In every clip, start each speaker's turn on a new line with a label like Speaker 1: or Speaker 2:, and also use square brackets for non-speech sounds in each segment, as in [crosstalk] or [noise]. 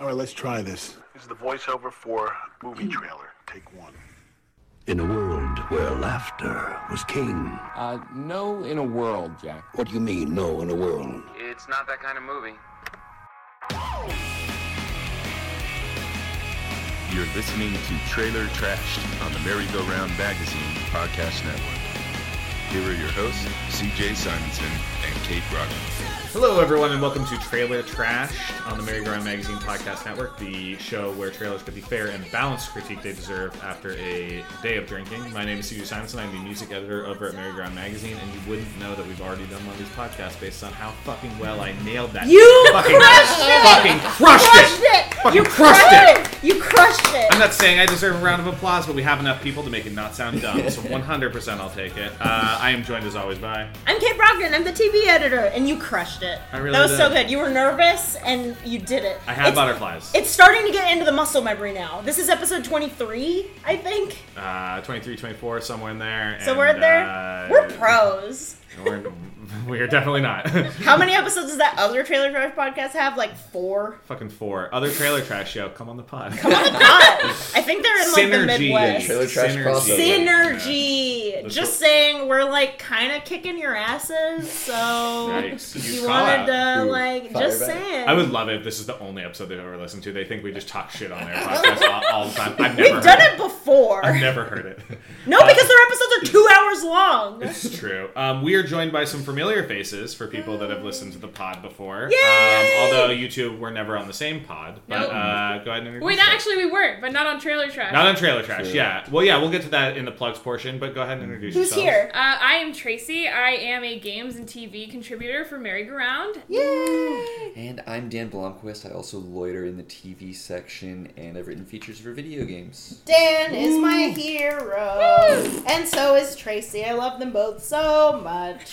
Speaker 1: All right, let's try this.
Speaker 2: This is the voiceover for movie trailer. Take one.
Speaker 3: In a world where laughter was king.
Speaker 4: Uh, no, in a world, Jack.
Speaker 3: What do you mean, no, in a world?
Speaker 5: It's not that kind of movie.
Speaker 6: You're listening to Trailer Trashed on the Merry-Go-Round Magazine Podcast Network. Here are your hosts, CJ Simonson and Kate Brockman.
Speaker 7: Hello, everyone, and welcome to Trailer Trash on the Merry Ground Magazine Podcast Network, the show where trailers get the fair and balanced critique they deserve after a day of drinking. My name is Susie Simonson. I'm the music editor over at Merry Ground Magazine, and you wouldn't know that we've already done one of these podcasts based on how fucking well I nailed that.
Speaker 8: You
Speaker 7: fucking
Speaker 8: crushed it!
Speaker 7: Fucking crushed,
Speaker 8: crushed
Speaker 7: it!
Speaker 8: it.
Speaker 7: Fucking
Speaker 8: You
Speaker 7: crushed it!
Speaker 8: You crushed
Speaker 7: I'm
Speaker 8: it.
Speaker 7: not saying I deserve a round of applause, but we have enough people to make it not sound dumb,
Speaker 8: [laughs]
Speaker 7: so 100% I'll take it. Uh, I am joined as always by.
Speaker 8: I'm Kate Brogdon. I'm the TV editor, and you crushed it.
Speaker 7: I really
Speaker 8: that was so
Speaker 7: did.
Speaker 8: good. You were nervous, and you did it.
Speaker 7: I had
Speaker 8: It's-
Speaker 7: butterflies.
Speaker 8: It's starting to get into the muscle memory now. This is episode 23, I think.
Speaker 7: uh, 23, 24, somewhere in there.
Speaker 8: So
Speaker 7: and,
Speaker 8: we're at there.
Speaker 7: uh,
Speaker 8: we're pros.
Speaker 7: We're, we're definitely not. [laughs]
Speaker 8: How many episodes does that other Trailer Trash podcast have? Like four.
Speaker 7: Fucking four. Other trailer trash show. Come on the pod. [laughs]
Speaker 8: God, I think they're in like the Midwest.
Speaker 9: Trailer trash crossover.
Speaker 8: Synergy.
Speaker 7: That's
Speaker 8: Just
Speaker 7: what-
Speaker 8: saying, we're like kind of kicking your asses. So
Speaker 7: Yikes.
Speaker 8: if
Speaker 7: You
Speaker 8: you
Speaker 7: call
Speaker 8: wanted
Speaker 7: out.
Speaker 8: to
Speaker 9: Ooh,
Speaker 8: like,
Speaker 9: fire
Speaker 8: just
Speaker 9: back.
Speaker 8: saying.
Speaker 7: I would love it if this is the only episode they've ever listened to. They think we just talk shit
Speaker 8: [laughs]
Speaker 7: on their podcast all, all the time. I've never
Speaker 8: We've
Speaker 7: heard
Speaker 8: done it before.
Speaker 7: I've never heard it. [laughs]
Speaker 8: No, because their episodes are two hours long.
Speaker 7: It's true. Um, we are joined by some familiar faces for people that have listened to the pod before.
Speaker 8: Yay!
Speaker 7: Um, although you two were never on the same pod. But
Speaker 10: Nope.
Speaker 7: uh, go ahead and introduce
Speaker 10: Wait, not
Speaker 7: yourself.
Speaker 10: actually, we weren't, but not on Trailer Trash.
Speaker 7: Not on trailer trash. Yeah. Well, yeah, we'll get to that in the plugs portion. But go ahead and introduce
Speaker 8: Who's
Speaker 7: yourselves.
Speaker 8: here?
Speaker 10: uh, I am Tracy. I am a games and TV contributor for Merry Go Round.
Speaker 9: And I'm Dan Blomquist. I also loiter in the TV section, and I've written features for video games.
Speaker 8: Dan is my hero, and so is Tracy. I love them both so
Speaker 10: [laughs]
Speaker 8: much.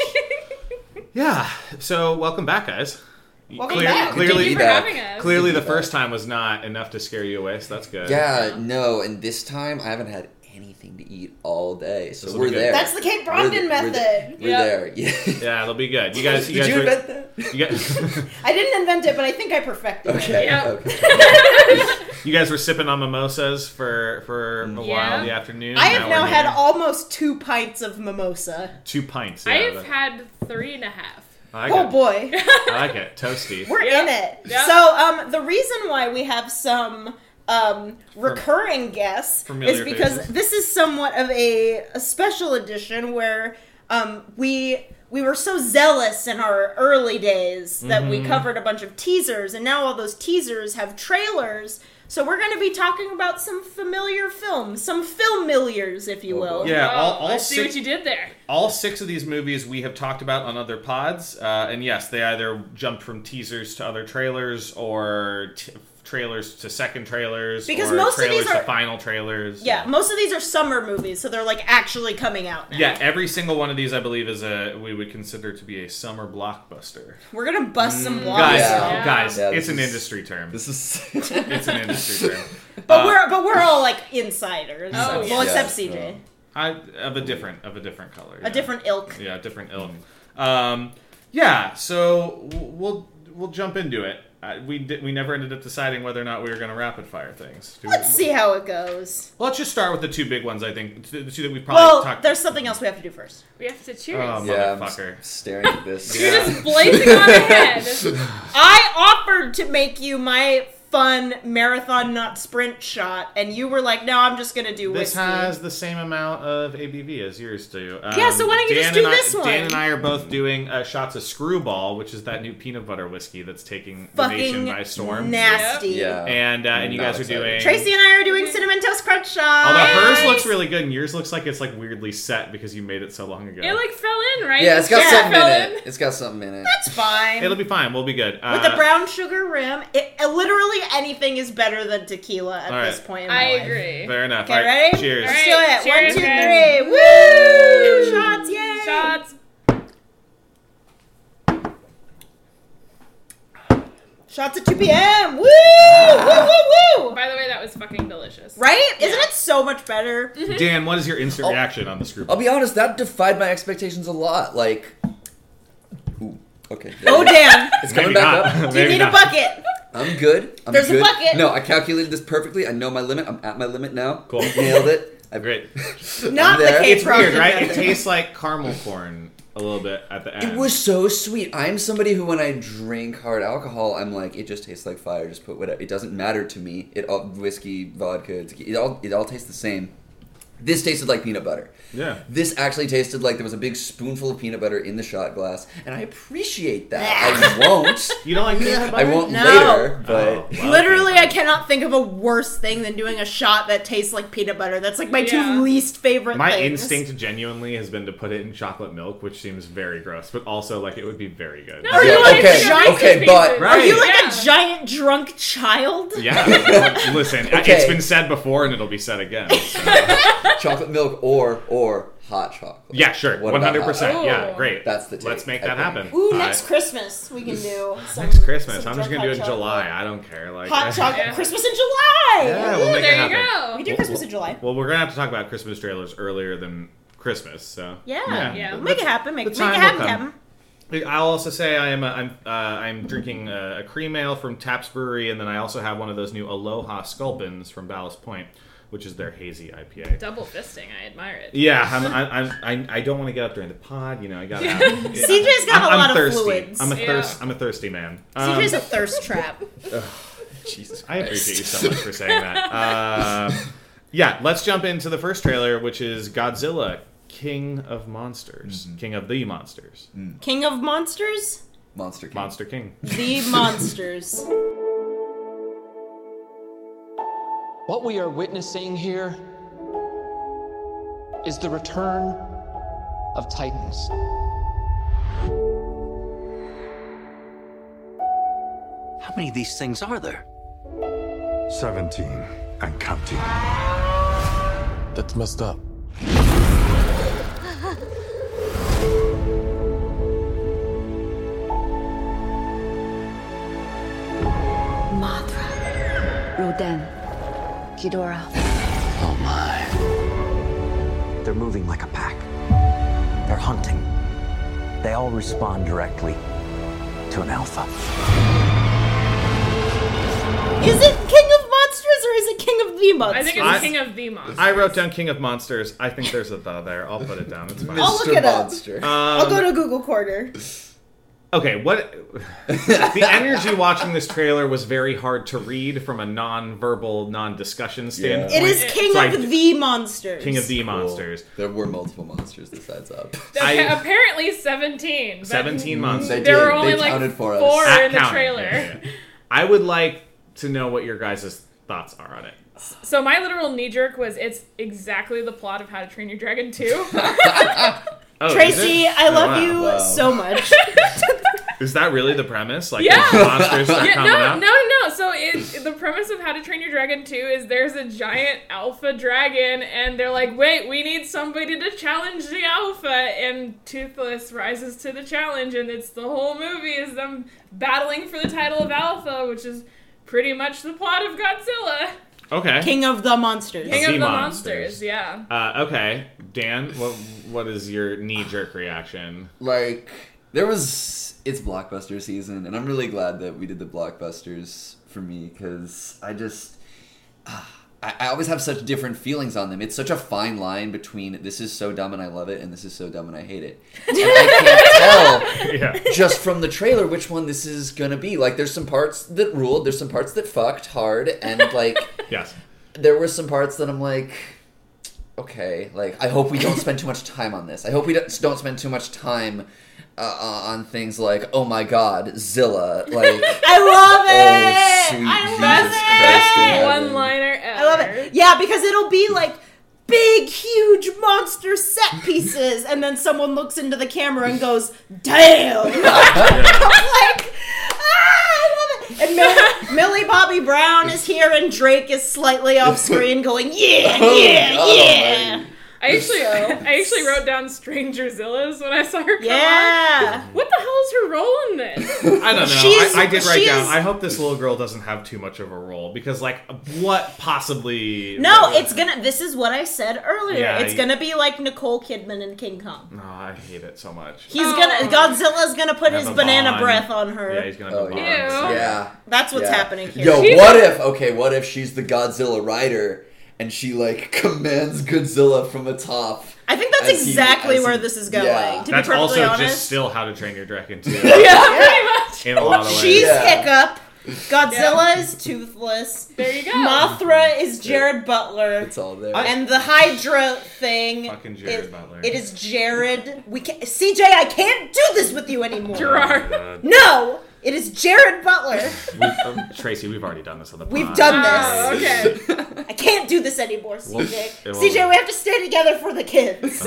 Speaker 7: Yeah. So welcome back, guys.
Speaker 8: Welcome
Speaker 7: Clear-
Speaker 8: back.
Speaker 7: Clearly,
Speaker 10: Thank you for
Speaker 9: back.
Speaker 10: having us.
Speaker 7: Clearly, the
Speaker 9: Piggyback.
Speaker 7: first time was not enough to scare you away, so that's good.
Speaker 9: Yeah, no, and this time I haven't had anything to eat all day, so
Speaker 7: This'll be
Speaker 9: we're
Speaker 7: good.
Speaker 9: there.
Speaker 8: That's the Kate
Speaker 9: We're
Speaker 8: Brogden
Speaker 9: th- we're th-
Speaker 8: method.
Speaker 9: We're,
Speaker 10: Yep.
Speaker 9: there. Yeah.
Speaker 7: Yeah, it'll be good. You
Speaker 9: [laughs]
Speaker 7: guys, you
Speaker 9: Did
Speaker 7: guys,
Speaker 9: you
Speaker 7: were-
Speaker 9: invent that?
Speaker 7: you guys, [laughs]
Speaker 8: I didn't invent it, but I think I perfected it.
Speaker 9: Okay.
Speaker 10: Yeah.
Speaker 9: okay.
Speaker 7: you guys were sipping on mimosas for for a while
Speaker 10: Yeah.
Speaker 7: the afternoon.
Speaker 8: I have
Speaker 7: we're
Speaker 8: now had
Speaker 7: here.
Speaker 8: almost two pints of mimosa.
Speaker 7: two pints. Yeah,
Speaker 10: I have
Speaker 7: but-
Speaker 10: had three and a half.
Speaker 7: I like
Speaker 10: [laughs]
Speaker 8: Oh
Speaker 7: it.
Speaker 8: boy.
Speaker 7: I like it. Toasty.
Speaker 8: We're
Speaker 10: Yeah.
Speaker 8: in it.
Speaker 10: Yeah.
Speaker 8: So um, the reason why we have some um, recurring guests
Speaker 7: Familiar
Speaker 8: is because
Speaker 7: faces.
Speaker 8: this is somewhat of a, a special edition where um, we we were so zealous in our early days that
Speaker 7: Mm-hmm.
Speaker 8: we covered a bunch of teasers, and now all those teasers have trailers. So we're going to be talking about some familiar films, some familiars, if you will.
Speaker 7: yeah, all,
Speaker 10: Oh, I
Speaker 7: all
Speaker 10: see
Speaker 7: six,
Speaker 10: what you did there.
Speaker 7: all six of these movies we have talked about on other pods, uh, and yes, they either jumped from teasers to other trailers or t- trailers to second trailers,
Speaker 8: Because
Speaker 7: or
Speaker 8: most of these
Speaker 7: trailers
Speaker 8: are-
Speaker 7: to final trailers.
Speaker 8: Yeah, most of these are summer movies, so they're like actually coming out now.
Speaker 7: Yeah, every single one of these, I believe, is a we would consider to be a summer blockbuster.
Speaker 8: We're gonna bust some blocks.
Speaker 7: Mm, Guys, uh,
Speaker 9: Yeah.
Speaker 7: guys,
Speaker 9: Yeah,
Speaker 7: it's
Speaker 9: this
Speaker 7: an
Speaker 9: is-
Speaker 7: industry term.
Speaker 9: This [laughs] is.
Speaker 7: It's an industry
Speaker 9: [laughs]
Speaker 7: term.
Speaker 8: But we're but we're all like insiders.
Speaker 10: Oh, yeah.
Speaker 8: Well, except
Speaker 9: Yeah,
Speaker 8: CJ,
Speaker 7: I, of a different of a different color.
Speaker 8: a different ilk.
Speaker 7: yeah, different ilk. Um, yeah, so w- we'll we'll jump into it. Uh, we di- we never ended up deciding whether or not we were going to rapid fire things. Do we-
Speaker 8: Let's see how it goes.
Speaker 7: Well, let's just start with the two big ones. I think the two that we probably
Speaker 8: Well,
Speaker 7: talked.
Speaker 8: there's something else we have to do first.
Speaker 10: We have to cheers.
Speaker 7: Oh,
Speaker 9: yeah, I'm
Speaker 7: motherfucker.
Speaker 9: s- staring at this.
Speaker 10: You're just blazing on ahead.
Speaker 8: I offered to make you my fun marathon, not sprint shot, and you were like, "No, I'm just gonna do
Speaker 7: This
Speaker 8: whiskey."
Speaker 7: has the same amount of ABV as yours do. Um,
Speaker 8: Yeah, so why don't you just
Speaker 7: Dan
Speaker 8: do
Speaker 7: and I-
Speaker 8: this one?
Speaker 7: Dan and I are both doing uh, shots of Screwball, which is that new peanut butter whiskey that's taking the nation
Speaker 8: Fucking
Speaker 7: by storm.
Speaker 8: nasty.
Speaker 9: Yeah.
Speaker 7: And uh, and you
Speaker 9: Not
Speaker 7: guys are
Speaker 9: excited.
Speaker 7: doing.
Speaker 8: Tracy and I are
Speaker 10: Mhm.
Speaker 8: doing cinnamon toast crunch shot.
Speaker 7: Although hers looks really good and yours looks like it's like weirdly set because you made it so long ago.
Speaker 10: It like fell in, right?
Speaker 9: Yeah, it's got
Speaker 8: Yeah,
Speaker 9: something
Speaker 10: fell
Speaker 9: in
Speaker 10: in.
Speaker 9: it. It's got something in
Speaker 10: [laughs]
Speaker 9: it.
Speaker 8: That's fine.
Speaker 7: It'll be fine. We'll be good. Uh,
Speaker 8: With the brown sugar rim, it, uh, literally anything is better than tequila at
Speaker 7: All right.
Speaker 8: this point. In my
Speaker 10: I
Speaker 8: life.
Speaker 10: agree.
Speaker 7: Fair enough.
Speaker 8: Okay,
Speaker 7: All right,
Speaker 8: ready?
Speaker 7: Cheers.
Speaker 10: All right.
Speaker 8: Let's do it. One,
Speaker 10: Cheers, guys.
Speaker 8: two, three. Woo! Shots, yay!
Speaker 10: Shots.
Speaker 8: Shots at 2 p.m. Woo! Woo! Woo! Woo!
Speaker 10: Ah. By the way, that was fucking delicious.
Speaker 8: Right? Isn't it so
Speaker 10: [laughs]
Speaker 8: much better?
Speaker 7: Dan, what is your instant
Speaker 8: Oh.
Speaker 7: reaction on the Screwball?
Speaker 9: I'll be honest, that defied my expectations a lot. Like, ooh, okay.
Speaker 8: Oh, damn.
Speaker 9: It's coming
Speaker 7: Maybe [laughs] not.
Speaker 9: back up.
Speaker 8: Do Oh, you
Speaker 7: Maybe
Speaker 8: need a
Speaker 7: not.
Speaker 8: bucket?
Speaker 9: I'm good. I'm
Speaker 8: There's a
Speaker 9: good.
Speaker 8: bucket.
Speaker 9: No, I calculated this perfectly. I know my limit. I'm at my limit now.
Speaker 7: Cool.
Speaker 9: Nailed it. I've,
Speaker 7: Great.
Speaker 8: [laughs] Not the
Speaker 9: there.
Speaker 8: cake
Speaker 7: It's weird,
Speaker 8: frosting
Speaker 7: right? It
Speaker 8: method.
Speaker 7: tastes like caramel corn a little bit at the end.
Speaker 9: It was so sweet. I'm somebody who, when I drink hard alcohol, I'm like, it just tastes like fire. Just put whatever. It doesn't matter to me. It all whiskey, vodka, tequila, it all it all tastes the same. This tasted like peanut butter.
Speaker 7: Yeah.
Speaker 9: This actually tasted like there was a big spoonful of peanut butter in the shot glass, and I appreciate that.
Speaker 8: [laughs]
Speaker 9: I won't.
Speaker 7: You don't like peanut
Speaker 9: I
Speaker 7: butter?
Speaker 9: won't
Speaker 8: No.
Speaker 9: later.
Speaker 7: Oh,
Speaker 9: But
Speaker 7: wow.
Speaker 8: Literally, I cannot think of a worse thing than doing a shot that tastes like peanut butter. That's like my
Speaker 10: Yeah.
Speaker 8: two least favorite
Speaker 7: My
Speaker 8: things.
Speaker 7: instinct genuinely has been to put it in chocolate milk, which seems very gross, but also like it would be very good.
Speaker 10: No,
Speaker 9: Yeah,
Speaker 10: you like
Speaker 9: okay,
Speaker 10: giant
Speaker 9: okay,
Speaker 10: pieces.
Speaker 9: but-
Speaker 8: Are you
Speaker 7: Right.
Speaker 8: like
Speaker 10: Yeah.
Speaker 8: a giant drunk child?
Speaker 7: Yeah, [laughs] listen, it's
Speaker 9: Okay.
Speaker 7: been said before and it'll be said again. so.
Speaker 9: [laughs] chocolate milk or or hot chocolate.
Speaker 7: Yeah, sure,
Speaker 9: What
Speaker 7: one
Speaker 9: about
Speaker 7: hundred
Speaker 9: hot-
Speaker 7: percent. Yeah,
Speaker 10: Oh.
Speaker 7: great.
Speaker 9: That's the take,
Speaker 7: Let's make
Speaker 9: I
Speaker 7: that
Speaker 9: think.
Speaker 7: happen.
Speaker 8: Ooh,
Speaker 7: Uh,
Speaker 8: next Christmas we can do. Some,
Speaker 7: next Christmas.
Speaker 8: some
Speaker 7: I'm just
Speaker 8: drunk
Speaker 7: gonna do it
Speaker 8: hot
Speaker 7: in
Speaker 8: chocolate.
Speaker 7: July. I don't care. Like [laughs]
Speaker 8: Hot chocolate
Speaker 10: Yeah.
Speaker 8: Christmas in July.
Speaker 7: Yeah, we'll make it
Speaker 10: there you
Speaker 7: happen.
Speaker 10: go.
Speaker 8: We do Christmas in July.
Speaker 7: Well, we're gonna have to talk about Christmas trailers earlier than Christmas, so
Speaker 8: Yeah,
Speaker 10: Yeah.
Speaker 8: We'll make it happen. Make,
Speaker 7: The
Speaker 8: make it
Speaker 7: time will
Speaker 8: happen,
Speaker 7: come.
Speaker 8: Captain.
Speaker 7: I'll also say I am uh, I'm uh, I'm drinking a, a cream ale from Taps Brewery, and then I also have one of those new Aloha Sculpins from Ballast Point, which is their hazy IPA.
Speaker 10: Double fisting. I admire it.
Speaker 7: Yeah, I'm, I'm, I'm, I I don't want to get up during the pod. You know, I got.
Speaker 8: [laughs]
Speaker 7: CJ's
Speaker 8: CJ's got a lot of fluids.
Speaker 7: I'm a
Speaker 10: Yeah.
Speaker 7: thirst. I'm a thirsty man. Um,
Speaker 8: CJ's a thirst
Speaker 7: [laughs]
Speaker 8: trap.
Speaker 9: Jesus.
Speaker 7: I appreciate you
Speaker 8: [laughs]
Speaker 7: so much for saying that. Um yeah, let's jump into the first trailer, which is Godzilla, King of Monsters, King of the Monsters,
Speaker 8: King of monsters?
Speaker 9: Monster. King.
Speaker 7: Monster King. [laughs]
Speaker 8: The monsters.
Speaker 1: What we are witnessing here is the return of Titans.
Speaker 3: How many of these things are there?
Speaker 2: 17 and counting.
Speaker 5: That's messed up.
Speaker 11: Mothra, Rodan, Ghidorah.
Speaker 3: Oh my. They're moving like a pack. They're hunting. They all respond directly to an alpha.
Speaker 8: Is it King of monsters or is it King of the
Speaker 10: I
Speaker 8: monsters?
Speaker 10: think it's
Speaker 7: I-
Speaker 10: King of the Monsters.
Speaker 7: I wrote down King of Monsters. I think there's a the there. I'll put it down. It's fine.
Speaker 8: I'll look
Speaker 9: Mr.
Speaker 8: it up.
Speaker 9: Monster.
Speaker 8: I'll go to Google Quarter.
Speaker 7: Okay, what [laughs] the energy watching this trailer was very hard to read from a non-verbal, non-discussion standpoint.
Speaker 8: It is King
Speaker 7: So I-
Speaker 8: of the monsters.
Speaker 7: King of the Monsters.
Speaker 9: There were multiple monsters this size
Speaker 10: [laughs]
Speaker 9: up.
Speaker 10: Okay,
Speaker 7: I-
Speaker 10: apparently 17. but
Speaker 7: Seventeen monsters.
Speaker 9: They
Speaker 10: There
Speaker 9: did.
Speaker 10: were only
Speaker 9: they
Speaker 10: like
Speaker 9: counted for us.
Speaker 10: four
Speaker 7: At
Speaker 10: in the
Speaker 7: counting.
Speaker 10: trailer.
Speaker 7: Yeah, yeah. I would like to know what your guys' thoughts are on it.
Speaker 10: So my literal knee jerk was it's exactly the plot of How to Train Your Dragon [laughs] 2.
Speaker 7: Oh,
Speaker 8: Tracy,
Speaker 7: is it?
Speaker 8: I
Speaker 7: Oh,
Speaker 8: love
Speaker 7: wow.
Speaker 8: you
Speaker 9: Wow.
Speaker 8: so
Speaker 7: [laughs]
Speaker 8: much.
Speaker 7: Is that really the premise? Like
Speaker 10: Yeah.
Speaker 7: these monsters start
Speaker 10: Yeah,
Speaker 7: coming
Speaker 10: no,
Speaker 7: up?
Speaker 10: no, no, no. So it, the premise of How to Train Your Dragon 2 is there's a giant alpha dragon, and they're like, wait, we need somebody to challenge the alpha. And Toothless rises to the challenge, and it's the whole movie is them battling for the title of alpha, which is pretty much the plot of Godzilla.
Speaker 7: Okay.
Speaker 8: King of the monsters.
Speaker 10: King of
Speaker 7: Sea
Speaker 10: the
Speaker 7: monsters.
Speaker 10: monsters. yeah.
Speaker 7: uh, okay, Dan, what what is your knee jerk reaction?
Speaker 9: [laughs]
Speaker 7: [laughs]
Speaker 9: like there was it's blockbuster season and i'm really glad that we did the blockbusters for me because i just ah, I, I always have such different feelings on them it's such a fine line between this is so dumb and i love it and this is so dumb and i hate it and
Speaker 10: [laughs]
Speaker 9: i can't
Speaker 7: Yeah.
Speaker 9: tell just from the trailer which one this is gonna be like there's some parts that ruled there's some parts that fucked hard and
Speaker 8: [laughs]
Speaker 9: like
Speaker 7: Yes.
Speaker 9: there were some parts that I'm like, okay, like I hope we don't spend too much time on this. I hope we don't, don't spend too much time uh, uh, on things like, oh my god, Zilla, like,
Speaker 8: [laughs] I love
Speaker 9: oh
Speaker 8: it.
Speaker 9: sweet
Speaker 8: I
Speaker 9: Jesus
Speaker 8: love
Speaker 9: Christ in
Speaker 8: it.
Speaker 9: heaven.
Speaker 10: One liner
Speaker 8: I love it. Yeah, because it'll be like big, huge monster set pieces, and then someone looks into the camera and goes, "Damn!" [laughs] I'm like, ah, I love it. And Millie, Millie Bobby
Speaker 9: [laughs]
Speaker 8: Brown is here, and Drake is slightly off screen, going, "Yeah,
Speaker 9: Oh,
Speaker 8: yeah,
Speaker 9: God
Speaker 8: yeah."
Speaker 9: almighty.
Speaker 10: I actually, uh, I
Speaker 8: [laughs]
Speaker 10: actually wrote down Stranger Zillas when I saw her come
Speaker 8: Yeah.
Speaker 10: on. What the hell is her role in this?
Speaker 7: I don't know.
Speaker 8: She's-
Speaker 7: I, I did write down.
Speaker 8: she's-
Speaker 7: I hope this little girl doesn't have too much of a role because, like, what possibly?
Speaker 8: No, it's gonna. This is what I said earlier.
Speaker 7: Yeah,
Speaker 8: it's
Speaker 7: you-
Speaker 8: gonna be like Nicole Kidman and King Kong.
Speaker 7: No, I hate it so much.
Speaker 8: He's
Speaker 9: Oh.
Speaker 8: gonna Godzilla's gonna put
Speaker 7: Have
Speaker 8: his
Speaker 7: a
Speaker 8: banana
Speaker 7: bond.
Speaker 8: breath on her.
Speaker 7: Yeah, he's gonna
Speaker 9: Oh,
Speaker 7: have a bond.
Speaker 10: Ew.
Speaker 9: Yeah.
Speaker 8: That's what's
Speaker 9: yeah.
Speaker 8: happening here.
Speaker 9: Yo,
Speaker 10: She's
Speaker 9: what
Speaker 10: a-
Speaker 9: if? Okay, what if she's the Godzilla rider and she like commands Godzilla from atop?
Speaker 8: I think that's
Speaker 9: I see-
Speaker 8: exactly
Speaker 9: I see.
Speaker 8: where this is going.
Speaker 9: Yeah.
Speaker 7: That's
Speaker 8: To be perfectly
Speaker 7: also
Speaker 8: honest,
Speaker 7: just still How to Train Your Dragon
Speaker 8: [laughs]
Speaker 7: too.
Speaker 10: yeah, pretty much.
Speaker 7: In a lot of ways.
Speaker 8: she's
Speaker 9: Yeah.
Speaker 8: Hiccup. Godzilla is toothless.
Speaker 10: There you go.
Speaker 8: Mothra is Jared Butler.
Speaker 9: It's all there.
Speaker 8: and the Hydra thing.
Speaker 7: Fucking Jared
Speaker 8: is-
Speaker 7: Butler.
Speaker 8: It is Jared. We can CJ. I can't do this with you anymore.
Speaker 10: Gerard.
Speaker 7: Oh
Speaker 8: No, it is Jared Butler.
Speaker 7: We've- um, Tracy, we've already done this on the.
Speaker 8: We've
Speaker 7: pod.
Speaker 8: done
Speaker 7: [laughs]
Speaker 10: Oh,
Speaker 8: this.
Speaker 10: okay.
Speaker 8: [laughs] I can't do this anymore,
Speaker 7: Well,
Speaker 8: CJ.
Speaker 7: it
Speaker 8: CJ,
Speaker 7: will-
Speaker 8: we have to stay together for
Speaker 7: [laughs]
Speaker 8: the kids.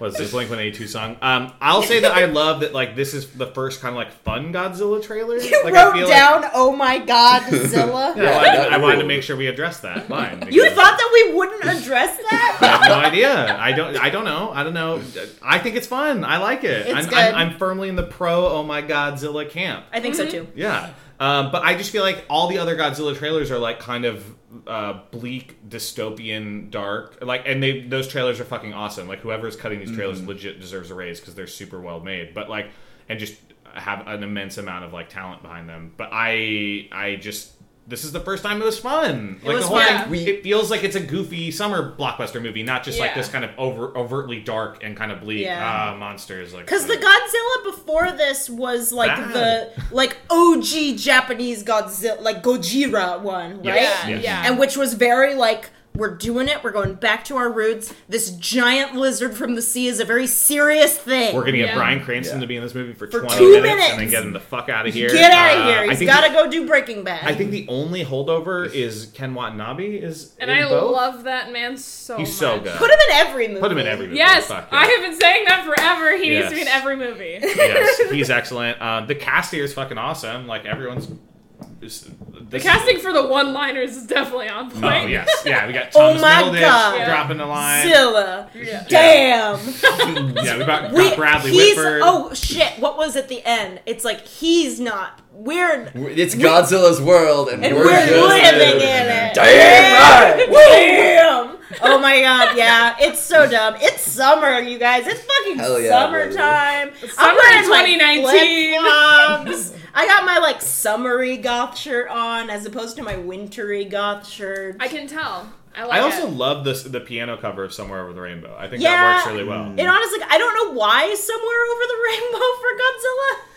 Speaker 7: was this Blink One Eighty Two song? Um, I'll say that I love that. Like, this is the first kind of like fun Godzilla trailer.
Speaker 8: You
Speaker 7: like, I
Speaker 8: wrote
Speaker 7: feel
Speaker 8: down, "Oh
Speaker 7: [laughs]
Speaker 8: my God, Zilla."
Speaker 7: Like, I, wanted,
Speaker 9: that
Speaker 7: I wanted to
Speaker 9: ruled.
Speaker 7: make sure we addressed that line.
Speaker 8: You
Speaker 7: because-
Speaker 8: thought that we wouldn't address that?
Speaker 7: [laughs] I have no idea. I don't. I don't know. I don't know. I think it's fun. I like it.
Speaker 8: It's
Speaker 7: I'm,
Speaker 8: good.
Speaker 7: I'm, I'm firmly in the pro. Oh my Godzilla camp.
Speaker 8: I think so too.
Speaker 7: Yeah. Um, but I just feel like all the other Godzilla trailers are like kind of uh, bleak, dystopian, dark. Like, and they those trailers are fucking awesome. Like, whoever's cutting these trailers
Speaker 8: Mm-hmm.
Speaker 7: legit deserves a raise because they're super well made. But like, and just have an immense amount of like talent behind them. But I, I just. This is the first time it was fun. Like
Speaker 8: was
Speaker 7: the whole
Speaker 8: fun.
Speaker 7: thing, it feels like it's a goofy summer blockbuster movie, not just like
Speaker 10: Yeah.
Speaker 7: this kind of over overtly dark and kind of bleak
Speaker 8: Yeah.
Speaker 7: uh, monsters. Like
Speaker 8: Because the Godzilla before this was like
Speaker 7: Bad.
Speaker 8: the like OG Japanese Godzilla, like Gojira one, right?
Speaker 7: Yes,
Speaker 10: Yeah,
Speaker 7: yes.
Speaker 10: yeah.
Speaker 8: And which was very like we're doing it, we're going back to our roots. This giant lizard from the sea is a very serious thing.
Speaker 7: We're gonna get
Speaker 10: Yeah.
Speaker 7: Brian Cranston
Speaker 9: Yeah.
Speaker 7: to be in this movie for,
Speaker 8: For
Speaker 7: 20
Speaker 8: two
Speaker 7: minutes,
Speaker 8: minutes.
Speaker 7: and then get him the fuck out of here.
Speaker 8: Get out
Speaker 7: Uh,
Speaker 8: of here!
Speaker 7: I
Speaker 8: He's
Speaker 7: think
Speaker 8: got to
Speaker 7: the-
Speaker 8: go do Breaking Bad.
Speaker 7: I think the only holdover is Ken Watanabe. Is
Speaker 10: and
Speaker 7: in
Speaker 10: I
Speaker 7: both?
Speaker 10: love that man so much.
Speaker 7: He's so good.
Speaker 8: Put him in every movie.
Speaker 7: Put him in every movie.
Speaker 10: Yes,
Speaker 7: Fuck yeah.
Speaker 10: I have been saying that forever. He
Speaker 7: Yes.
Speaker 10: needs to be in every
Speaker 8: [laughs]
Speaker 10: movie.
Speaker 7: yes, he's excellent. Um, the cast here is fucking awesome. Like everyone's. This,
Speaker 10: The casting for the one-liners is definitely on point.
Speaker 7: Oh yes, yeah.
Speaker 8: [laughs]
Speaker 7: We got Thomas
Speaker 8: Oh my
Speaker 7: Middleditch
Speaker 8: God.
Speaker 7: dropping the line.
Speaker 8: Zilla.
Speaker 10: Yeah.
Speaker 8: Damn.
Speaker 7: Yeah, we got, got
Speaker 8: We-
Speaker 7: Bradley
Speaker 8: he's,
Speaker 7: Whitford.
Speaker 8: Oh shit! What was at the end? It's like he's not. We're
Speaker 9: it's Godzilla's world, and,
Speaker 8: And
Speaker 9: we're,
Speaker 8: we're
Speaker 9: just
Speaker 8: living in it.
Speaker 9: Damn right.
Speaker 8: [laughs] Damn. Oh my god, yeah. It's so dumb. It's summer, you guys. It's fucking
Speaker 9: Hell yeah,
Speaker 8: summertime. I'm
Speaker 10: summer
Speaker 8: wearing my
Speaker 10: 2019.
Speaker 8: flip-flops. I got my like summery goth shirt on as opposed to my wintry goth shirt.
Speaker 10: I can tell. I like
Speaker 7: I also
Speaker 10: it.
Speaker 7: love this the piano cover of Somewhere Over the Rainbow. I think
Speaker 8: Yeah.
Speaker 7: that works really well.
Speaker 8: And honestly, I don't know why somewhere over the [laughs] rainbow for Godzilla.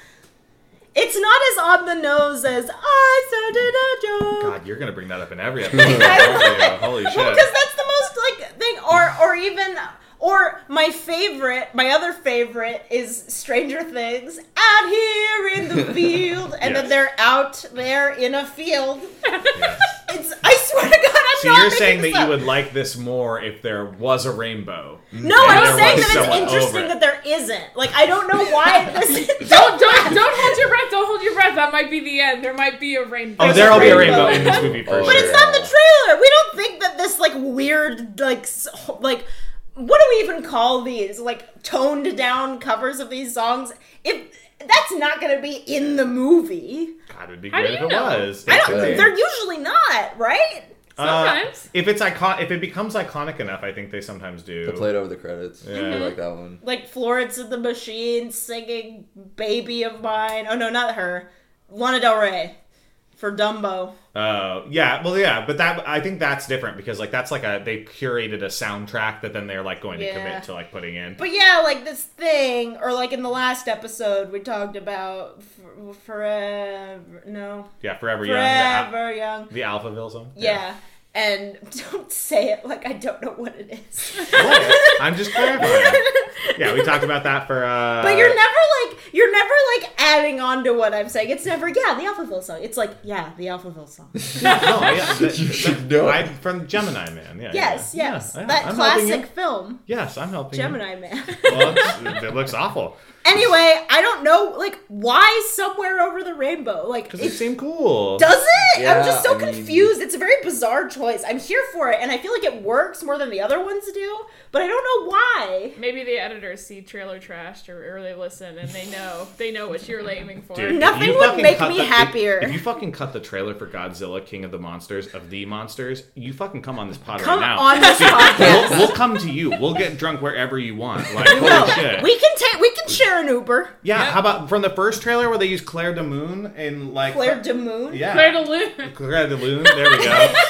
Speaker 8: It's not as on the nose as I started a joke.
Speaker 7: God, you're gonna bring that up in every episode. aren't you? Holy shit!
Speaker 8: [laughs] Well, because that's the most like thing, or or even or my favorite, my other favorite is Stranger Things. Out here
Speaker 7: [laughs]
Speaker 8: in the field, and
Speaker 7: Yes.
Speaker 8: then they're out there in a field.
Speaker 7: Yes.
Speaker 8: [laughs] It's I swear to God, I'm
Speaker 7: So
Speaker 8: not
Speaker 7: you're
Speaker 8: making
Speaker 7: saying that
Speaker 8: this
Speaker 7: you
Speaker 8: up.
Speaker 7: would like this more if there was a rainbow.
Speaker 8: No,
Speaker 7: and
Speaker 8: I'm
Speaker 7: there
Speaker 8: saying
Speaker 7: was
Speaker 8: that
Speaker 7: someone
Speaker 8: it's
Speaker 7: over
Speaker 8: interesting
Speaker 7: it.
Speaker 8: that there isn't. Like I don't know
Speaker 7: [laughs]
Speaker 8: why this. Is,
Speaker 10: Don't don't don't hold your breath. Don't hold your breath. That might be the end. There might be a rainbow.
Speaker 7: Oh,
Speaker 8: There's
Speaker 7: there'll
Speaker 8: a
Speaker 7: be a
Speaker 8: rainbow.
Speaker 7: rainbow in this movie for
Speaker 9: But
Speaker 7: sure.
Speaker 8: But it's not the trailer. We don't think that this like weird like s- like what do we even call these like toned down covers of these songs? If that's not going to be in the movie,
Speaker 7: God, it'd be
Speaker 10: How
Speaker 7: great
Speaker 10: do
Speaker 7: if
Speaker 10: you
Speaker 7: it
Speaker 10: know?
Speaker 7: was.
Speaker 8: I don't.
Speaker 9: Right.
Speaker 8: They're usually not right.
Speaker 7: Uh,
Speaker 10: Sometimes.
Speaker 7: if it's icon, if it becomes iconic enough, I think they sometimes do.
Speaker 9: They played over the credits. I
Speaker 8: Mm-hmm.
Speaker 9: like that
Speaker 7: [laughs]
Speaker 9: one. [laughs]
Speaker 8: Like Florence and the Machine singing "Baby of Mine." Oh no, not her. Lana Del Rey for Dumbo.
Speaker 7: Uh, yeah, well, yeah, but that I think that's different because like that's like a they curated a soundtrack that then they're like going to
Speaker 8: Yeah.
Speaker 7: commit to like putting in.
Speaker 8: But yeah, like this thing, or like in the last episode we talked about f- forever. No,
Speaker 7: yeah, forever, young, the,
Speaker 8: forever young.
Speaker 7: the Alphaville song.
Speaker 8: Yeah. And [laughs] don't say it like I don't know what it
Speaker 7: [laughs]
Speaker 8: is. [laughs]
Speaker 7: I'm just clarifying. yeah, we talked about that for. Uh,
Speaker 8: But you're never like you're never like adding on to what I'm saying. It's never yeah the Alphaville song. It's like yeah the
Speaker 7: [laughs]
Speaker 8: Alphaville song.
Speaker 7: No,
Speaker 8: [laughs]
Speaker 7: yeah, that-
Speaker 9: You should know.
Speaker 7: I'm from Gemini Man. Yeah,
Speaker 8: Yes,
Speaker 7: yeah.
Speaker 8: yes,
Speaker 7: Yeah, yeah,
Speaker 8: that
Speaker 7: I'm helping you.
Speaker 8: classic film
Speaker 7: Yes, I'm helping. you.
Speaker 8: Gemini Man. [laughs]
Speaker 7: Well, it's- it looks awful
Speaker 8: anyway, I don't know like why somewhere over the rainbow like
Speaker 7: because it
Speaker 8: it
Speaker 7: seemed cool.
Speaker 8: does it. I'm
Speaker 9: Yeah,
Speaker 8: just so
Speaker 9: I mean-
Speaker 8: confused. It's a very bizarre toys. I'm here for it, and I feel like it works more than the other ones do, but I don't know why.
Speaker 10: Maybe the editors see trailer trashed or, or they listen and they know they know what you're aiming for.
Speaker 7: Dude, if
Speaker 8: Nothing
Speaker 7: you
Speaker 8: would
Speaker 7: fucking
Speaker 8: make
Speaker 7: cut
Speaker 8: me
Speaker 7: the- if-
Speaker 8: happier.
Speaker 7: If, you fucking cut the trailer for Godzilla, King of the Monsters, of the Monsters, you fucking come on this pod
Speaker 8: Come
Speaker 7: right now.
Speaker 8: on this
Speaker 7: Dude,
Speaker 8: podcast.
Speaker 7: We'll, we'll come to you. We'll get drunk wherever you want. Like, [laughs] holy shit.
Speaker 8: We can take we can share an Uber.
Speaker 7: yeah, how about from the first trailer where they use Claire de Moon and like
Speaker 8: Claire de Moon.
Speaker 7: Yeah.
Speaker 10: Claire de Lune.
Speaker 7: Claire de Lune. There we go.
Speaker 8: [laughs]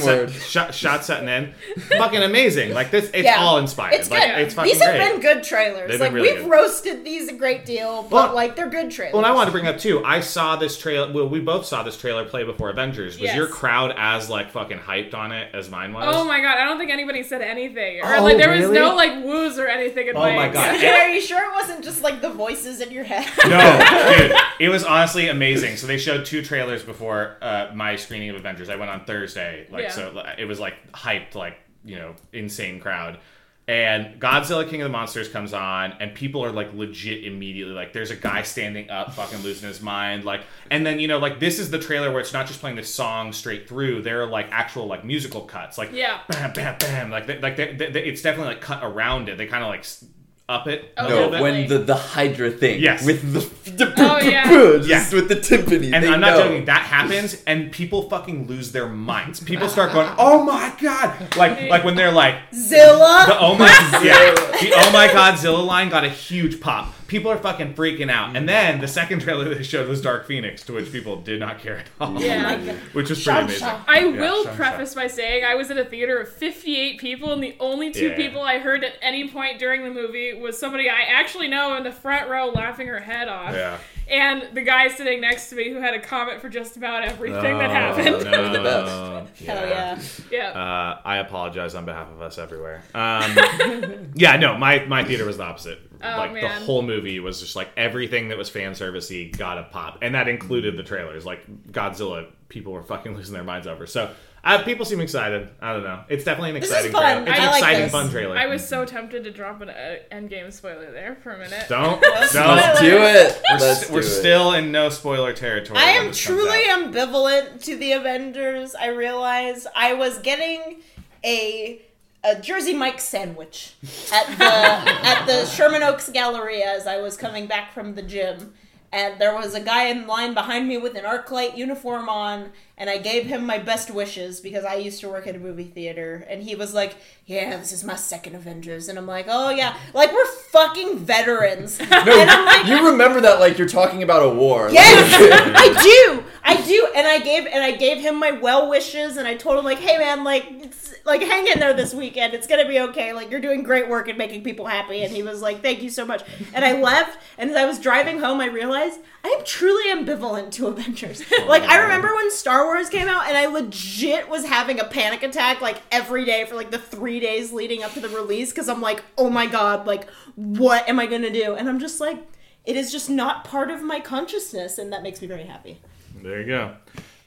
Speaker 5: Same
Speaker 7: set,
Speaker 5: word.
Speaker 7: Shot, shot set and in. Fucking amazing. Like this, it's
Speaker 8: Yeah.
Speaker 7: all inspired.
Speaker 8: It's good.
Speaker 7: Like, It's fucking
Speaker 8: these have
Speaker 7: great.
Speaker 8: been good trailers.
Speaker 7: They've been
Speaker 8: like
Speaker 7: really
Speaker 8: we've
Speaker 7: good.
Speaker 8: roasted these a great deal, but
Speaker 7: Well-
Speaker 8: like they're good trailers.
Speaker 7: Well, and
Speaker 8: [laughs]
Speaker 7: I wanted to bring up too. I saw this trailer. Well, we both saw this trailer play before Avengers. Was
Speaker 10: Yes.
Speaker 7: your crowd as like fucking hyped on it as mine was?
Speaker 10: Oh my god, I don't think anybody said anything. Or
Speaker 7: Oh,
Speaker 10: like there was
Speaker 7: really?
Speaker 10: no like woos or anything in
Speaker 7: Oh my
Speaker 10: my
Speaker 7: God.
Speaker 8: [laughs] Are you sure it wasn't just like the voices in your head? [laughs]
Speaker 10: [laughs]
Speaker 7: No, dude, it was honestly amazing. So they showed two trailers before uh, my screening of Avengers. I went on Thursday, like
Speaker 10: Yeah.
Speaker 7: so uh, it was like hyped, like you know, insane crowd. And Godzilla King of the Monsters comes on, and people are like legit immediately like, there's a guy standing up, fucking losing his mind, like. And then you know, like this is the trailer where it's not just playing the song straight through. There are like actual like musical cuts, like
Speaker 10: Yeah.
Speaker 7: bam, bam, bam, like they, like they, they, they- it's definitely like cut around it. They kind of like s- up it. a
Speaker 10: Oh,
Speaker 7: little
Speaker 10: yeah.
Speaker 9: No,
Speaker 7: bit.
Speaker 9: when the, the Hydra thing.
Speaker 7: Yes.
Speaker 9: With the. the
Speaker 10: Oh, yeah.
Speaker 9: [laughs] Just with the timpani.
Speaker 7: And
Speaker 9: they
Speaker 7: I'm not
Speaker 9: know.
Speaker 7: joking. That happens, and people fucking lose their minds. People start going, "Oh my god!" Like, like when they're like,
Speaker 8: [laughs] Zilla.
Speaker 7: "The oh my yeah, the oh my god Zilla line got a huge pop." People are fucking freaking out. And then the second trailer they showed was Dark Phoenix, to which people did not care at all.
Speaker 8: Oh
Speaker 10: Yeah.
Speaker 7: [laughs] which was pretty
Speaker 8: Shang
Speaker 7: amazing.
Speaker 8: Tsung.
Speaker 10: I will
Speaker 7: Shang Tsung.
Speaker 10: preface by saying I was in a theater of 58 people, and the only two
Speaker 7: Yeah.
Speaker 10: people I heard at any point during the movie was somebody I actually know in the front row laughing her head off,
Speaker 7: Yeah.
Speaker 10: and the guy sitting next to me who had a comment for just about everything that
Speaker 9: [laughs]
Speaker 10: happened.
Speaker 7: Oh,
Speaker 9: They're the best.
Speaker 8: Hell yeah.
Speaker 10: [laughs] Yeah.
Speaker 7: Uh, I apologize on behalf of us everywhere. Um, [laughs] yeah, no, my, my theater was the opposite. like the
Speaker 10: Oh, man.
Speaker 7: whole movie was just like everything that was fan servicey got a pop, and that included the trailers. Like Godzilla, people were fucking losing their minds over. So uh, people seem excited. I don't know. It's definitely an
Speaker 8: is
Speaker 7: exciting
Speaker 8: fun.
Speaker 7: trailer. It's
Speaker 8: I
Speaker 7: an
Speaker 8: like
Speaker 7: exciting
Speaker 8: this.
Speaker 7: fun trailer.
Speaker 10: I was so tempted to drop an uh, Endgame spoiler there for a minute. [laughs]
Speaker 7: don't
Speaker 9: Let's
Speaker 7: no.
Speaker 9: do it. Let's
Speaker 7: We're,
Speaker 9: do it.
Speaker 7: still in no spoiler territory.
Speaker 8: I
Speaker 7: when
Speaker 8: am
Speaker 7: this comes
Speaker 8: truly
Speaker 7: out.
Speaker 8: ambivalent to the Avengers. I realize I was getting a a Jersey Mike sandwich at
Speaker 7: [laughs]
Speaker 8: the at the Sherman Oaks Gallery as I was coming back from the gym. And there was a guy in line behind me with an ArcLight uniform on, and I gave him my best wishes because I used to work at a movie theater. And he was like, "Yeah, this is my second Avengers," and I'm like, "Oh yeah, like we're fucking veterans." and I'm like,
Speaker 9: You remember that like you're talking about a war.
Speaker 8: Yes, [laughs] I do. I do, and I gave and I gave him my well wishes, and I told him like, "Hey, man, like, it's, like, hang in there this weekend. It's gonna be okay. Like, you're doing great work and making people happy." And he was like, "Thank you so much." And I left, and as I was driving home, I realized I am truly ambivalent to Avengers. [laughs] Like, I remember when Star Wars came out, and I legit was having a panic attack like every day for like the three days leading up to the release because I'm like, "Oh my god, like, what am I gonna do?" And I'm just like it is just not part of my consciousness, and that makes me very happy.
Speaker 7: There you go.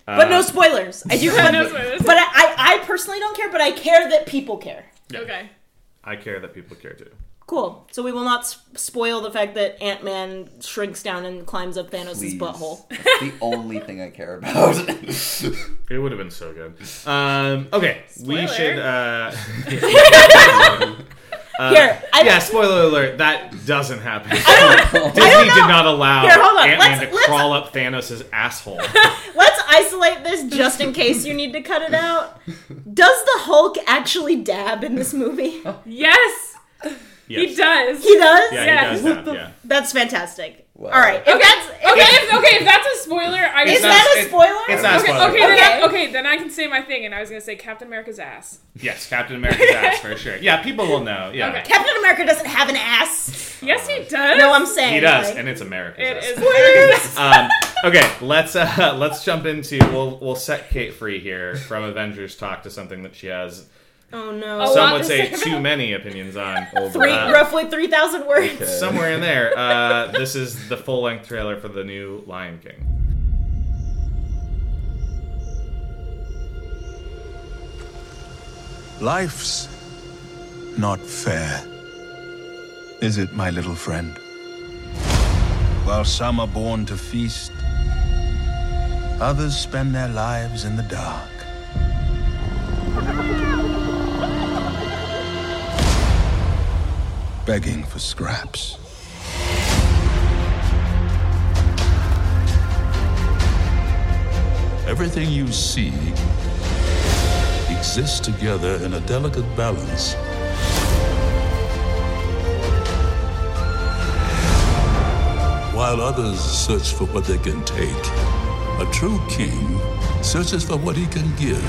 Speaker 7: Uh,
Speaker 8: But no spoilers.
Speaker 7: [laughs]
Speaker 8: I do have,
Speaker 10: No spoilers.
Speaker 8: but I, I, I personally don't care, but I care that people care.
Speaker 10: Okay.
Speaker 7: I care that people care too.
Speaker 8: Cool. So we will not s- spoil the fact that Ant Man shrinks down and climbs up Thanos'
Speaker 9: Please.
Speaker 8: butthole.
Speaker 9: [laughs] That's the only thing I care
Speaker 10: [laughs]
Speaker 9: about.
Speaker 7: It would have been so good. Um, okay, we
Speaker 10: Spoiler.
Speaker 7: should. Uh,
Speaker 8: Here, I,
Speaker 7: yeah, spoiler alert. That doesn't happen. [laughs] Disney
Speaker 8: I don't know.
Speaker 7: did not allow
Speaker 8: Here, hold on.
Speaker 7: Ant-Man
Speaker 8: Let's-
Speaker 7: to
Speaker 8: let's-
Speaker 7: crawl up Thanos'
Speaker 8: [laughs]
Speaker 7: asshole.
Speaker 8: let's isolate this just in case you need to cut
Speaker 7: [laughs]
Speaker 8: it out. Does the Hulk actually dab in
Speaker 7: [laughs]
Speaker 8: this movie?
Speaker 10: Yes, he
Speaker 7: Yes.
Speaker 10: does.
Speaker 8: He does.
Speaker 7: Yeah,
Speaker 10: Yes.
Speaker 7: he does that. Yeah.
Speaker 8: That's fantastic.
Speaker 9: Wow.
Speaker 8: All right. If
Speaker 10: Okay.
Speaker 8: that's if
Speaker 10: okay.
Speaker 8: that's-
Speaker 10: If, okay. If that's a spoiler, I
Speaker 8: is
Speaker 10: guess.
Speaker 7: not-
Speaker 8: that a
Speaker 7: it-
Speaker 8: spoiler?
Speaker 7: It's not a
Speaker 10: Okay,
Speaker 7: spoiler.
Speaker 10: okay, Then I,
Speaker 8: Okay.
Speaker 10: okay, then I can say my thing, and I was gonna say Captain America's ass.
Speaker 7: Yes, Captain America's ass for sure. Yeah, people will know. Yeah,
Speaker 10: Okay.
Speaker 8: Captain America doesn't have an ass.
Speaker 10: Yes, he does.
Speaker 8: No, I'm saying
Speaker 7: he does,
Speaker 8: like-
Speaker 7: and it's America's
Speaker 10: It
Speaker 7: ass.
Speaker 10: is.
Speaker 7: Um, okay, let's uh, [laughs] let's jump into we'll we'll set Kate free here from Avengers talk to something that she has.
Speaker 8: [laughs] Oh no.
Speaker 10: A
Speaker 7: Some
Speaker 10: lot
Speaker 7: would
Speaker 10: to
Speaker 7: say
Speaker 10: say
Speaker 7: too
Speaker 10: about-
Speaker 7: many opinions on.
Speaker 8: [laughs] Three,
Speaker 7: Uh,
Speaker 8: roughly 3,000 words.
Speaker 7: Somewhere in there, uh, this is the full length trailer for the new Lion King.
Speaker 5: Life's not fair. Is it, my little friend? While some are born to feast, others spend their lives in the dark, begging for scraps.
Speaker 12: Everything you see exists together in a delicate balance. While others search for what they can take, a true king searches for what he can give.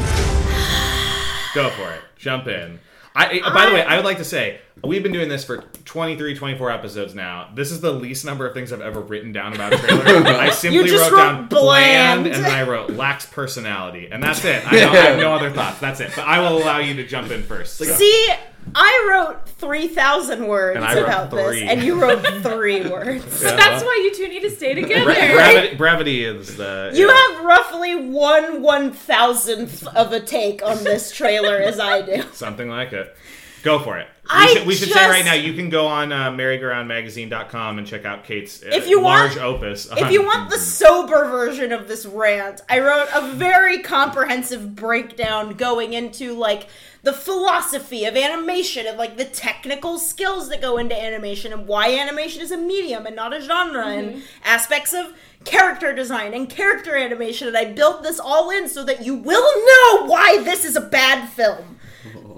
Speaker 7: Go for it. Jump in. I, I- by the way, I would like to say we've been doing this for 23, 24 episodes now. This is the least number of things I've ever written down about a trailer. I simply
Speaker 8: You just
Speaker 7: wrote, down
Speaker 8: wrote bland.
Speaker 7: bland, and then I wrote lacks personality, and that's it. I, don't- I have no other thoughts. That's it. But I will allow you to jump in first. So-
Speaker 8: See, I wrote 3,000 words
Speaker 7: And I wrote
Speaker 8: about
Speaker 7: three.
Speaker 8: this, and
Speaker 7: [laughs]
Speaker 8: you wrote three words.
Speaker 7: Yeah,
Speaker 10: That's
Speaker 7: well,
Speaker 10: why you two need to stay together.
Speaker 7: bre- brevity, brevity is the.
Speaker 8: [laughs] You
Speaker 7: yeah.
Speaker 8: have roughly one one thousandth of a take on this trailer as I do.
Speaker 7: Something like it. Go for it. We,
Speaker 8: I
Speaker 7: should, we should say
Speaker 8: just-
Speaker 7: right now you can go on uh, merrygoroundmagazine.com and check out Kate's uh,
Speaker 8: If you
Speaker 7: large
Speaker 8: want-
Speaker 7: opus.
Speaker 8: If you want the sober version of this rant, I wrote a very comprehensive breakdown going into like the philosophy of animation and like the technical skills that go into animation and why animation is a medium and not a genre and aspects of character design and character animation and I built this all in so that you will know why this is a bad film.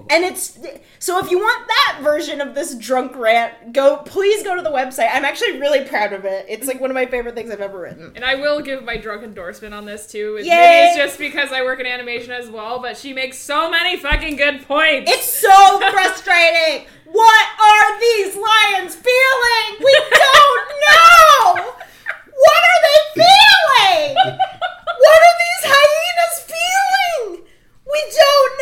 Speaker 8: And it's so if you want that version of this drunk rant, go please go to the website. I'm actually really proud of it. It's like one of my favorite things I've ever written.
Speaker 10: And I will give my drunk endorsement on this too. It's-
Speaker 8: Yay!
Speaker 10: Maybe it's just because I work in animation as well, but she makes so many fucking good points.
Speaker 8: It's so frustrating. What are these lions feeling? We don't know. What are they feeling? What are these hyenas feeling? We don't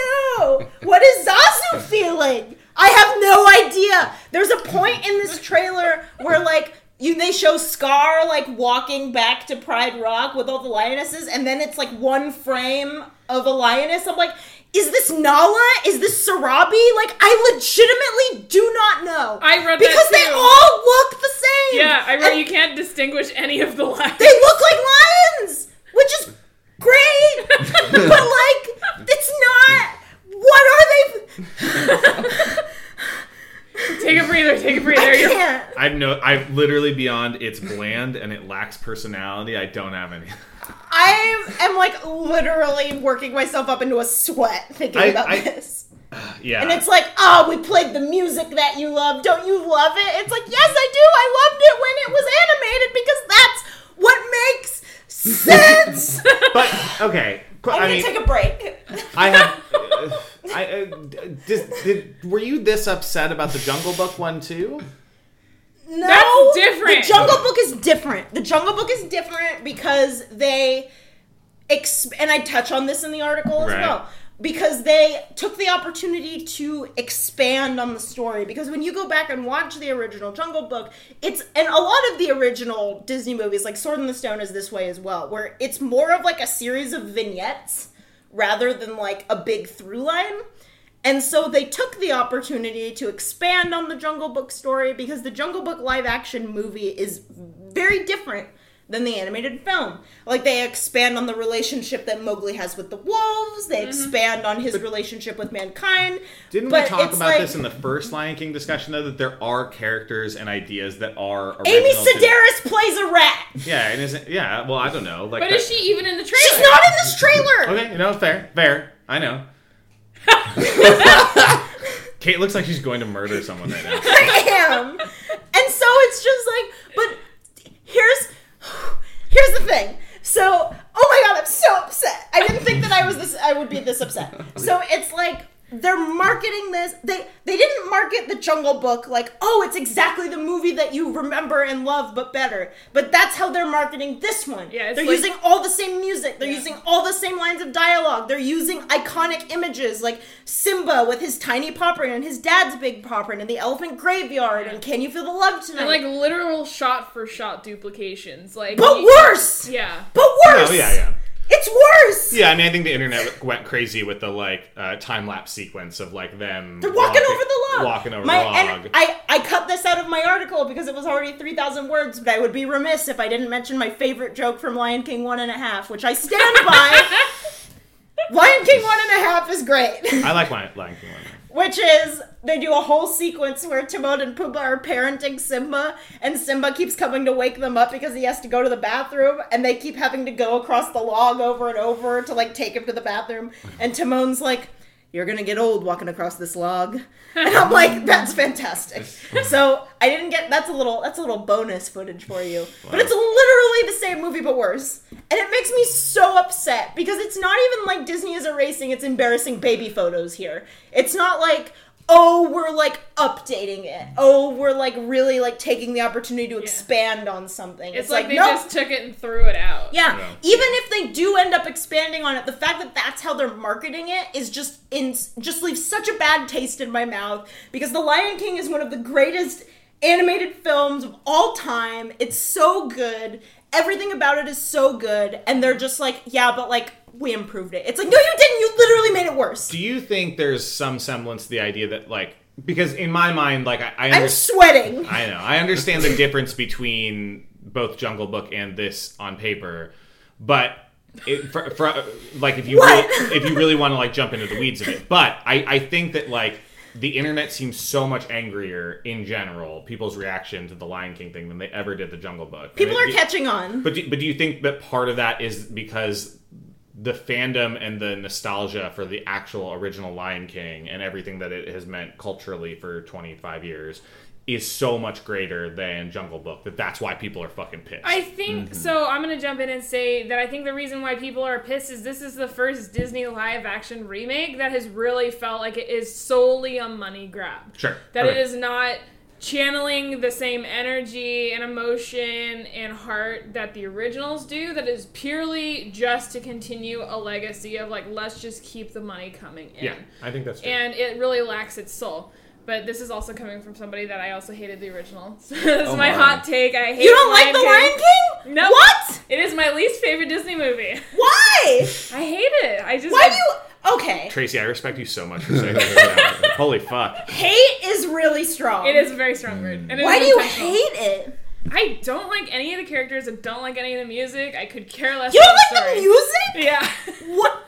Speaker 8: know. What is Zazu feeling? I have no idea. There's a point in this trailer where like you they show Scar like walking back to Pride Rock with all the lionesses, and then it's like one frame of a lioness. I'm like, is this Nala? Is this Sarabi? Like, I legitimately do not know.
Speaker 10: I read that
Speaker 8: because they
Speaker 10: too.
Speaker 8: all look the same.
Speaker 10: yeah, I wrote
Speaker 8: And
Speaker 10: you can't distinguish any of the lines.
Speaker 8: They look like lions, which is
Speaker 10: [laughs]
Speaker 8: great, but like it's not. What are they?
Speaker 10: Take a breather, take a breather.
Speaker 8: I
Speaker 10: You're-
Speaker 8: can't.
Speaker 7: [laughs] I've no, I've literally beyond it's bland and it lacks personality. I don't have any. [laughs]
Speaker 8: I am like literally working myself up into a sweat thinking
Speaker 7: I-
Speaker 8: about
Speaker 7: I-
Speaker 8: this.
Speaker 7: Yeah.
Speaker 8: And it's like, oh, we played the music that you love. Don't you love it? It's like, yes, I do. I loved it when it was animated because that's what makes sense.
Speaker 7: but okay. qu- [laughs]
Speaker 8: I'm
Speaker 7: I
Speaker 8: gonna
Speaker 7: mean,
Speaker 8: take a break.
Speaker 7: I have.
Speaker 8: [laughs]
Speaker 7: uh, I uh, d- just, did. Were you this upset about the Jungle Book one too?
Speaker 8: No,
Speaker 10: That's different.
Speaker 8: The Jungle Book is different. The Jungle Book is different because they, ex- and I touch on this in the article as
Speaker 7: Right.
Speaker 8: well, because they took the opportunity to expand on the story. Because when you go back and watch the original Jungle Book, it's and a lot of the original Disney movies, like Sword in the Stone, is this way as well, where it's more of like a series of vignettes rather than like a big through line. And so they took the opportunity to expand on the Jungle Book story because the Jungle Book live action movie is very different than the animated film. Like they expand on the relationship that Mowgli has with the wolves, they expand on his relationship with mankind.
Speaker 7: Didn't
Speaker 8: but
Speaker 7: we talk
Speaker 8: it's
Speaker 7: about
Speaker 8: like,
Speaker 7: this in the first Lion King discussion though? That there are characters and ideas that are
Speaker 8: Amy
Speaker 7: original to-
Speaker 8: Sedaris plays
Speaker 7: [laughs]
Speaker 8: a rat.
Speaker 7: Yeah, and isn't yeah? Well, I don't know. Like,
Speaker 10: But
Speaker 7: that-
Speaker 10: is she even in the trailer?
Speaker 8: She's not in this trailer.
Speaker 7: Okay, you know, fair, fair. I [laughs] know. Kate looks like she's going to murder someone right now.
Speaker 8: I am. And so it's just like, but here's here's the thing. So, oh my god, I'm so upset. I didn't think that I was this I would be this
Speaker 7: [laughs]
Speaker 8: upset. So it's like they're marketing this. They they didn't market the Jungle Book like, oh, it's exactly the movie that you remember and love, but better. But that's how they're marketing this one.
Speaker 10: Yeah, it's
Speaker 8: they're
Speaker 10: like-
Speaker 8: using all the same music. They're using all the same lines of dialogue. They're using iconic images like Simba with his tiny popper and his dad's big popper and the elephant graveyard and Can You Feel the Love Tonight?
Speaker 10: And like literal shot for shot duplications. Like
Speaker 8: but
Speaker 10: you-
Speaker 8: worse.
Speaker 10: Yeah.
Speaker 8: But worse.
Speaker 7: Oh yeah, yeah.
Speaker 8: It's worse.
Speaker 7: Yeah, I mean, I think the internet went crazy with the like uh, time lapse sequence of like them
Speaker 8: They're walking over the log.
Speaker 7: walking over
Speaker 8: My-
Speaker 7: the log.
Speaker 8: And I, I cut this out of my article because it was already 3,000 words, but I would be remiss if I didn't mention my
Speaker 7: [laughs]
Speaker 8: favorite joke from Lion King One and a Half, which I stand by. Lion King One and a Half was great. [laughs]
Speaker 7: I like my Lion King one.
Speaker 8: Which is they do a whole sequence where Timon and Pumbaa are parenting Simba, and Simba keeps coming to wake them up because he has to go to the bathroom, and they keep having to go across the log over and over to like take him to the bathroom, and Timon's like. You're gonna get old walking across this log, [laughs] and I'm
Speaker 10: [laughs]
Speaker 8: like, that's fantastic. So I didn't get that's a little that's a little bonus footage for you, but it's literally the same movie but worse, and it makes me so upset because it's not even like Disney is erasing its embarrassing baby photos here. It's not like oh we're like updating it oh we're like really like taking the opportunity to expand on something
Speaker 10: It's, like, they
Speaker 8: no.
Speaker 10: just took it and threw it out.
Speaker 8: yeah. even if they do end up expanding on it, the fact that that's how they're marketing it is just in just leaves such a bad taste in my mouth because The Lion King is one of the greatest animated films of all time. It's so good. Everything about it is so good, and they're just like, yeah, but like we improved it. It's like, no, you didn't. You literally made it worse.
Speaker 7: Do you think there's some semblance to the idea that like because in my mind like I, I
Speaker 8: I'm sweating.
Speaker 7: I know. I understand the difference between both Jungle Book and this on paper, but it, for, for, like if you
Speaker 8: What?
Speaker 7: really, if you really want to like jump into the weeds of it, but I, I think that like the internet seems so much angrier in general people's reaction to the Lion King thing than they ever did the Jungle Book.
Speaker 8: People
Speaker 7: And
Speaker 8: are
Speaker 7: it-
Speaker 8: catching on.
Speaker 7: But do, but do you think that part of that is because the fandom and the nostalgia for the actual original Lion King and everything that it has meant culturally for 25 years is so much greater than Jungle Book that that's why people are fucking pissed.
Speaker 10: I think so. I'm gonna jump in and say that I think the reason why people are pissed is this is the first Disney live action remake that has really felt like it is solely a money grab.
Speaker 7: Sure.
Speaker 10: That
Speaker 7: Okay.
Speaker 10: it is not channeling the same energy and emotion and heart that the originals do. That is purely just to continue a legacy of like let's just keep the money coming in.
Speaker 7: yeah, I think that's true.
Speaker 10: And it really lacks its soul. But this is also coming from somebody that I also hated the original. [laughs] So this
Speaker 7: Oh
Speaker 10: is my
Speaker 7: my.
Speaker 10: hot take. I hate
Speaker 8: You don't like The Lion King?
Speaker 10: No.
Speaker 8: What?
Speaker 10: It is my least favorite Disney movie.
Speaker 8: Why?
Speaker 10: I hate it. I just
Speaker 8: Why do you? Okay,
Speaker 7: Tracy, I respect you so much for saying that. Holy fuck.
Speaker 8: hate is really strong.
Speaker 10: It is a very strong word. And it
Speaker 8: Why
Speaker 10: is
Speaker 8: do you
Speaker 10: intentional.
Speaker 8: hate it?
Speaker 10: I don't like any of the characters. I don't like any of the music. I could care less.
Speaker 8: You
Speaker 10: about
Speaker 8: don't like
Speaker 10: story.
Speaker 8: the music?
Speaker 10: Yeah.
Speaker 8: What?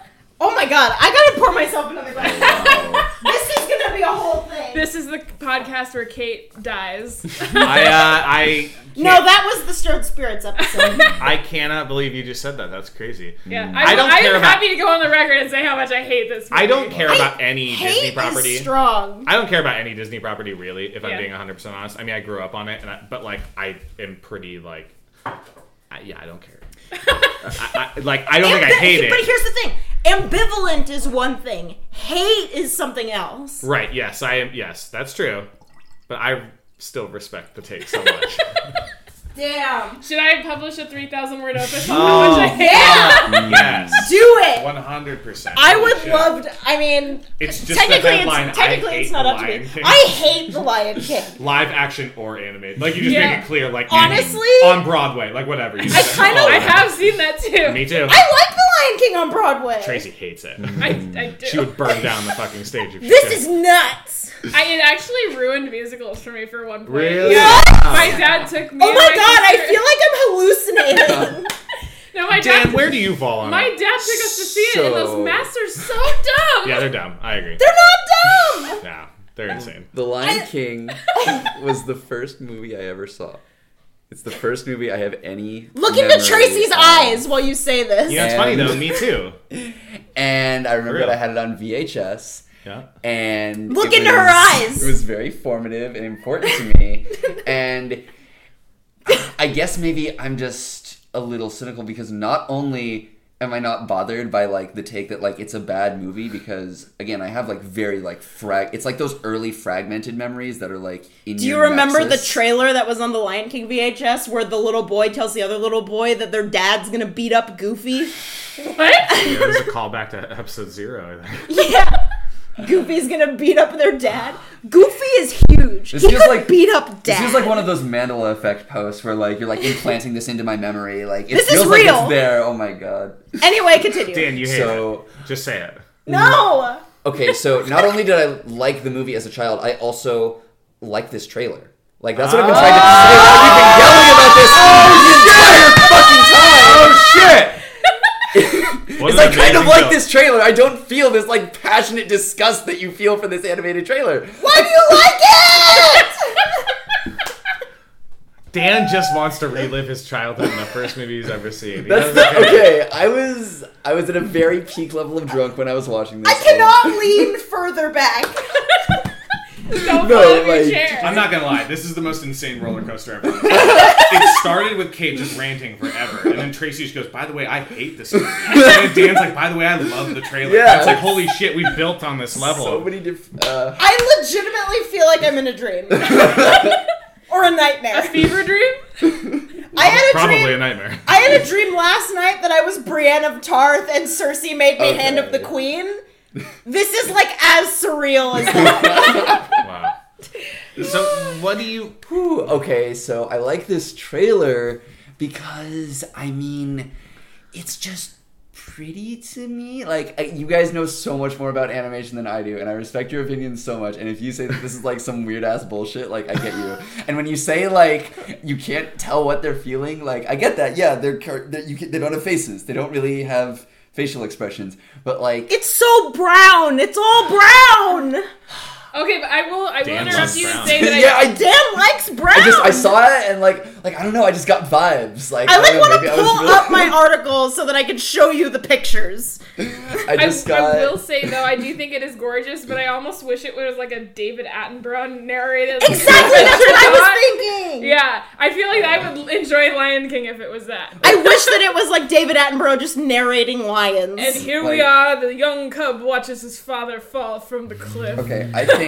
Speaker 8: Oh my god! I gotta pour myself another glass.
Speaker 7: Oh,
Speaker 8: [laughs] this is gonna be a whole thing.
Speaker 10: This is the podcast where Kate dies. [laughs]
Speaker 7: I, uh, I,
Speaker 8: No, that was the stirred spirits
Speaker 10: [laughs]
Speaker 8: episode.
Speaker 7: I cannot believe you just said that. That's crazy.
Speaker 10: yeah.
Speaker 7: I,
Speaker 10: I,
Speaker 7: don't
Speaker 10: I
Speaker 7: care
Speaker 10: am
Speaker 7: about
Speaker 10: happy to go on the record and say how much I hate this. Movie.
Speaker 7: I don't care about any Disney property.
Speaker 8: Is strong.
Speaker 7: I don't care about any Disney property really, if I'm
Speaker 10: Yeah.
Speaker 7: being 100% honest. I mean, I grew up on it, and I, but like, I am pretty like, I, yeah, I don't care. I, I, like, I don't think I
Speaker 8: Ambi-
Speaker 7: hate
Speaker 8: But
Speaker 7: it.
Speaker 8: here's the thing: ambivalent is one thing. Hate is something else.
Speaker 7: Right? Yes, I am. Yes, that's true. But I still respect the take so much.
Speaker 8: Damn.
Speaker 10: Should I publish a three thousand word opus
Speaker 9: Um,
Speaker 10: on how much I hate?
Speaker 7: [laughs]
Speaker 8: Yeah.
Speaker 7: yes,
Speaker 8: Do it.
Speaker 7: 100. percent
Speaker 8: I would love. To, I mean,
Speaker 7: It's just the
Speaker 8: technically,
Speaker 7: headline.
Speaker 8: it's technically
Speaker 7: I hate
Speaker 8: it's not
Speaker 7: the
Speaker 8: up to
Speaker 7: Lion
Speaker 8: me.
Speaker 7: King. [laughs]
Speaker 8: I hate the Lion King.
Speaker 7: Live action or animated. Like you just
Speaker 10: Yeah.
Speaker 7: make it clear. Like
Speaker 8: Honestly?
Speaker 7: on Broadway, like whatever. You
Speaker 8: I kind of.
Speaker 10: I have seen that too.
Speaker 7: Me too.
Speaker 8: I like the Lion King on Broadway.
Speaker 7: Tracy hates it.
Speaker 10: I, I do.
Speaker 7: she would burn down the fucking stage if she
Speaker 8: This
Speaker 7: could.
Speaker 8: is nuts.
Speaker 10: I, it actually ruined musicals for me for one point.
Speaker 7: Really?
Speaker 10: Yeah. My dad took me.
Speaker 8: Oh
Speaker 10: and
Speaker 8: my
Speaker 10: my
Speaker 8: god,
Speaker 10: sister-
Speaker 8: I feel like I'm
Speaker 9: [laughs]
Speaker 8: hallucinating.
Speaker 10: No, my
Speaker 7: Dan,
Speaker 10: dad.
Speaker 7: where do you fall on
Speaker 10: my
Speaker 7: it?
Speaker 10: dad took us to see it, and
Speaker 9: So-
Speaker 10: those masks are so dumb.
Speaker 7: Yeah, they're dumb. I agree.
Speaker 8: They're not dumb.
Speaker 7: Yeah, they're insane.
Speaker 9: The Lion
Speaker 10: [laughs]
Speaker 9: King was the first movie I ever saw. It's the first movie I have any.
Speaker 8: Look into
Speaker 9: memory
Speaker 8: Tracy's
Speaker 9: of.
Speaker 8: eyes while you say this.
Speaker 7: You know, it's funny though. Me too.
Speaker 9: And I remember
Speaker 7: Real.
Speaker 9: that I had it on VHS.
Speaker 7: [laughs] Yeah.
Speaker 9: And
Speaker 8: Look
Speaker 9: it
Speaker 8: into her eyes.
Speaker 9: [laughs] It was very formative and important to
Speaker 8: [laughs]
Speaker 9: me. and uh, I guess maybe I'm just a little cynical because not only am I not bothered by like the take that like it's a bad movie because again I have like very like frag it's like those early fragmented memories that are like in
Speaker 8: Do you
Speaker 9: your
Speaker 8: remember the
Speaker 9: nexus.
Speaker 8: trailer that was on the Lion King VHS where the little boy tells the other little boy that their dad's gonna beat
Speaker 10: [laughs]
Speaker 8: up Goofy?
Speaker 10: What?
Speaker 7: Yeah, this is a callback to episode zero. [laughs] I think.
Speaker 8: Yeah. Goofy's gonna beat up their dad. Goofy is huge.
Speaker 9: This
Speaker 8: he
Speaker 9: feels
Speaker 8: could
Speaker 9: like-
Speaker 8: beat up
Speaker 9: This
Speaker 8: dad.
Speaker 9: feels like one of those Mandela effect posts where like you're like implanting this into my memory like it
Speaker 8: This is
Speaker 9: feels like
Speaker 8: real.
Speaker 9: it's there oh my god
Speaker 8: Anyway, continue.
Speaker 7: Dan, you hate
Speaker 9: so
Speaker 7: it. Just say it.
Speaker 8: No.
Speaker 9: Okay, so not only did I like the movie as a child, I also like this trailer. Like that's what I've been trying to say. I've been
Speaker 8: Ah!
Speaker 9: yelling about this the entire fucking time.
Speaker 7: Oh shit! What
Speaker 9: because I kind of like this trailer. I don't feel this like passionate disgust that you feel for this animated trailer.
Speaker 8: Why do you like it?
Speaker 7: Dan just wants to relive his childhood in the first movie he's ever seen. He
Speaker 9: That's
Speaker 7: doesn't
Speaker 9: the,
Speaker 7: care.
Speaker 9: okay. I was I was at a very peak level of drunk when I was watching this.
Speaker 8: I cannot lean further back.
Speaker 9: Don't No, fall off your like- chair.
Speaker 7: I'm not gonna lie. This is the most insane roller coaster ever. it started with Kate just ranting forever, and then Tracy just goes, "By the way, I hate this movie." And then Dan's like, "By the way, I love the trailer."
Speaker 9: Yeah.
Speaker 7: Yeah. It's like, holy shit, we built on this level. So
Speaker 9: many uh, different.
Speaker 8: I legitimately feel like I'm in a
Speaker 10: [laughs]
Speaker 8: dream. or a nightmare. A
Speaker 10: fever dream?
Speaker 8: [laughs] I had a
Speaker 7: Probably
Speaker 8: dream.
Speaker 7: a nightmare.
Speaker 8: I had a dream last night that I was Brienne of Tarth and Cersei made me hand of the queen. This is like as surreal as
Speaker 9: [laughs]
Speaker 8: that.
Speaker 7: So what do you?
Speaker 9: okay, so I like this trailer because I mean, it's just pretty to me. Like I- you guys know so much more about animation than I do, and I respect your opinion so much. And if you say that this is like some weird ass bullshit, like I get you. and when you say like you can't tell what they're feeling, like I get that. Yeah, they're, car- they're you can, they don't have faces. They don't really have facial expressions, but like
Speaker 8: It's so brown. It's all brown.
Speaker 10: Okay, but I will. I will
Speaker 9: Dan
Speaker 10: interrupt
Speaker 9: loves
Speaker 10: you and
Speaker 9: brown.
Speaker 10: say that.
Speaker 9: Yeah,
Speaker 10: I,
Speaker 9: I-
Speaker 8: Dan likes brown.
Speaker 9: I just I saw it and like like I don't know I just got vibes like
Speaker 8: I like
Speaker 9: don't know,
Speaker 8: want to
Speaker 9: maybe I was
Speaker 8: pull
Speaker 9: really-
Speaker 8: up my article so that I can show you the pictures.
Speaker 9: I just
Speaker 10: I
Speaker 9: got
Speaker 10: will say though, I do think it is gorgeous, but I almost wish it was like a David Attenborough narrated.
Speaker 8: Exactly, that's what I
Speaker 10: [laughs]
Speaker 8: was thinking.
Speaker 10: Yeah, I feel like I would enjoy Lion King if it was that.
Speaker 8: I wish that it was like David Attenborough just narrating lions.
Speaker 10: And here we are. The young cub watches his father fall from the cliff. [laughs]
Speaker 9: okay
Speaker 8: [laughs]
Speaker 9: I think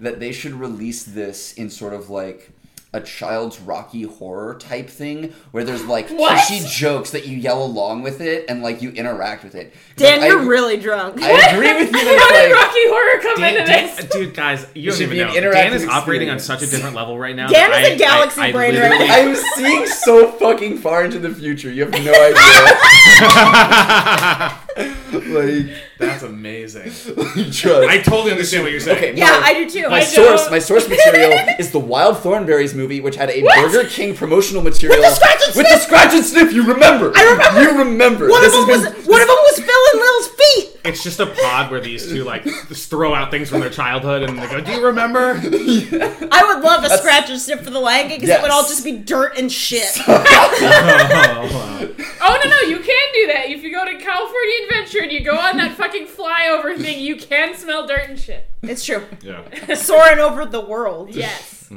Speaker 9: that they should release this in sort of like a child's Rocky horror type thing where there's like
Speaker 8: What?
Speaker 9: she jokes that you yell along with it and like you interact with it.
Speaker 8: Dan,
Speaker 9: Like, I-
Speaker 8: you're really drunk.
Speaker 9: I agree
Speaker 8: [laughs]
Speaker 9: with you. That it's, like,
Speaker 10: Rocky Horror come
Speaker 7: Dan,
Speaker 10: into
Speaker 7: Dan-
Speaker 10: this?
Speaker 7: dude, guys, you don't
Speaker 9: should
Speaker 7: even
Speaker 9: be
Speaker 7: know.
Speaker 9: an
Speaker 7: Dan
Speaker 9: interactive
Speaker 7: is operating on
Speaker 9: experience.
Speaker 7: such a different level right now.
Speaker 8: Dan
Speaker 7: that
Speaker 8: is a
Speaker 7: I-
Speaker 8: galaxy
Speaker 7: I- I
Speaker 8: brain
Speaker 7: literally-
Speaker 9: I'm seeing so fucking far into the future. You have no idea.
Speaker 7: [laughs]
Speaker 9: [laughs] like
Speaker 7: That's
Speaker 9: [laughs]
Speaker 7: amazing. [laughs]
Speaker 9: just.
Speaker 7: I totally understand what you're saying.
Speaker 9: Okay,
Speaker 8: yeah,
Speaker 9: no.
Speaker 8: I do too.
Speaker 9: My source, my
Speaker 8: [laughs]
Speaker 9: source material is the Wild Thornberries movie, which had a
Speaker 8: What?
Speaker 9: Burger King promotional material
Speaker 8: With the scratch and
Speaker 9: With the
Speaker 8: sniff!
Speaker 9: scratch and sniff, You remember? I remember. You remember.
Speaker 8: One of
Speaker 9: this
Speaker 8: them was
Speaker 9: has been
Speaker 8: one of them was Phil and Lil's feet.
Speaker 7: It's just a pod where these two like just throw out things from their childhood and they go, "Do you remember?"
Speaker 8: I would love a scratch and sniff for the leg because it would
Speaker 7: Yes.
Speaker 8: all just be dirt and shit.
Speaker 10: Oh no no, you can do that. If you go to California Adventure and you go on that fucking flyover thing, you can smell dirt and shit.
Speaker 8: [laughs] it's true.
Speaker 7: yeah.
Speaker 8: Soaring over the world.
Speaker 10: Yes.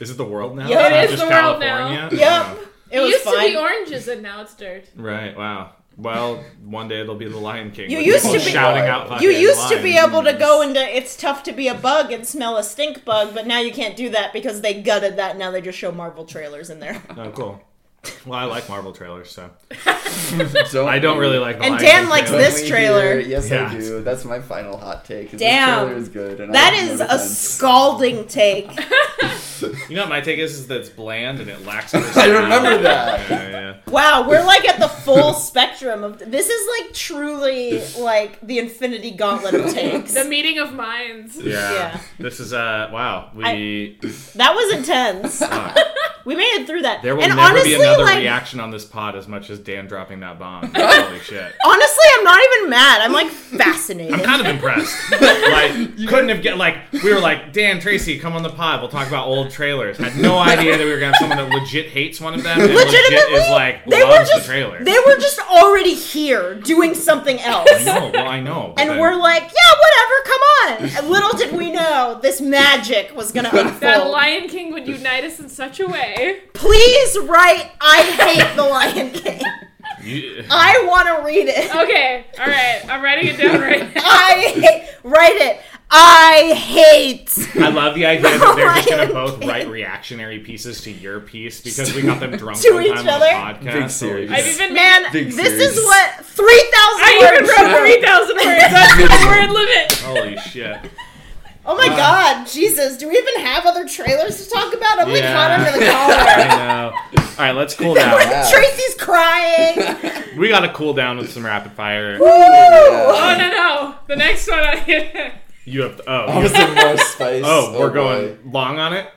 Speaker 7: Is it the world now?
Speaker 8: Yeah, it
Speaker 7: Not
Speaker 10: is
Speaker 7: just
Speaker 10: the world
Speaker 7: California?
Speaker 10: now.
Speaker 8: Yep. It,
Speaker 10: It,
Speaker 8: was
Speaker 10: used
Speaker 8: fine.
Speaker 10: to be oranges and now it's dirt.
Speaker 7: Right. Wow. Well, one day it'll be the Lion King.
Speaker 8: You
Speaker 7: with
Speaker 8: used
Speaker 7: people
Speaker 8: to be-
Speaker 7: shouting out.
Speaker 8: you
Speaker 7: fucking
Speaker 8: used to be
Speaker 7: lions.
Speaker 8: able to go into it's tough to be a bug and smell a stink bug, but now you can't do that because they gutted that. Now they just show Marvel trailers in there.
Speaker 7: Oh, cool. Well, I like Marvel trailers, so
Speaker 9: [laughs] Don't
Speaker 7: I don't really like. The
Speaker 8: And
Speaker 7: Lion
Speaker 8: Dan
Speaker 7: King
Speaker 8: likes
Speaker 7: trailer.
Speaker 8: this trailer.
Speaker 9: Yes,
Speaker 7: Yeah.
Speaker 9: I do. That's my final hot take. is This
Speaker 8: Damn,
Speaker 9: trailer is good. And
Speaker 8: that
Speaker 9: I have
Speaker 8: is
Speaker 9: no
Speaker 8: a scalding take.
Speaker 7: You know what my take is? Is that it's bland and it lacks. I
Speaker 9: personality.
Speaker 8: [laughs]
Speaker 9: remember that.
Speaker 7: Yeah, yeah.
Speaker 8: Wow, we're like at
Speaker 7: [laughs]
Speaker 8: the full spectrum of this is like truly like the infinity gauntlet
Speaker 7: [laughs]
Speaker 8: of takes.
Speaker 10: The meeting of minds.
Speaker 7: Yeah.
Speaker 8: Yeah.
Speaker 7: This is uh wow. We
Speaker 8: That was intense.
Speaker 7: Ah.
Speaker 8: [laughs] we made it through that.
Speaker 7: there will
Speaker 8: and
Speaker 7: never
Speaker 8: honestly,
Speaker 7: be another
Speaker 8: like
Speaker 7: reaction on this pod as much as Dan dropping that bomb. [laughs] Holy shit.
Speaker 8: honestly, I'm not even mad.
Speaker 7: [laughs]
Speaker 8: I'm like fascinated.
Speaker 7: I'm kind of impressed. like couldn't have get like we were like Dan Tracy come on the pod. We'll talk about old trailers. Had no idea that we were gonna have someone that legit hates one of them and legit
Speaker 8: Legitimately,
Speaker 7: is like
Speaker 8: they were
Speaker 7: loves
Speaker 8: just
Speaker 7: the trailer.
Speaker 8: they were just already here doing
Speaker 7: [laughs]
Speaker 8: something
Speaker 7: I
Speaker 8: else.
Speaker 7: know. Well, I know. but
Speaker 8: And
Speaker 7: then-
Speaker 8: we're like, yeah, whatever, come on. And little did we know this magic
Speaker 7: [laughs]
Speaker 8: was gonna
Speaker 10: That
Speaker 8: unfold.
Speaker 10: Lion King would unite us in such a way.
Speaker 8: Please write I hate the Lion King.
Speaker 7: [laughs] You-
Speaker 8: I wanna read it.
Speaker 10: Okay, all right, I'm writing it down right [laughs] now.
Speaker 8: I hate write it. I hate
Speaker 7: I love the idea that they're just
Speaker 8: [laughs]
Speaker 7: gonna
Speaker 8: Lion
Speaker 7: both write reactionary pieces to your piece because we got
Speaker 8: [laughs]
Speaker 7: them drunk
Speaker 8: To
Speaker 7: one
Speaker 8: each
Speaker 7: time on the
Speaker 8: other?
Speaker 7: podcast.
Speaker 9: Big
Speaker 7: So, like,
Speaker 9: series.
Speaker 10: I've even
Speaker 8: Man,
Speaker 9: Big
Speaker 8: this
Speaker 9: series.
Speaker 8: is
Speaker 9: [laughs]
Speaker 8: what three
Speaker 10: I
Speaker 8: thousand
Speaker 10: even
Speaker 8: words.
Speaker 10: wrote three thousand words. That's the word limit.
Speaker 7: Holy
Speaker 8: [laughs]
Speaker 7: shit.
Speaker 8: Oh my god, Jesus! Do we even have other trailers to talk about? I'm like hot
Speaker 7: Yeah.
Speaker 8: under
Speaker 9: [laughs]
Speaker 8: the collar.
Speaker 7: I know. All right, let's cool down.
Speaker 9: Yeah.
Speaker 8: Tracy's crying.
Speaker 7: We gotta cool down with some rapid fire.
Speaker 8: Woo!
Speaker 10: Oh no no, the next one. I [laughs]
Speaker 7: You have oh,
Speaker 9: I was
Speaker 7: you-
Speaker 9: in more space.
Speaker 7: Oh,
Speaker 9: Oh,
Speaker 7: we're
Speaker 9: boy.
Speaker 7: going long on it.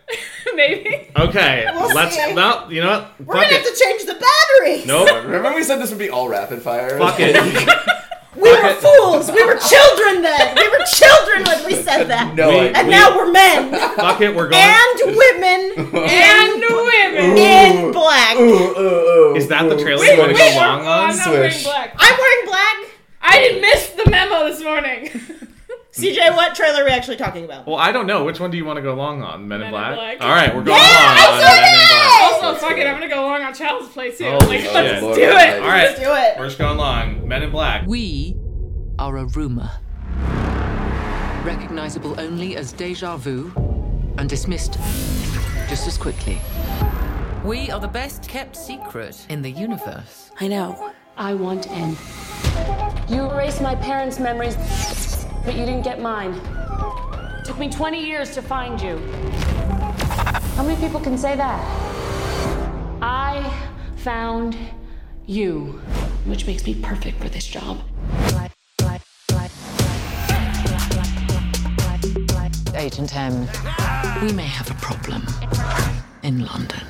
Speaker 10: Maybe.
Speaker 7: Okay,
Speaker 8: We'll
Speaker 7: let's.
Speaker 8: see.
Speaker 7: Well, you know what?
Speaker 8: We're
Speaker 7: Fuck
Speaker 8: gonna
Speaker 7: it.
Speaker 8: have to change the batteries. [laughs]
Speaker 7: Nope.
Speaker 9: Remember when we said this would be all rapid fire?
Speaker 7: Fuck it.
Speaker 8: We were fools. We were children then. We were children when we said that.
Speaker 9: [laughs] No,
Speaker 7: We-
Speaker 8: and
Speaker 7: we-
Speaker 8: now we're
Speaker 9: [laughs]
Speaker 8: men
Speaker 7: Fuck it. We're going.
Speaker 8: and women
Speaker 10: [laughs] And women.
Speaker 8: in black.
Speaker 9: Ooh, ooh, ooh,
Speaker 7: Is that the
Speaker 9: ooh.
Speaker 7: trailer
Speaker 10: Wait,
Speaker 7: you want to
Speaker 10: wait,
Speaker 7: go
Speaker 10: we're-
Speaker 7: long
Speaker 10: oh, I'm
Speaker 7: on?
Speaker 10: not wearing
Speaker 9: Swish.
Speaker 10: black.
Speaker 8: I'm wearing black.
Speaker 10: I didn't miss the memo this morning.
Speaker 8: CJ, what trailer are we actually talking about?
Speaker 7: Well, I don't know. Which one do you want to go long on?
Speaker 10: Men
Speaker 7: Men in
Speaker 10: in
Speaker 7: Black.
Speaker 10: Black.
Speaker 7: All right, we're going
Speaker 8: Yeah,
Speaker 7: long
Speaker 8: I
Speaker 7: on
Speaker 8: said
Speaker 7: Men in Black.
Speaker 10: also, fuck it, I'm gonna go along on Child's Play too.
Speaker 7: Holy
Speaker 10: like,
Speaker 7: shit.
Speaker 10: let's
Speaker 9: Lord
Speaker 10: do it.
Speaker 9: Almighty.
Speaker 7: All right,
Speaker 8: Let's do it.
Speaker 7: we're just going long. Men in Black.
Speaker 13: We are a rumor. Recognizable only as deja vu and dismissed just as quickly. We are the best kept secret in the universe.
Speaker 11: I know.
Speaker 14: I want in. You erased my parents' memories, but you didn't get mine. Took me 20 years to find you. How many people can say that? I found you, which makes me perfect for this job.
Speaker 13: Agent M, we may have a problem in London.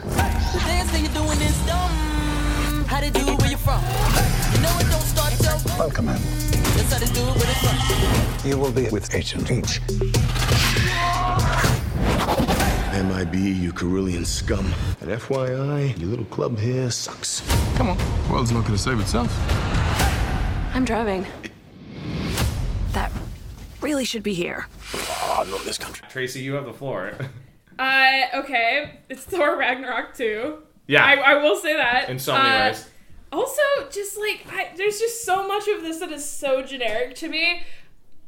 Speaker 5: Welcome in. You will be with Agent H.
Speaker 6: MIB, you Carillion scum. And FYI, your little club here sucks. Come on. World's not gonna save itself.
Speaker 14: I'm driving. That really should be here.
Speaker 6: Oh, not this country.
Speaker 7: Tracy, you have the floor. [laughs]
Speaker 10: Uh, okay, it's Thor Ragnarok too.
Speaker 7: Yeah.
Speaker 10: I, I will say that.
Speaker 7: In so many
Speaker 10: Uh,
Speaker 7: ways.
Speaker 10: Also, just like I, there's just so much of this that is so generic to me,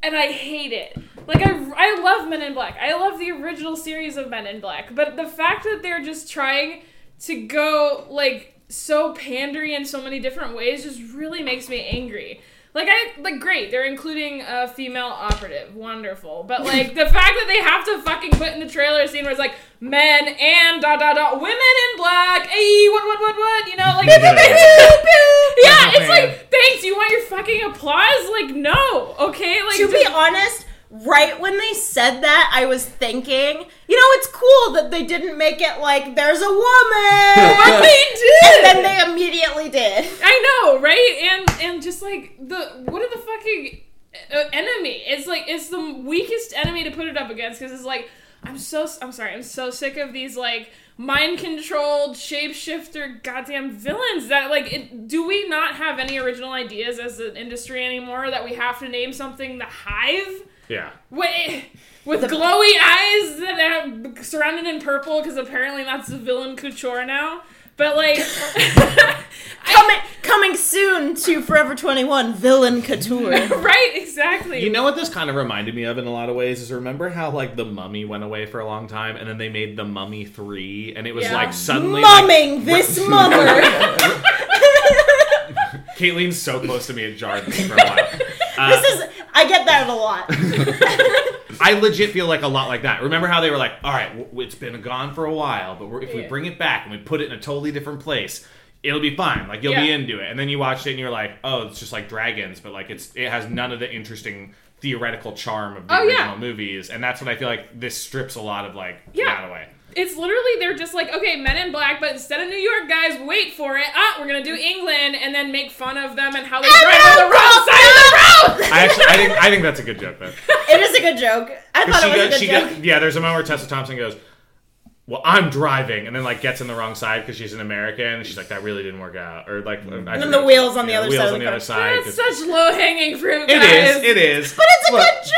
Speaker 10: and I hate it. Like I, I love Men in Black. I love the original series of Men in Black, but the fact that they're just trying to go like so pandery in so many different ways just really makes me angry. Like I like great, they're including a female operative, wonderful. But like the fact that they have to fucking put in the trailer scene where it's like men and da da da women in black, hey what what what what, you know like [laughs] yeah, it's like thanks. You want your fucking applause? Like no, okay, like
Speaker 8: to be
Speaker 10: just-
Speaker 8: honest, right when they said that, I was thinking, you know, it's cool that they didn't make it like there's
Speaker 7: [laughs]
Speaker 8: a woman.
Speaker 10: But they did.
Speaker 8: and then they immediately did.
Speaker 10: I know, right? And and just like the what are the fucking uh, enemy? It's like it's the weakest enemy to put it up against because it's like I'm so I'm sorry, I'm so sick of these like mind controlled shapeshifter goddamn villains that like it, do we not have any original ideas as an industry anymore that we have to name something the Hive?
Speaker 7: Yeah.
Speaker 10: Wait, with glowy eyes that are surrounded in purple because apparently that's the villain couture now. But like, [laughs]
Speaker 8: Coming, coming soon to Forever 21, Villain Couture.
Speaker 10: right? Exactly.
Speaker 7: You know what this kind of reminded me of in a lot of ways is remember how like the mummy went away for a long time and then they made the mummy three and it was
Speaker 10: Yeah.
Speaker 7: like [laughs] suddenly like,
Speaker 8: Mumming
Speaker 7: [laughs]
Speaker 8: this mummer.
Speaker 7: Caitlin's so close to me it jarred me for a while. Uh,
Speaker 8: this is, I get that a lot.
Speaker 7: I legit feel like a lot like that. Remember how they were like, all right, w- it's been gone for a while, but we're, if we
Speaker 10: Yeah.
Speaker 7: bring it back and we put it in a totally different place, it'll be fine. Like you'll be
Speaker 10: Yeah.
Speaker 7: into it. And then you watched it and you're like, oh, it's just like dragons, but like it's it has none of the interesting theoretical charm of the
Speaker 10: Oh, yeah.
Speaker 7: original movies. And that's when I feel like this strips a lot of like
Speaker 10: Yeah.
Speaker 7: that away.
Speaker 10: it's literally they're just like, okay, Men in Black, but instead of New York, guys, wait for it. Ah, we're gonna do England, and then make fun of them and how they drive on the wrong side of the road.
Speaker 7: I actually, I think, I think that's a good joke though.
Speaker 8: It is a good joke. I thought
Speaker 7: She
Speaker 8: it was
Speaker 7: goes-
Speaker 8: a
Speaker 7: she
Speaker 8: good
Speaker 7: goes-
Speaker 8: joke.
Speaker 7: yeah, there's a moment where Tessa Thompson goes, "Well, I'm driving," and then like gets in the wrong side because she's an American, and she's like, "That really didn't work out," or like,
Speaker 9: Mm-hmm.
Speaker 7: and
Speaker 8: then the wheels on the other side
Speaker 7: wheels
Speaker 8: of
Speaker 7: on
Speaker 8: the
Speaker 7: the other side.
Speaker 8: car.
Speaker 7: 'cause-
Speaker 10: That's such low hanging fruit,
Speaker 7: It
Speaker 10: guys.
Speaker 7: is, it is,
Speaker 8: But it's a
Speaker 7: Look,
Speaker 8: good joke.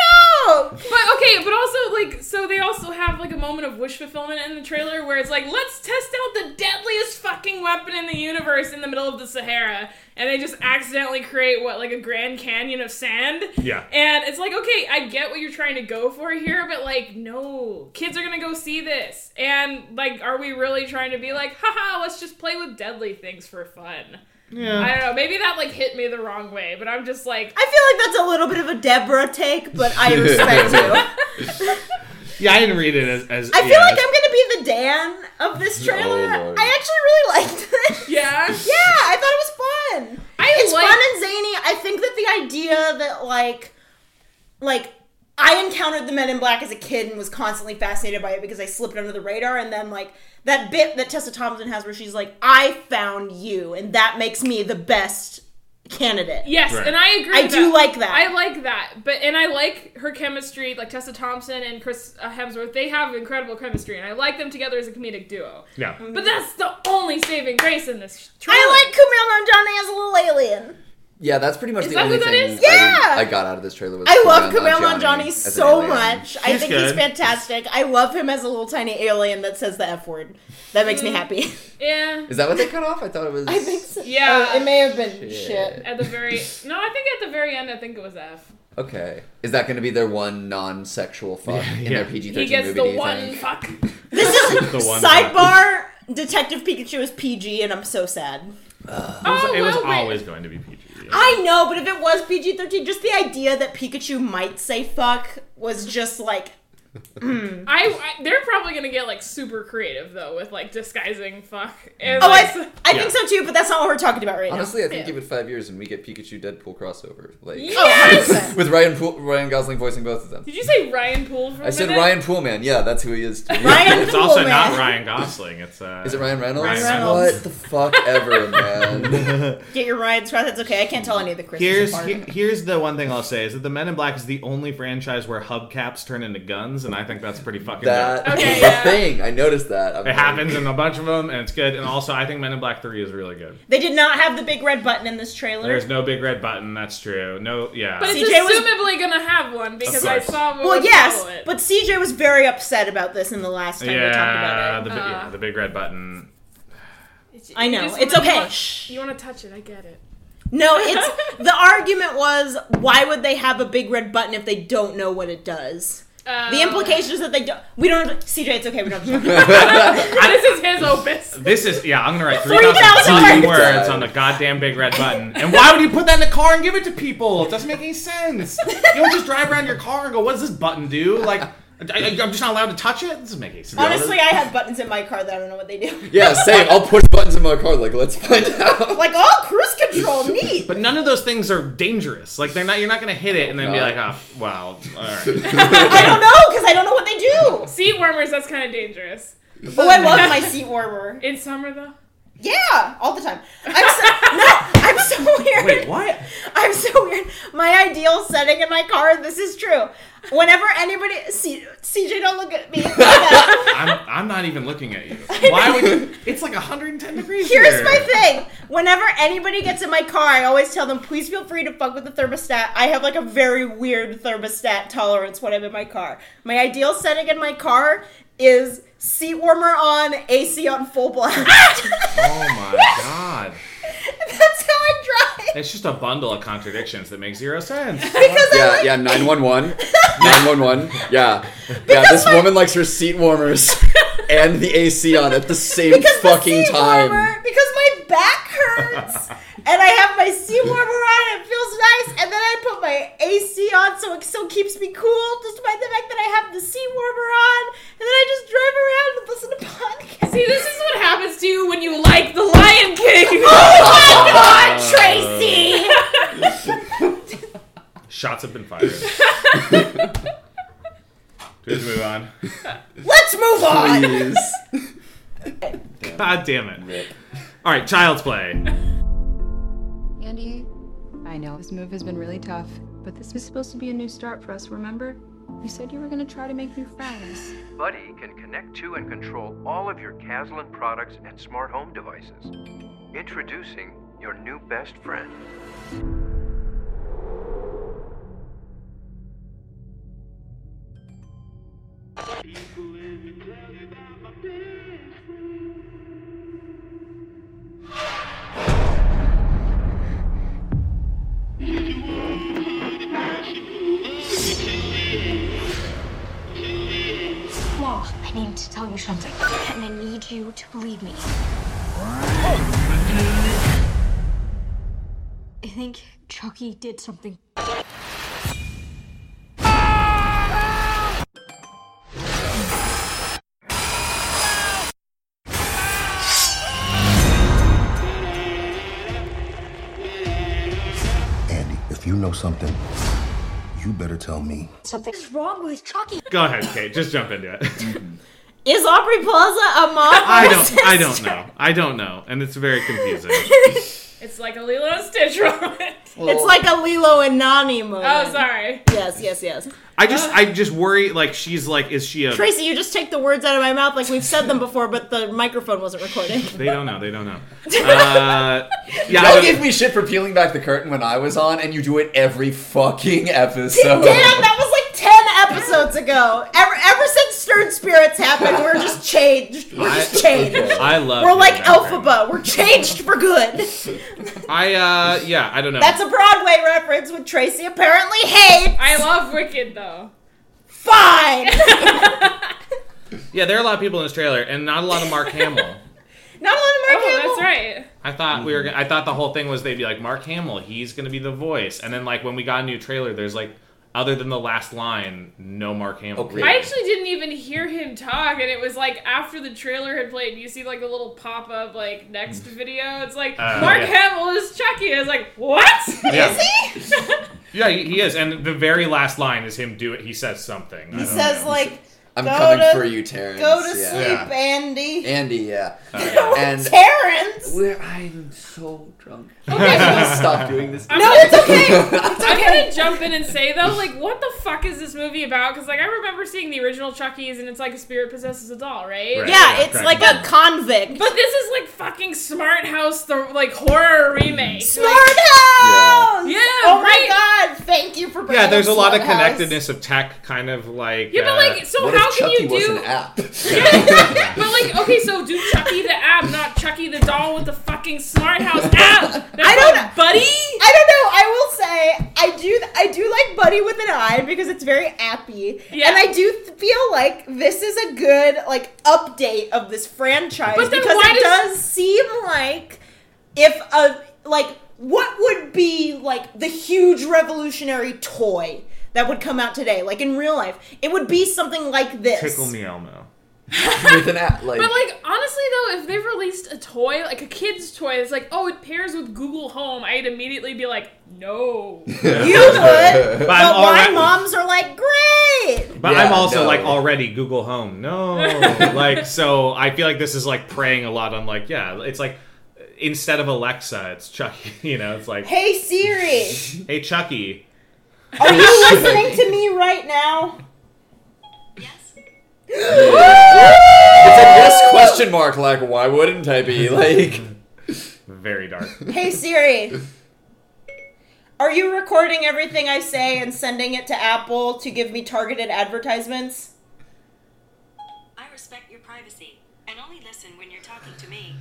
Speaker 10: But okay, but also like so they also have like a moment of wish fulfillment in the trailer where it's like let's test out the deadliest fucking weapon in the universe in the middle of the Sahara, and they just accidentally create what like a Grand Canyon of sand.
Speaker 7: Yeah.
Speaker 10: And it's like okay, I get what you're trying to go for here, but like no, kids are gonna go see this, and like are we really trying to be like haha, let's just play with deadly things for fun?
Speaker 7: Yeah.
Speaker 10: I don't know. Maybe that like hit me the wrong way, but I'm just like
Speaker 8: I feel like that's a little bit of a Deborah take, but
Speaker 7: [laughs]
Speaker 8: I respect you.
Speaker 7: Yeah, I didn't read it as. as
Speaker 8: I feel
Speaker 7: yeah,
Speaker 8: like I'm gonna be the Dan of this trailer.
Speaker 9: Lord.
Speaker 8: I actually really liked it. [laughs]
Speaker 10: yeah.
Speaker 8: Yeah, I thought it was fun.
Speaker 10: I
Speaker 8: it's
Speaker 10: like-
Speaker 8: fun and zany. I think that the idea that like, like I encountered the Men in Black as a kid and was constantly fascinated by it because I slipped under the radar. And then, like, that bit that Tessa Thompson has where she's like, I found you, and that makes me the best candidate.
Speaker 10: Yes, and I agree.
Speaker 8: I
Speaker 10: with
Speaker 8: do like that.
Speaker 10: I like that, but and I like her chemistry, like Tessa Thompson and Chris uh, Hemsworth. They have incredible chemistry, and I like them together as a comedic duo.
Speaker 15: Yeah.
Speaker 10: But that's the only saving grace in this trailer.
Speaker 8: I like Kumail Nanjiani as a little alien.
Speaker 9: Yeah, that's pretty much
Speaker 8: Is
Speaker 9: the
Speaker 8: that
Speaker 9: only
Speaker 8: who that
Speaker 9: thing
Speaker 8: is? Yeah!
Speaker 9: I, I got out of this trailer. Was
Speaker 8: I love
Speaker 9: Kumail
Speaker 8: Kumail Nanjiani
Speaker 9: as an
Speaker 8: so
Speaker 9: alien.
Speaker 8: much. I
Speaker 9: He's
Speaker 8: think he's
Speaker 9: good.
Speaker 8: fantastic. I love him as a little tiny alien that says the F word. That makes me [laughs] happy.
Speaker 10: Yeah.
Speaker 9: Is that what they cut off? I thought it
Speaker 8: [laughs]
Speaker 9: was.
Speaker 8: I think so.
Speaker 10: Yeah.
Speaker 8: Oh, Uh, it may have been
Speaker 9: Shit.
Speaker 8: shit.
Speaker 10: At the very no, I think at the very end, I think it was F.
Speaker 9: Okay, is that going to be their one non-sexual
Speaker 13: [laughs]
Speaker 9: fuck in their PG-13
Speaker 10: He gets
Speaker 9: movie?
Speaker 10: the
Speaker 9: do you
Speaker 10: one
Speaker 9: think?
Speaker 10: fuck.
Speaker 8: [laughs]
Speaker 9: the one
Speaker 8: Sidebar Detective Pikachu is PG, and I'm so sad.
Speaker 15: It was, it was
Speaker 8: well, wait.
Speaker 15: always going to be PG.
Speaker 8: I know, but if it was PG 13, just the idea that Pikachu might say fuck was just like. mm.
Speaker 10: I, I they're probably gonna get like super creative though with like disguising fuck. And,
Speaker 8: Oh,
Speaker 10: like,
Speaker 8: I, I think so too, but that's not what we're talking about right [laughs]
Speaker 9: Honestly,
Speaker 8: now.
Speaker 9: I think give it five years and we get Pikachu Deadpool crossover. Like [laughs]
Speaker 10: Yes!
Speaker 9: with Ryan Pool, Ryan Gosling voicing both of them.
Speaker 10: Did you say Ryan Poole? For a
Speaker 9: I said
Speaker 10: minute?
Speaker 9: Ryan Poolman. Yeah, that's who he is. to me.
Speaker 15: It's also not Ryan Gosling. It's uh,
Speaker 9: Is it Ryan Reynolds?
Speaker 15: Ryan Reynolds.
Speaker 9: What the fuck
Speaker 16: [laughs]
Speaker 9: ever, man.
Speaker 8: Get your Ryan's right. That's okay. I can't tell any of the Christmas
Speaker 7: Here's
Speaker 8: apart.
Speaker 7: he- here's the one thing I'll say is that the Men in Black is the only franchise where hubcaps turn into guns, and I think that's pretty fucking.
Speaker 9: That
Speaker 7: dope.
Speaker 9: Okay, is a yeah. thing. I noticed that.
Speaker 7: it happens in a bunch of them, and it's good. And also, I think Men in Black Three is really good.
Speaker 8: They did not have the big red button in this trailer.
Speaker 7: There's no big red button. That's true. No, yeah.
Speaker 10: But it's
Speaker 8: CJ was-
Speaker 10: assumably gonna have one because I
Speaker 7: course.
Speaker 10: saw. What
Speaker 8: well,
Speaker 10: was
Speaker 8: yes,
Speaker 10: following.
Speaker 8: but CJ was very upset about this in the last time we talked
Speaker 7: yeah,
Speaker 8: about
Speaker 7: the,
Speaker 8: it. Uh.
Speaker 7: bi- yeah, the big red button.
Speaker 8: I know.
Speaker 10: You just
Speaker 8: It's
Speaker 10: wanna-
Speaker 8: okay.
Speaker 10: you want- You want to touch it? I get
Speaker 8: [laughs]
Speaker 10: it.
Speaker 8: No, it's the argument was why would they have a big red button if they don't know what it does? the implication is that they don't. We don't. Have to, CJ, it's okay. We don't. Have
Speaker 7: [laughs]
Speaker 8: to talk about it.
Speaker 10: this is his opus.
Speaker 7: This is yeah. I'm gonna
Speaker 8: [laughs]
Speaker 7: write
Speaker 8: 3,000
Speaker 7: 3,000
Speaker 8: words.
Speaker 7: words on the goddamn big red button. And why would you put that in a car and give it to people? It doesn't make any sense. You don't just drive around your car and go, "What does this button do?" Like, I, I- I'm just not allowed to touch it. This doesn't make any sense.
Speaker 8: Honestly, I have buttons in my car that I don't know what they do.
Speaker 9: Yeah, same. I'll push buttons in my car. Like, let's find out.
Speaker 8: like, oh, cruise control, neat.
Speaker 7: But none of those things are dangerous. Like they're not. You're not gonna hit it and then be like, "Oh, wow, all right."
Speaker 8: I don't know because I don't know what they do.
Speaker 10: Seat warmers. That's kind of dangerous.
Speaker 8: Oh, I love my seat warmer.
Speaker 10: In summer, though.
Speaker 8: Yeah, all the time. [laughs] I'm so no. I'm so weird.
Speaker 7: Wait, what?
Speaker 8: [laughs] I'm so weird. My ideal setting in my car. This is true. Whenever anybody, C, CJ, don't look at me.
Speaker 7: I'm, I'm not even looking
Speaker 8: [laughs]
Speaker 7: at you. Why would you? It's like 110 degrees
Speaker 8: Here's
Speaker 7: here.
Speaker 8: my thing. Whenever anybody gets in my car, I always tell them, please feel free to fuck with the thermostat. I have like a very weird thermostat tolerance when I'm in my car. My ideal setting in my car is seat warmer on, AC on full [laughs] blast.
Speaker 7: Oh
Speaker 8: [laughs]
Speaker 7: my god.
Speaker 8: That's how I drive.
Speaker 7: It's just a bundle of contradictions that make zero
Speaker 8: [laughs]
Speaker 7: sense.
Speaker 9: yeah,
Speaker 16: [laughs]
Speaker 9: yeah, 911. 911. Yeah. yeah, this woman likes her seat
Speaker 16: [laughs]
Speaker 9: warmers and the AC on at the same
Speaker 8: Because the
Speaker 9: fucking
Speaker 8: seat
Speaker 9: time.
Speaker 8: warmer, because my back
Speaker 9: [laughs]
Speaker 8: hurts, and I have my seat warmer on. It feels nice, and then I put my AC on, so it still keeps me cool, despite the fact that I have the seat warmer on. And then I just drive around and listen to [laughs] podcasts.
Speaker 10: See, this is what happens to you when you like The Lion King.
Speaker 8: [laughs]
Speaker 10: [laughs]
Speaker 8: oh my God, Tracy!
Speaker 7: Shots have been
Speaker 8: [laughs]
Speaker 7: fired. Do we have to move on?
Speaker 8: Let's move on.
Speaker 9: Please.
Speaker 7: [laughs] God damn it. All right, child's play.
Speaker 17: Andy, I know this move has been really tough, but this was supposed to be a new start for us, remember? You said you were going to try to make new friends.
Speaker 18: Buddy can connect to and control all of your Caslin products and smart home devices. Introducing your new best friend.
Speaker 16: Mom, I need to tell you something, and I need you to believe me. I think Chucky did something.
Speaker 1: Andy, if you know something,
Speaker 5: You better tell me.
Speaker 19: Something's wrong with Chucky.
Speaker 7: Go ahead, Kate. Just jump into
Speaker 8: [laughs]
Speaker 7: it.
Speaker 8: Is Aubrey Plaza a mom?
Speaker 9: [laughs]
Speaker 7: I don't. I don't know. I don't know, and it's very confusing.
Speaker 10: It's like a Lilo and Stitch
Speaker 8: [laughs]
Speaker 10: moment.
Speaker 9: Oh.
Speaker 8: It's like a Lilo and Nani moment.
Speaker 10: Oh, sorry.
Speaker 8: Yes, yes, yes.
Speaker 7: I just, I just worry. Like she's like, is she a?
Speaker 8: Tracy, you just take the words out of my mouth like we've said them before, but the microphone wasn't recording.
Speaker 7: They don't know. They don't know. Uh, yeah, I
Speaker 9: Y'all
Speaker 7: don't-
Speaker 9: gave me shit for peeling back the curtain when I was on, and you do it every fucking episode.
Speaker 8: Damn, that was like ten episodes ago. Ever, ever since Stern Spirits happened, we're just changed. We're just changed.
Speaker 7: I love.
Speaker 8: We're
Speaker 7: your
Speaker 8: like
Speaker 7: background.
Speaker 8: Alphaba. We're changed for good.
Speaker 7: I uh, yeah. I don't know.
Speaker 8: That's a Broadway reference, which Tracy apparently hates.
Speaker 10: I love Wicked though. [laughs]
Speaker 8: Fine.
Speaker 7: yeah. There are a lot of people in this trailer, and not a lot of Mark Hamill.
Speaker 8: Not on Mark
Speaker 10: oh,
Speaker 8: Hamill.
Speaker 10: That's right.
Speaker 7: I thought we were. gonna- I thought the whole thing was they'd be like Mark Hamill. He's gonna be the voice, and then like when we got a new trailer, there's like other than the last line, no Mark Hamill.
Speaker 10: I actually didn't even hear him talk, and it was like after the trailer had played, and you see like a little pop up like next video. It's like
Speaker 7: Uh,
Speaker 10: Mark
Speaker 7: yeah.
Speaker 10: Hamill is Chucky. I was like, what?
Speaker 7: Yeah.
Speaker 10: Is he?
Speaker 7: Yeah, he he is, and the very last line is him. Do it. He says something. I
Speaker 8: He
Speaker 7: don't
Speaker 8: says
Speaker 7: know.
Speaker 8: like,
Speaker 9: I'm
Speaker 8: Go
Speaker 9: coming
Speaker 8: to-
Speaker 9: for you, Terrence.
Speaker 8: "Go to
Speaker 9: Yeah.
Speaker 8: sleep, Andy."
Speaker 7: [laughs]
Speaker 9: Andy, yeah.
Speaker 8: [laughs]
Speaker 9: and
Speaker 8: Terrence.
Speaker 9: We're- I'm so drunk.
Speaker 10: [laughs]
Speaker 7: [laughs]
Speaker 10: Okay.
Speaker 9: Stop doing this.
Speaker 10: No, it's
Speaker 8: okay.
Speaker 9: [laughs]
Speaker 10: I'm gonna jump in and say though, like, what the fuck is this movie about? Because like I remember seeing the original Chucky's, and it's like a spirit possesses a doll, right?
Speaker 8: Yeah,
Speaker 7: yeah,
Speaker 8: it's
Speaker 7: correct.
Speaker 8: like a convict.
Speaker 10: But this is like fucking Smart House, the like horror remake.
Speaker 8: Smart
Speaker 10: Like,
Speaker 8: House.
Speaker 10: Yeah,
Speaker 8: Oh
Speaker 10: right.
Speaker 8: my God! Thank you for. Bringing
Speaker 7: yeah. There's a lot of
Speaker 8: Smart House.
Speaker 7: connectedness of tech, kind of like
Speaker 10: Yeah, but,
Speaker 7: uh,
Speaker 10: like, so What if how can Chucky you was do- an
Speaker 9: app? [laughs]
Speaker 10: But like, okay, so do Chucky the app, not Chucky the doll with the fucking Smart House
Speaker 8: [laughs]
Speaker 10: app. That's
Speaker 8: I don't
Speaker 10: like, buddy.
Speaker 8: I don't know. I will say I do. I do like Buddy with an eye because it's very appy,
Speaker 10: Yeah.
Speaker 8: and I do th- feel like this is a good like update of this franchise
Speaker 10: But then
Speaker 8: because
Speaker 10: why
Speaker 8: it
Speaker 10: does-
Speaker 8: does seem like if a like what would be like the huge revolutionary toy that would come out today, like in real life, it would be something like this.
Speaker 7: tickle me Elmo.
Speaker 9: With an app, like,
Speaker 10: But like honestly though, if they released a toy, like a kid's toy that's like, oh, it pairs with Google Home, I'd immediately be like, [laughs]
Speaker 8: [laughs]
Speaker 10: no.
Speaker 8: You
Speaker 7: [laughs]
Speaker 8: would,
Speaker 7: But I'm
Speaker 8: but, my
Speaker 7: alright-
Speaker 8: moms are like, great.
Speaker 7: But
Speaker 9: Yeah,
Speaker 7: I'm also
Speaker 9: no.
Speaker 7: like already Google Home. No,
Speaker 8: [laughs]
Speaker 7: like so I feel like this is like preying a lot on like yeah, it's like instead of Alexa, it's Chucky. [laughs] You know, it's like hey,
Speaker 8: Hey Siri.
Speaker 7: Chucky.
Speaker 8: Are you listening to me right now?
Speaker 9: it's a yes question mark. Like, why wouldn't I
Speaker 7: [laughs]
Speaker 9: be? Like,
Speaker 7: Very dark.
Speaker 8: Hey Siri. Are you recording everything I say and sending it to Apple to give me targeted advertisements?
Speaker 20: I respect your privacy and only listen when you're talking to me.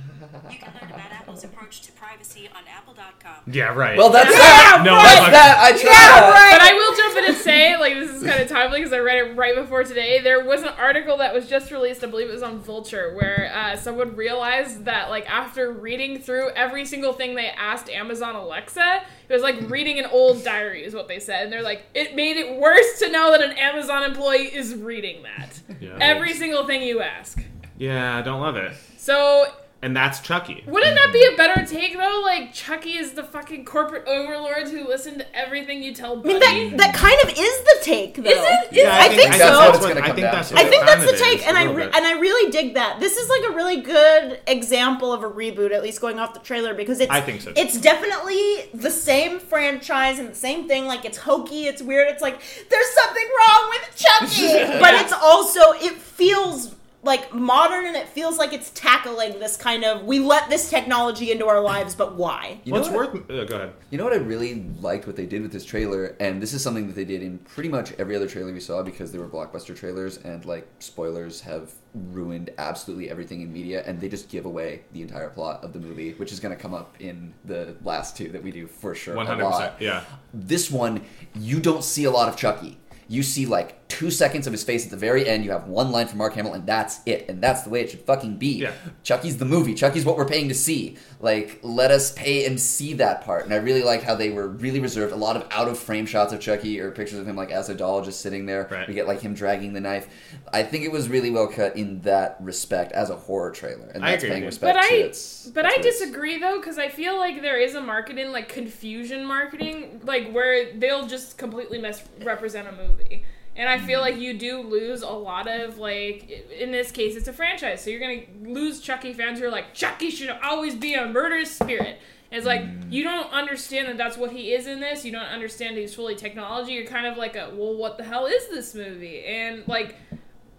Speaker 20: You can learn about Apple's approach to privacy on apple.com.
Speaker 7: Yeah, right.
Speaker 9: well, that's
Speaker 7: Yeah,
Speaker 9: that.
Speaker 7: no,
Speaker 9: that's
Speaker 7: fuck-
Speaker 9: that. I tried. that.
Speaker 10: But I will jump in and say, like, this is kind of timely because I read it right before today. There was an article that was just released, I believe it was on Vulture, where uh, someone realized that, like, after reading through every single thing they asked Amazon Alexa, it was like reading an old diary, is what they said. And they're like, it made it worse to know that an Amazon employee is reading that.
Speaker 7: Yeah.
Speaker 10: Every single thing you ask.
Speaker 7: Yeah, I don't love it.
Speaker 10: So
Speaker 7: And that's Chucky.
Speaker 10: wouldn't that be a better take though? Like Chucky is the fucking corporate overlords who listen to everything you tell
Speaker 8: I
Speaker 10: Buddy.
Speaker 8: mean, that, that kind of is the take, though.
Speaker 10: Is it? Is
Speaker 8: Yeah, I think so.
Speaker 7: that's
Speaker 9: it's
Speaker 7: what-
Speaker 9: gonna
Speaker 7: I
Speaker 9: come
Speaker 7: think
Speaker 9: down
Speaker 7: that's
Speaker 9: to.
Speaker 7: what
Speaker 8: I think
Speaker 7: it
Speaker 8: that's the
Speaker 7: kinda is,
Speaker 8: take, and
Speaker 7: a
Speaker 8: I
Speaker 7: little
Speaker 8: re-
Speaker 7: bit.
Speaker 8: and I really dig that. This is like a really good example of a reboot, at least going off the trailer, because it's
Speaker 7: I think so, too.
Speaker 8: it's definitely the same franchise and the same thing. Like it's hokey, it's weird, it's like there's something wrong
Speaker 7: [laughs]
Speaker 8: with Chucky, but it's also it feels like modern and it feels like it's tackling this kind of we let this technology into our lives, but why?
Speaker 9: You know
Speaker 7: What's
Speaker 9: what?
Speaker 7: worth? Uh, go ahead.
Speaker 9: You know what I really liked what they did with this trailer, and this is something that they did in pretty much every other trailer we saw because they were blockbuster trailers, and like spoilers have ruined absolutely everything in media, and they just give away the entire plot of the movie, which is going to come up in the last two that we do for sure. a
Speaker 7: One hundred
Speaker 9: lot.
Speaker 7: percent. Yeah.
Speaker 9: This one, you don't see a lot of Chucky. You see like two seconds of his face at the very end. You have one line from Mark Hamill, and that's it. And that's the way it should fucking be.
Speaker 21: Yeah.
Speaker 9: Chucky's the movie. Chucky's what we're paying to see. Like, let us pay and see that part. And I really like how they were really reserved. A lot of out of frame shots of Chucky or pictures of him like as a doll just sitting there.
Speaker 21: Right.
Speaker 9: We get like him dragging the knife. I think it was really well cut in that respect as a horror trailer, and
Speaker 21: I
Speaker 9: that's
Speaker 21: agree
Speaker 9: paying
Speaker 21: with you.
Speaker 9: respect
Speaker 10: But
Speaker 9: to
Speaker 10: I-
Speaker 9: its
Speaker 10: But I disagree though, because I feel like there is a market in like confusion marketing, like where they'll just completely misrepresent a movie. And I feel like you do lose a lot of like, in this case, it's a franchise, so you're gonna lose Chucky fans who are like, Chucky should always be a murderous spirit. And it's like
Speaker 9: Mm.
Speaker 10: you don't understand that that's what he is in this. You don't understand he's fully technology. You're kind of like a, well, what the hell is this movie? And like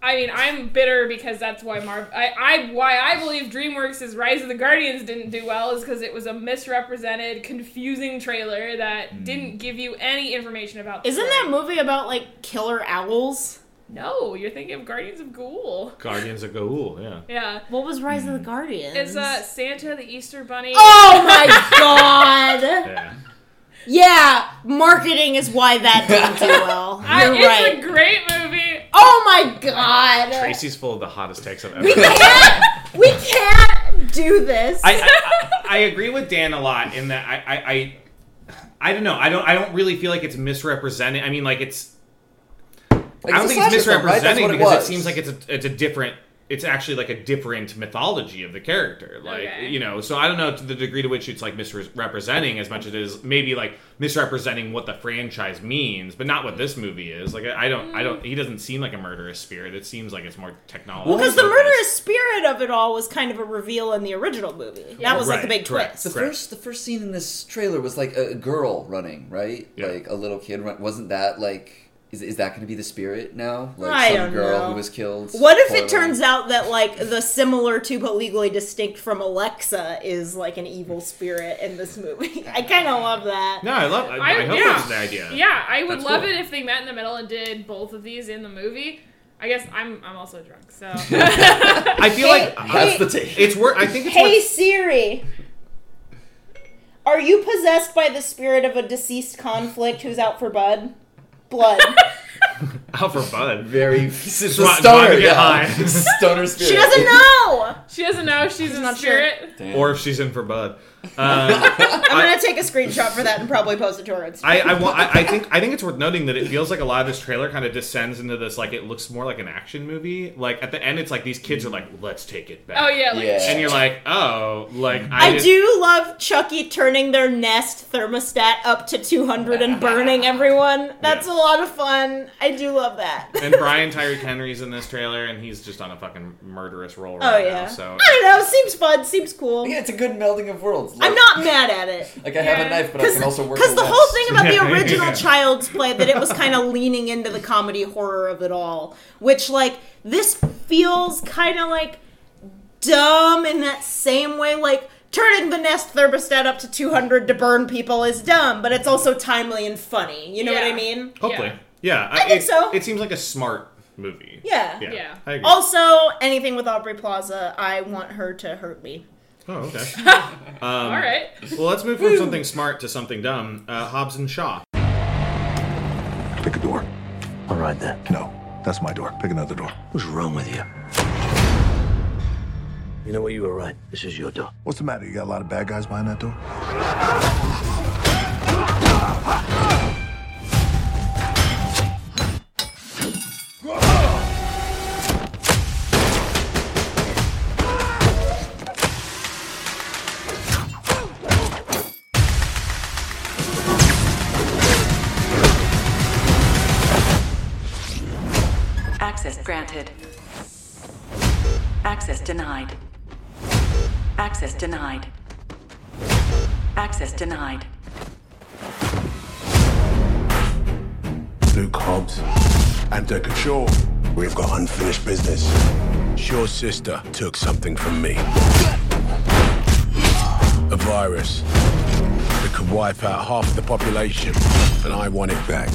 Speaker 10: I mean, I'm bitter because that's why Marv. I, I why I believe DreamWorks' is Rise of the Guardians didn't do well is because it was a misrepresented, confusing trailer that
Speaker 7: Hmm.
Speaker 10: didn't give you any information about. The
Speaker 8: Isn't
Speaker 10: story.
Speaker 8: that movie about like killer owls?
Speaker 10: No, you're thinking of Guardians of Ghoul.
Speaker 21: Guardians of Ghoul, yeah.
Speaker 10: Yeah.
Speaker 8: What was Rise
Speaker 7: Hmm.
Speaker 8: of the Guardians?
Speaker 10: It's uh, Santa the Easter Bunny.
Speaker 8: Oh my [laughs] god!
Speaker 21: Yeah.
Speaker 8: Yeah, marketing is why that didn't do well.
Speaker 10: I-
Speaker 8: You're
Speaker 10: it's
Speaker 8: right.
Speaker 10: a great movie.
Speaker 8: oh my god!
Speaker 21: Tracy's full of the hottest takes I've ever
Speaker 8: We can't. we can't do this.
Speaker 7: I, I, I I agree with Dan a lot in that I, I I I don't know. I don't I don't really feel like it's misrepresented. I mean, like it's
Speaker 9: Like,
Speaker 7: I don't
Speaker 9: it's a
Speaker 7: think it's
Speaker 9: slasher film, right? That's
Speaker 7: misrepresenting
Speaker 9: what it
Speaker 7: because
Speaker 9: was.
Speaker 7: it seems like it's a it's a different it's actually like a different mythology of the character. Like
Speaker 10: Okay.
Speaker 7: you know, so I don't know to the degree to which it's like misrepresenting as much as it is maybe like misrepresenting what the franchise means, but not what this movie is. Like I I don't I don't he doesn't seem like a murderous spirit. It seems like it's more technology.
Speaker 8: well, because the murderous spirit of it all was kind of a reveal in the original movie. That was like the big twist.
Speaker 9: The first, the first scene in this trailer was like a girl running, right? Like a little kid. Run- wasn't that like? Is, is that going to be the spirit now? Like
Speaker 8: I
Speaker 9: some
Speaker 8: don't
Speaker 9: girl
Speaker 8: know.
Speaker 9: who was killed.
Speaker 8: What if it
Speaker 9: horribly?
Speaker 8: turns
Speaker 9: [laughs]
Speaker 8: out that like the similar to but legally distinct from Alexa is like an evil spirit in this movie? [laughs] I kind of love that.
Speaker 7: No, I love I, I, hope
Speaker 10: yeah.
Speaker 7: that's the idea.
Speaker 10: Yeah, I would
Speaker 7: That's
Speaker 10: love
Speaker 7: cool.
Speaker 10: it if they met in the middle and did both of these in the movie. I guess I'm I'm also drunk,
Speaker 7: [laughs]
Speaker 10: so
Speaker 7: I feel like
Speaker 9: That's the take.
Speaker 7: It's worth. I think it's worth
Speaker 8: Hey Siri, are you possessed by the spirit of a deceased conflict who's out for bud?
Speaker 7: [laughs]
Speaker 8: Blood.
Speaker 7: out for Bud. [laughs]
Speaker 9: Very it's
Speaker 7: a
Speaker 9: [laughs] The
Speaker 7: stoner,
Speaker 9: stoner,
Speaker 7: get
Speaker 9: yeah.
Speaker 7: high.
Speaker 9: stoner spirit.
Speaker 8: she doesn't know.
Speaker 10: she doesn't know she's, a spirit.
Speaker 7: or if she's in for Bud. Um,
Speaker 8: I'm gonna take a screenshot for that and probably post it to her Instagram.
Speaker 7: I, I, wa- I, I think I think it's worth noting that it feels like a lot of this trailer kind of descends into this like it looks more like an action movie. Like at the end, it's like these kids are like, "Let's take it back."
Speaker 10: Oh yeah, like
Speaker 9: Yeah.
Speaker 7: and you're like, "Oh, like I,
Speaker 8: I
Speaker 7: did-
Speaker 8: do love Chucky turning their nest thermostat up to 200 and
Speaker 7: [laughs]
Speaker 8: burning everyone. That's a lot of fun. I do love that.
Speaker 7: And Brian Tyree Henry's in this trailer, and he's just on a fucking murderous roll right
Speaker 8: oh
Speaker 7: now.
Speaker 8: yeah.
Speaker 7: So
Speaker 8: I don't know. Seems fun. Seems cool.
Speaker 9: Yeah, it's a good melding of worlds. Like,
Speaker 8: I'm not mad at it.
Speaker 9: Like I have a knife, but I can also work.
Speaker 8: Because
Speaker 9: a
Speaker 8: the
Speaker 9: lens.
Speaker 8: whole thing
Speaker 9: [laughs]
Speaker 8: about the
Speaker 7: Yeah.
Speaker 8: original Child's Play that it was kind of leaning into the comedy horror of it all, which like this feels kind of like dumb in that same way. Like turning the nest thermostat up to 200 to burn people is dumb, but it's also timely and funny. You know what
Speaker 10: Yeah.
Speaker 8: I mean?
Speaker 7: [laughs]
Speaker 9: Oh,
Speaker 7: hopefully, yeah,
Speaker 8: I think
Speaker 7: it,
Speaker 8: so.
Speaker 7: It seems like a smart movie.
Speaker 8: Yeah.
Speaker 7: yeah,
Speaker 10: Yeah.
Speaker 7: I agree.
Speaker 8: Also, anything with Aubrey Plaza, I want her to hurt me.
Speaker 7: oh, okay. Um,
Speaker 10: All right. [laughs]
Speaker 7: Well, let's
Speaker 8: [laughs]
Speaker 7: move from something smart to something dumb. Uh, Hobbs and Shaw.
Speaker 5: Pick a door.
Speaker 22: All right then.
Speaker 5: No, that's my door. Pick another door.
Speaker 22: What's wrong with you? You know what? You were right. This is your door.
Speaker 5: What's the matter? You got a lot of bad guys behind that door?
Speaker 23: [laughs] Access granted. Access denied. Access denied. Access denied.
Speaker 5: Luke Hobbs and Decker Shaw. We've got unfinished business. Shaw's sister took something from me. A virus that could wipe out half the population, and I want it back.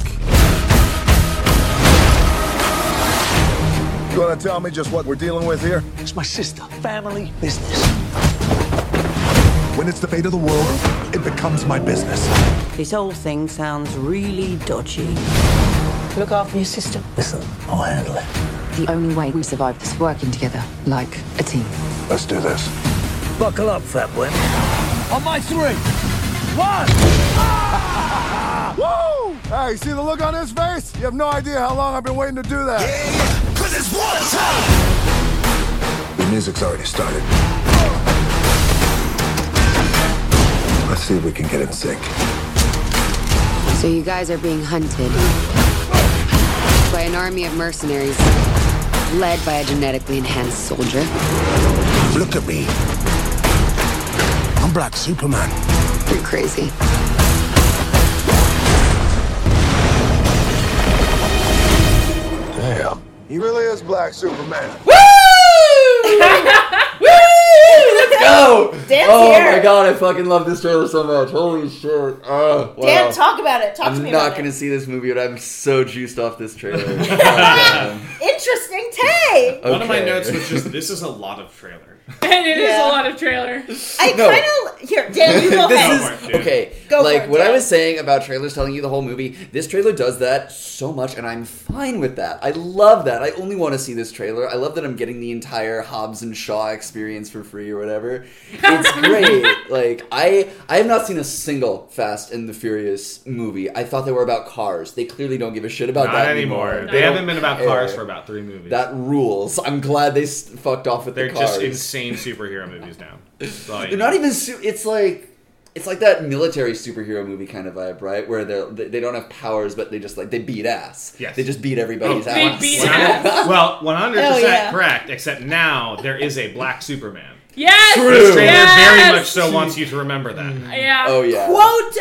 Speaker 5: You gonna tell me just what we're dealing with here?
Speaker 22: It's my sister. Family business.
Speaker 5: When it's the fate of the world, it becomes my business.
Speaker 24: This whole thing sounds really dodgy.
Speaker 25: Look after your sister.
Speaker 3: Listen, I'll handle it.
Speaker 25: The only way we survive is working together, like a team.
Speaker 5: Let's do this.
Speaker 3: Buckle up, fat boy.
Speaker 5: On my three.
Speaker 3: [laughs]
Speaker 26: One! Woo! Hey, see the look on his face? You have no idea how long I've been waiting to do that.
Speaker 5: Yeah, because it's water time!
Speaker 26: The music's already started.
Speaker 5: Let's see if we can get in sync.
Speaker 27: So you guys are being hunted by an army of mercenaries led by a genetically enhanced soldier.
Speaker 5: Look at me. I'm Black Superman.
Speaker 27: You're crazy.
Speaker 5: Damn.
Speaker 26: He really is Black Superman.
Speaker 9: Woo! Let's go!
Speaker 8: Dan's
Speaker 9: oh
Speaker 8: here.
Speaker 9: my god, I fucking love this trailer so much. Holy shit. Oh, wow.
Speaker 8: Dan, talk about it. Talk
Speaker 9: I'm
Speaker 8: to me
Speaker 9: not
Speaker 8: about
Speaker 9: gonna
Speaker 8: it.
Speaker 9: see this movie, but I'm so juiced off this trailer.
Speaker 8: [laughs]
Speaker 9: Um,
Speaker 8: Interesting take.
Speaker 9: Uh,
Speaker 7: One of my
Speaker 9: Okay.
Speaker 7: notes was
Speaker 9: [laughs]
Speaker 7: just this is a lot of trailer.
Speaker 10: And it is
Speaker 8: Yeah.
Speaker 10: a lot of trailer.
Speaker 8: I
Speaker 9: No.
Speaker 8: kind of here, Dan. You go
Speaker 9: [laughs] this
Speaker 8: ahead.
Speaker 9: is- okay.
Speaker 8: Go for
Speaker 9: like
Speaker 8: it,
Speaker 9: what I
Speaker 8: Dan.
Speaker 9: was saying about trailers telling you the whole movie. This trailer does that so much, and I'm fine with that. I love that. I only want to see this trailer. I love that I'm getting the entire Hobbs and Shaw experience for free or whatever.
Speaker 8: [laughs]
Speaker 9: It's great. like I, I have not seen a single Fast and the Furious movie. I thought they were about cars. They clearly don't give a shit about
Speaker 7: Not
Speaker 9: that
Speaker 7: anymore.
Speaker 9: anymore.
Speaker 7: They
Speaker 9: don't
Speaker 7: haven't been about cars
Speaker 9: care.
Speaker 7: for about three movies.
Speaker 9: That rules. I'm glad they s- fucked off with
Speaker 7: They're
Speaker 9: the cars.
Speaker 7: just insane
Speaker 9: [laughs]
Speaker 7: superhero movies now. That's all you
Speaker 9: They're
Speaker 7: need.
Speaker 9: not even. Su- it's like it's like that military superhero movie kind of vibe, right? Where they're, they they don't have powers, but they just like they beat ass.
Speaker 7: Yes.
Speaker 9: they just beat everybody's
Speaker 7: Oh,
Speaker 9: ass.
Speaker 7: well, [laughs] Well, 100%
Speaker 10: Oh, yeah.
Speaker 7: correct, except now there is a black Superman.
Speaker 10: Yes!
Speaker 7: This trailer
Speaker 10: Yes!
Speaker 7: very much so wants you to remember that.
Speaker 10: Yeah.
Speaker 9: Oh, yeah.
Speaker 8: Quote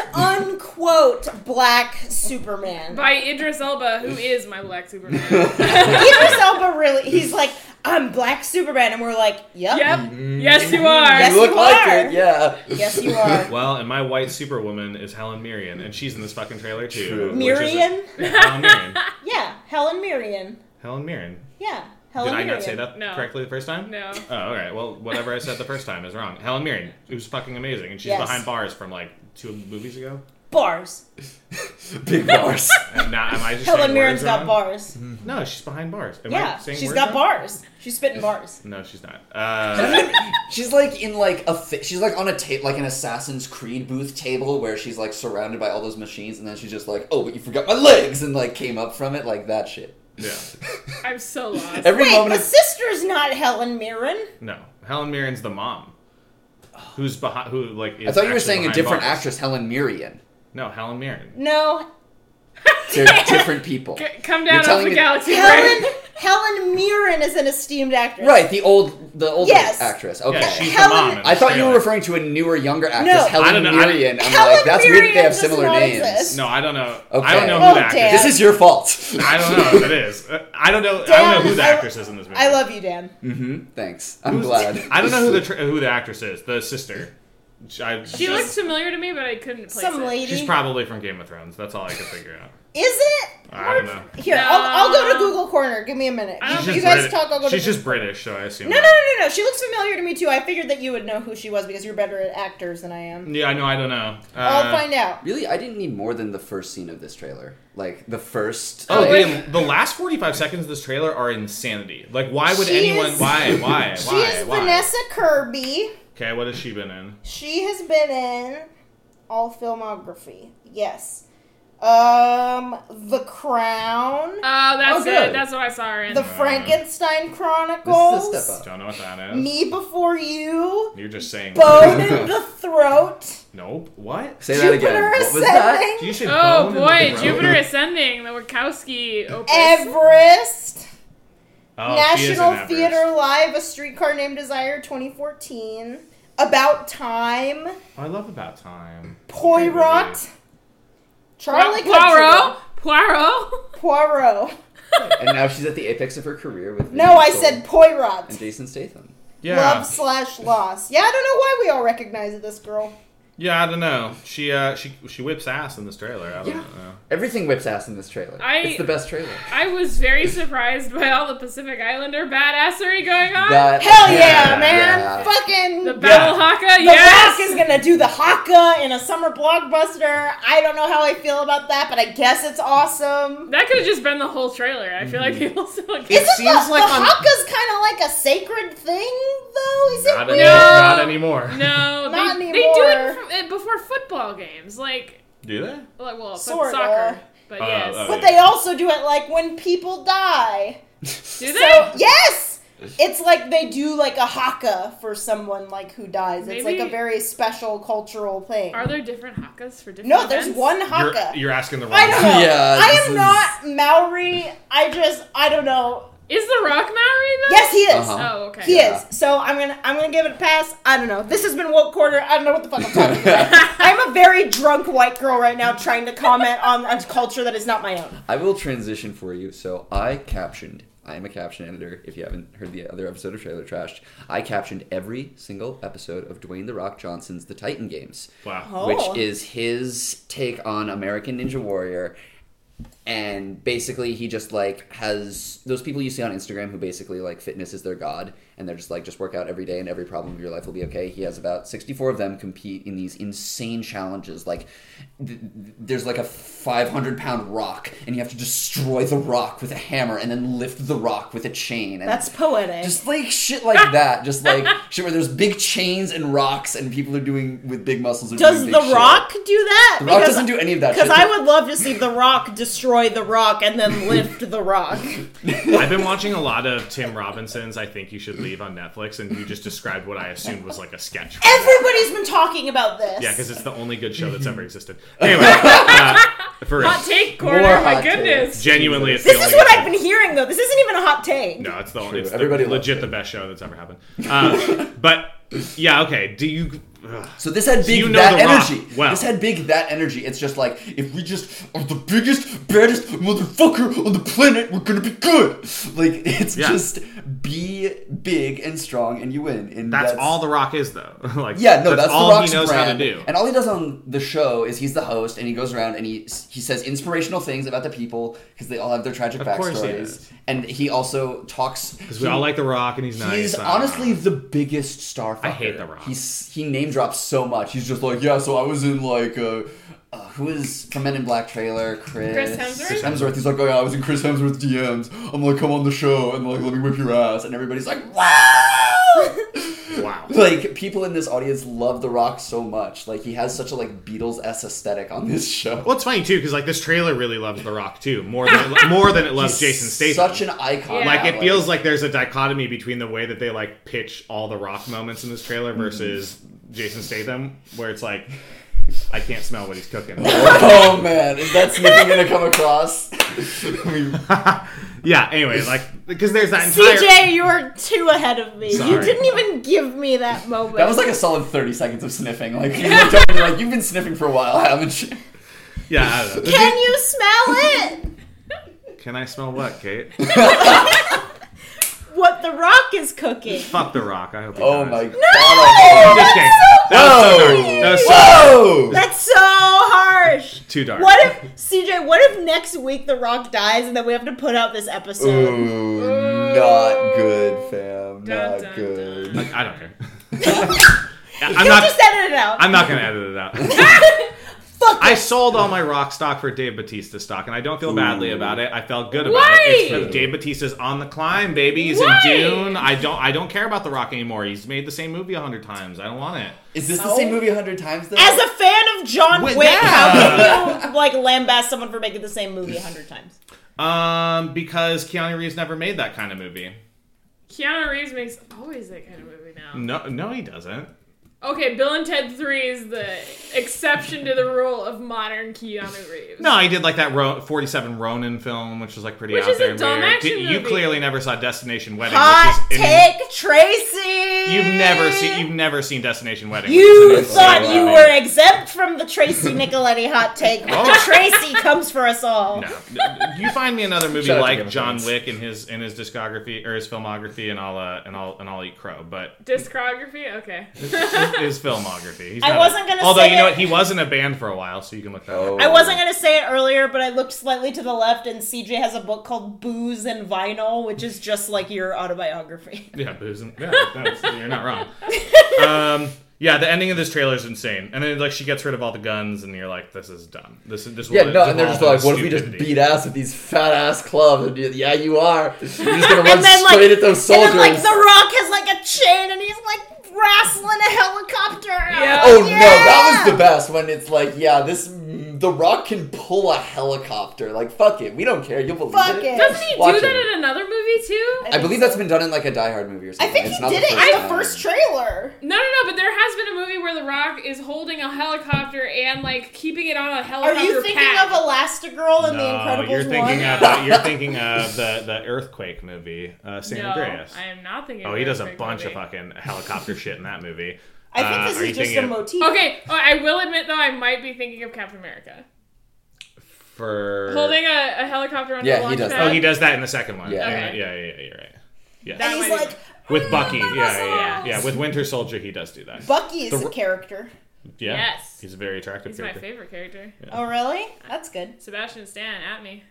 Speaker 8: unquote Black
Speaker 10: [laughs]
Speaker 8: Superman.
Speaker 10: By Idris Elba, who is my black
Speaker 8: [laughs]
Speaker 10: Superman.
Speaker 8: Mm-hmm. Idris Elba really, he's like, I'm Black Superman, and we're like, yep.
Speaker 10: Yep. Yes, you are.
Speaker 8: Yes,
Speaker 9: you look
Speaker 8: you
Speaker 9: like
Speaker 8: are.
Speaker 9: it, yeah.
Speaker 8: Yes, you are.
Speaker 7: Well, and my white Superwoman is Helen Mirren, and she's in this fucking trailer too. which is a-
Speaker 8: Miriam?
Speaker 7: Yeah, Helen Mirren.
Speaker 8: Yeah, Helen Mirren.
Speaker 7: Helen Mirren.
Speaker 8: Yeah, Helen
Speaker 7: Did I
Speaker 8: Mirren.
Speaker 7: not say that correctly the first time?
Speaker 10: No.
Speaker 7: Oh, all right. Well, whatever I said the first time is wrong. Helen Mirren, who's fucking amazing, and she's
Speaker 8: Yes.
Speaker 7: behind bars from like two movies ago.
Speaker 8: Bars.
Speaker 9: [laughs] Big bars. [laughs]
Speaker 7: And now, am I just
Speaker 8: Helen
Speaker 7: saying
Speaker 8: Mirren's
Speaker 7: words
Speaker 8: got
Speaker 7: wrong?
Speaker 8: bars.
Speaker 7: No, she's behind bars. Am
Speaker 8: yeah,
Speaker 7: I saying
Speaker 8: she's
Speaker 7: words
Speaker 8: got
Speaker 7: wrong?
Speaker 8: bars. She's spitting bars.
Speaker 7: No, she's not. Uh,
Speaker 9: She's like in like a fi- she's like on a tape like an Assassin's Creed booth table where she's like surrounded by all those machines, and then she's just like, oh, but you forgot my legs, and like came up from it like that shit.
Speaker 7: yeah.
Speaker 10: I'm so lost.
Speaker 9: Every
Speaker 8: Wait,
Speaker 9: moment
Speaker 8: the
Speaker 9: of
Speaker 8: sister's not Helen Mirren.
Speaker 7: No, Helen Mirren's the mom. Who's behind? Who like? Is
Speaker 9: I thought you were
Speaker 7: actually
Speaker 9: saying a
Speaker 7: behind
Speaker 9: different
Speaker 7: bars.
Speaker 9: actress, Helen Mirren.
Speaker 7: No, Helen Mirren. [laughs]
Speaker 8: No,
Speaker 9: They're different people.
Speaker 10: C- come
Speaker 9: You're
Speaker 10: down off
Speaker 9: telling
Speaker 10: the
Speaker 9: me-
Speaker 10: galaxy, right?
Speaker 8: Helen Helen Mirren is an esteemed actress.
Speaker 9: Right, the old the old
Speaker 8: Yes.
Speaker 9: actress. Okay.
Speaker 7: Yeah, she's
Speaker 8: Helen-
Speaker 7: the mom. in
Speaker 9: I
Speaker 7: this
Speaker 9: thought you were
Speaker 7: trailer.
Speaker 9: referring to a newer, younger actress,
Speaker 8: No.
Speaker 7: I
Speaker 9: Helen
Speaker 7: don't know, I-
Speaker 9: Mirren. I'm
Speaker 8: Helen
Speaker 9: like, that's weird that they
Speaker 8: Mirren
Speaker 9: have
Speaker 8: does
Speaker 9: similar
Speaker 8: not
Speaker 9: names.
Speaker 8: exist.
Speaker 7: No, I don't know.
Speaker 9: Okay.
Speaker 7: I don't know
Speaker 8: Oh,
Speaker 7: who the actress.
Speaker 8: Dan.
Speaker 9: This is your fault. [laughs]
Speaker 7: I don't know who that is. Uh, I don't know. I don't know who the
Speaker 8: Dan,
Speaker 7: actress is in this movie.
Speaker 8: I love you, Dan.
Speaker 9: mm-hmm. Thanks. I'm glad.
Speaker 7: [laughs] I don't know
Speaker 9: [laughs]
Speaker 7: who the tr- who the actress is. The sister. I,
Speaker 10: She looked familiar to me, but I couldn't place
Speaker 8: Some
Speaker 10: it.
Speaker 8: lady.
Speaker 7: She's probably from Game of Thrones. That's all I could figure
Speaker 8: [laughs]
Speaker 7: out.
Speaker 8: Is it?
Speaker 7: I don't know.
Speaker 8: Here, I'll, I'll go to Google Corner. Give me a minute.
Speaker 7: She's
Speaker 8: You
Speaker 7: just
Speaker 8: guys
Speaker 7: Briti-
Speaker 8: talk. I'll go to
Speaker 7: She's just British, so I assume.
Speaker 8: No, no, no, no, no. She looks familiar to me too. I figured that you would know who she was because you're better at actors than I am.
Speaker 7: Yeah, I know. I don't know. Uh,
Speaker 8: I'll find out.
Speaker 9: Really, I didn't need more than the first scene of this trailer. Like the first.
Speaker 7: Oh,
Speaker 9: like,
Speaker 7: the, the last forty-five seconds of this trailer are insanity. Like, why would
Speaker 8: She
Speaker 7: anyone?
Speaker 8: is-
Speaker 7: why? Why?
Speaker 8: [laughs] She
Speaker 7: why?
Speaker 8: is
Speaker 7: why?
Speaker 8: Vanessa Kirby.
Speaker 7: Okay, what has she been in?
Speaker 8: She has been in all filmography. Yes. Um, The Crown,
Speaker 10: Oh, that's
Speaker 9: Oh, good.
Speaker 10: it. That's what I saw her in.
Speaker 8: The Frankenstein
Speaker 9: this
Speaker 8: Chronicles,
Speaker 9: is a step up.
Speaker 7: Don't know what that is.
Speaker 8: Me Before You,
Speaker 7: You're just saying.
Speaker 8: Bone
Speaker 9: [laughs]
Speaker 8: in the Throat,
Speaker 7: Nope. What?
Speaker 9: Say that again.
Speaker 8: Jupiter
Speaker 9: What was that?
Speaker 8: Ascending,
Speaker 7: You should
Speaker 10: oh
Speaker 7: bone in
Speaker 10: boy,
Speaker 7: the throat.
Speaker 10: Jupiter Ascending, the Wachowski opus.
Speaker 8: Everest,
Speaker 7: Oh, she is in
Speaker 8: National
Speaker 7: Everest.
Speaker 8: Theater Live, A Streetcar Named Desire, 2014, About Time,
Speaker 7: I love About Time.
Speaker 8: Poirot, Charlie
Speaker 10: Poirot. Poirot.
Speaker 8: Country- Poirot.
Speaker 9: [laughs] And now she's at the apex of her career with.
Speaker 8: No,
Speaker 9: Vin
Speaker 8: I
Speaker 9: Diesel
Speaker 8: said Poirot.
Speaker 9: And Jason Statham.
Speaker 7: Yeah.
Speaker 8: Love slash loss. Yeah, I don't know why we all recognize this girl.
Speaker 7: Yeah, I don't know. She uh, she she whips ass in this trailer. I don't
Speaker 9: Yeah.
Speaker 7: know.
Speaker 9: Everything whips ass in this trailer.
Speaker 10: I-
Speaker 9: it's the best trailer.
Speaker 10: I was very surprised by all the Pacific Islander badassery going on.
Speaker 9: That-
Speaker 8: Hell yeah,
Speaker 9: Yeah.
Speaker 8: man!
Speaker 9: Yeah.
Speaker 8: Fucking
Speaker 10: The battle haka,
Speaker 8: The
Speaker 10: yes!
Speaker 8: Rock is gonna do the haka in a summer blockbuster. I don't know how I feel about that, but I guess it's awesome.
Speaker 10: That could have just been the whole trailer. I feel
Speaker 9: Mm-hmm.
Speaker 10: like people still. Like,
Speaker 8: Isn't the, the haka's kind of like a sacred thing, though? Is
Speaker 7: Not
Speaker 8: it?
Speaker 7: any-
Speaker 8: Weird?
Speaker 7: not anymore.
Speaker 10: No,
Speaker 8: Not
Speaker 10: they, they do it
Speaker 8: anymore.
Speaker 10: from, eh, before football games, like
Speaker 7: Do they?
Speaker 10: like well, but
Speaker 8: Sorta.
Speaker 10: soccer. But
Speaker 9: Uh,
Speaker 7: Oh,
Speaker 10: yes,
Speaker 7: oh,
Speaker 8: But they also do it like when people die.
Speaker 10: do they?
Speaker 8: So yes, it's like they do like a haka for someone like who dies. It's like
Speaker 10: Maybe-
Speaker 8: a very special cultural thing.
Speaker 10: Are there different hakas for different?
Speaker 8: No, there's
Speaker 10: events?
Speaker 8: one haka.
Speaker 7: You're, you're asking the wrong.
Speaker 8: I don't know.
Speaker 9: Yeah,
Speaker 8: I
Speaker 9: this
Speaker 8: am
Speaker 9: is-
Speaker 8: not Maori. I just I don't know.
Speaker 10: Is the Rock Maori though?
Speaker 8: Yes, he is.
Speaker 9: Uh-huh.
Speaker 10: Oh, okay.
Speaker 8: He is. So I'm gonna I'm gonna give it a pass. I don't know. This has been woke quarter. I don't know what the fuck I'm talking
Speaker 9: [laughs]
Speaker 8: about. I'm a very drunk white girl right now trying to comment on, on culture that is not my own.
Speaker 9: I will transition for you. So I captioned. I am a caption editor. If you haven't heard the other episode of Trailer Trashed, I captioned every single episode of Dwayne the Rock Johnson's The Titan Games.
Speaker 7: [laughs] Wow.
Speaker 8: Oh.
Speaker 9: Which is his take on American Ninja Warrior. And basically, he just like has those people you see on Instagram who basically like fitness is their god, and they're just like just work out every day, and every problem of your life will be okay. He has about sixty four of them compete in these insane challenges, like th- there's like a 500 pound rock and you have to destroy the rock with a hammer and then lift the rock with a chain and
Speaker 8: That's poetic.
Speaker 9: just like
Speaker 7: [laughs]
Speaker 9: shit like that just like shit where there's big chains and rocks and people are doing with big muscles are
Speaker 8: Does
Speaker 9: doing
Speaker 8: The
Speaker 9: big shit.
Speaker 8: Rock do that?
Speaker 9: The Rock doesn't do any of that
Speaker 8: Because
Speaker 9: shit.
Speaker 8: I would love to see The Rock destroy The Rock and then lift The Rock.
Speaker 9: [laughs]
Speaker 7: I've been watching a lot of Tim Robinson's "I Think You Should Leave" on Netflix, and you just described what I assumed was like a sketch.
Speaker 8: Everybody's been talking about this.
Speaker 7: Yeah, because it's the only good show that's ever
Speaker 8: [laughs]
Speaker 7: existed. Anyway, uh, for real.
Speaker 10: Hot take corner.
Speaker 9: More
Speaker 10: my
Speaker 9: hot take.
Speaker 10: goodness.
Speaker 7: Genuinely, it's
Speaker 8: this
Speaker 7: the
Speaker 8: is
Speaker 7: only
Speaker 8: what I've been hearing though. This isn't even a hot take.
Speaker 7: No, it's the
Speaker 9: True.
Speaker 7: it's
Speaker 9: Everybody
Speaker 7: the,
Speaker 9: loves
Speaker 7: legit
Speaker 9: it.
Speaker 7: the best show that's ever happened. Uh, but yeah, okay. Do you? ugh.
Speaker 9: so this had big
Speaker 7: you know
Speaker 9: that
Speaker 7: The Rock
Speaker 9: energy
Speaker 7: well.
Speaker 9: this had big that energy it's just like if we just are the biggest baddest motherfucker on the planet we're gonna be good like it's
Speaker 7: Yeah.
Speaker 9: just be big and strong and you win and
Speaker 7: That's, all the Rock is though. [laughs] like
Speaker 9: Yeah, no, that's, the
Speaker 7: all
Speaker 9: Rock's
Speaker 7: he knows how
Speaker 9: brand.
Speaker 7: to do.
Speaker 9: And all he does on the show is he's the host, and he goes around and he he says inspirational things about the people because they all have their tragic
Speaker 7: Of course he
Speaker 9: backstories.
Speaker 7: does.
Speaker 9: And he also talks
Speaker 7: Because we all like The Rock, and he's nice.
Speaker 9: He's
Speaker 7: uh,
Speaker 9: honestly the biggest star.
Speaker 7: I
Speaker 9: fucker.
Speaker 7: hate The Rock.
Speaker 9: He's he name drops so much. He's just like, yeah. So I was in like, uh, uh, who is from Men in Black trailer? Chris,
Speaker 10: Chris Hemsworth?
Speaker 9: Chris Hemsworth. He's like, oh yeah, I was in Chris Hemsworth DMs. I'm like, come on the show and like, let me whip your ass. And everybody's like, wow. [laughs]
Speaker 7: wow.
Speaker 9: like people in this audience love The Rock so much. Like he has such a like Beatles s aesthetic on
Speaker 7: [laughs]
Speaker 9: this show.
Speaker 7: Well, it's funny too because like this trailer really loves The Rock too more than it, more than it loves Jason Statham.
Speaker 9: Such an icon.
Speaker 10: Yeah.
Speaker 7: like it
Speaker 9: [laughs]
Speaker 7: feels like there's a dichotomy between the way that they like pitch all the rock moments in this
Speaker 9: Mm.
Speaker 7: trailer versus Jason Statham, where it's like I can't smell what he's
Speaker 9: [laughs]
Speaker 7: cooking.
Speaker 9: oh man, is that sneaking gonna come across? [laughs] I mean,
Speaker 7: yeah. Anyway, like because there's that entire
Speaker 8: CJ, you are too ahead of me. You
Speaker 7: [laughs] Sorry.
Speaker 8: didn't even give me that moment.
Speaker 9: That was like a solid 30 seconds of sniffing. Like,
Speaker 10: [laughs]
Speaker 9: you looked over and you're like, you've been sniffing for a while, [laughs]
Speaker 7: [laughs]
Speaker 9: haven't you?
Speaker 7: yeah. I don't know.
Speaker 8: Can you smell it?
Speaker 7: Can I smell what, Kate?
Speaker 8: what The Rock is cooking. [laughs]
Speaker 7: Fuck the rock. I hope. he
Speaker 9: Oh
Speaker 7: dies.
Speaker 9: my
Speaker 7: I'm
Speaker 9: god.
Speaker 7: Just kidding.
Speaker 9: Whoa!
Speaker 7: That was so dark.
Speaker 9: Whoa!
Speaker 8: That's so harsh.
Speaker 7: Too dark.
Speaker 8: What if CJ? What if next week The Rock dies and then we have to put out this episode?
Speaker 9: [laughs] Ooh, not good,
Speaker 10: Dun,
Speaker 9: fam.
Speaker 10: dun,
Speaker 9: Not good.
Speaker 7: I don't
Speaker 8: [laughs]
Speaker 7: care.
Speaker 8: You'll
Speaker 7: I'm not.
Speaker 8: just edit it out.
Speaker 7: I'm not gonna edit it out.
Speaker 10: [laughs]
Speaker 8: Fuck
Speaker 7: I sold all my rock stock for Dave Batista stock, and I don't feel badly about it. I felt good about
Speaker 10: Why?
Speaker 7: it. It's because Dave Batista's on the climb, baby. He's
Speaker 10: Why?
Speaker 7: in Dune. I don't. I don't care about the Rock anymore. He's made the same movie a hundred times. I don't want it.
Speaker 9: Is this the same movie a hundred times, though?
Speaker 8: As a fan of John
Speaker 7: Wait,
Speaker 8: Wick,
Speaker 7: yeah.
Speaker 8: how can you like lambast someone for making the same movie a hundred times?
Speaker 7: Um, because Keanu Reeves never made that kind of movie.
Speaker 10: Keanu Reeves makes always that kind of movie now.
Speaker 7: No, no, he doesn't.
Speaker 10: Okay, Bill and Ted Three is the exception to the rule of modern Keanu Reeves.
Speaker 7: No, he did like that Ro- 47 Ronin film, which was like pretty
Speaker 10: Which
Speaker 7: out
Speaker 10: is a
Speaker 7: there. and
Speaker 10: dumb
Speaker 7: weird.
Speaker 10: action
Speaker 7: Did- you
Speaker 10: movie.
Speaker 7: clearly never saw Destination Wedding.
Speaker 8: Hot
Speaker 7: which is,
Speaker 8: take, Tracy.
Speaker 7: You've never seen. You've never seen Destination Wedding. which
Speaker 8: You
Speaker 7: is an
Speaker 8: thought
Speaker 7: insane
Speaker 8: you
Speaker 7: movie.
Speaker 8: were exempt from the Tracy Nicoletti hot take, but the Tracy comes for us all.
Speaker 7: Oh. No.
Speaker 28: [laughs]
Speaker 7: You find me another movie
Speaker 9: Shout out to Game
Speaker 7: like
Speaker 9: of
Speaker 7: John
Speaker 9: Thrones.
Speaker 7: Wick in his in his discography or his filmography, and I'll uh, and I'll and I'll eat crow. But
Speaker 10: Discography? Okay.
Speaker 28: his filmography. He's
Speaker 8: I
Speaker 28: not
Speaker 8: wasn't
Speaker 28: a-
Speaker 8: gonna
Speaker 28: Although
Speaker 8: say
Speaker 28: you know
Speaker 8: it. Oh.
Speaker 28: what, he was in a band for a while, so you can look that up.
Speaker 8: I wasn't gonna say it earlier, but I looked slightly to the left, and CJ has a book called "Booze and Vinyl," which is just like your autobiography. [laughs]
Speaker 28: Yeah, booze and yeah, that's, you're not wrong. Um, yeah, the ending of this trailer is insane, and then like she gets rid of all the guns, and you're like, this is dumb. This is this.
Speaker 9: Yeah,
Speaker 28: will-
Speaker 9: no,
Speaker 28: this
Speaker 9: and they're
Speaker 28: will
Speaker 9: just
Speaker 28: all
Speaker 9: like,
Speaker 28: be
Speaker 9: what if we just
Speaker 28: stupidity."
Speaker 9: beat ass at these fat ass clubs? And you're- yeah, you are. You're just gonna run
Speaker 8: [laughs] And then, like-
Speaker 9: straight at those soldiers.
Speaker 8: And then, like, The Rock has like a chain, and he's like wrestling a helicopter. Yeah.
Speaker 9: Oh no, that was the best when it's like, yeah, this The Rock can pull a helicopter. Like, fuck it, we don't care. You'll believe
Speaker 8: Fuck
Speaker 9: it.
Speaker 8: it.
Speaker 10: Doesn't he
Speaker 9: Watch
Speaker 10: do that
Speaker 9: it.
Speaker 10: in another movie too?
Speaker 9: I believe that's been done in like a Die Hard movie or
Speaker 8: I
Speaker 9: something.
Speaker 8: think
Speaker 9: It's
Speaker 8: he
Speaker 9: not
Speaker 8: did
Speaker 9: the
Speaker 8: it
Speaker 9: first
Speaker 8: in the
Speaker 9: time.
Speaker 8: first trailer.
Speaker 10: No, no, no, but there has been a movie where The Rock is holding a helicopter and, like, keeping it on a
Speaker 8: Are
Speaker 10: helicopter.
Speaker 8: you thinking
Speaker 10: pad.
Speaker 8: of Elastigirl and
Speaker 28: No,
Speaker 8: the Incredibles
Speaker 28: Uh, you're thinking
Speaker 8: one?
Speaker 28: of the, you're thinking of the the earthquake movie, uh, San
Speaker 10: No,
Speaker 28: Andreas.
Speaker 10: I am not thinking
Speaker 28: Oh,
Speaker 10: of
Speaker 28: he does a
Speaker 10: Earthquake
Speaker 28: bunch
Speaker 10: movie.
Speaker 28: of fucking helicopter shit in that movie.
Speaker 8: I think
Speaker 28: Uh,
Speaker 8: this
Speaker 28: are you
Speaker 8: is just a
Speaker 28: thinking of-
Speaker 8: motif.
Speaker 10: Okay, oh, I will admit though, I might be thinking of Captain America
Speaker 28: for
Speaker 10: holding a, a helicopter on a launch pad.
Speaker 28: Oh, he does that in the second one.
Speaker 10: Yeah.
Speaker 28: Yeah,
Speaker 10: Okay.
Speaker 28: yeah, yeah, yeah, You're right. Yeah.
Speaker 8: And he's like,
Speaker 28: with Bucky. Yeah, yeah, yeah, yeah. With Winter Soldier, he does do that.
Speaker 8: Bucky is
Speaker 28: The-
Speaker 8: a character.
Speaker 28: Yeah.
Speaker 10: Yes.
Speaker 28: He's a very attractive
Speaker 10: He's my
Speaker 28: character.
Speaker 10: favorite character.
Speaker 8: Oh, really? That's good.
Speaker 10: Sebastian Stan at me.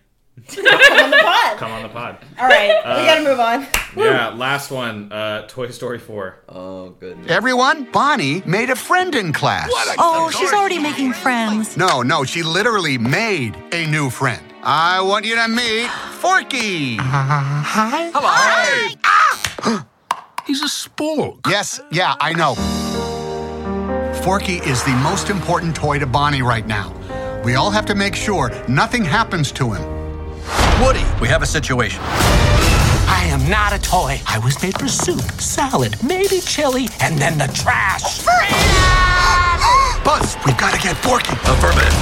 Speaker 8: Come on the pod.
Speaker 28: Come on the pod.
Speaker 8: All right, we
Speaker 28: Uh,
Speaker 8: gotta move on.
Speaker 28: Yeah, last one. Uh, Toy Story 4.
Speaker 9: Oh, goodness.
Speaker 1: Everyone, Bonnie made a friend in class.
Speaker 2: Oh, she's already making friends.
Speaker 1: No, no, she literally made a new friend. I want you to meet Forky. hi. Hello. Hi. He's a spork. Yes, yeah, I know. Forky is the most important toy to Bonnie right now. We all have to make sure nothing happens to him. Woody, we have a situation.
Speaker 4: I am not a toy. I was made for soup, salad, maybe chili, and then the trash.
Speaker 1: Buzz, we've got to get Forky. Affirmative.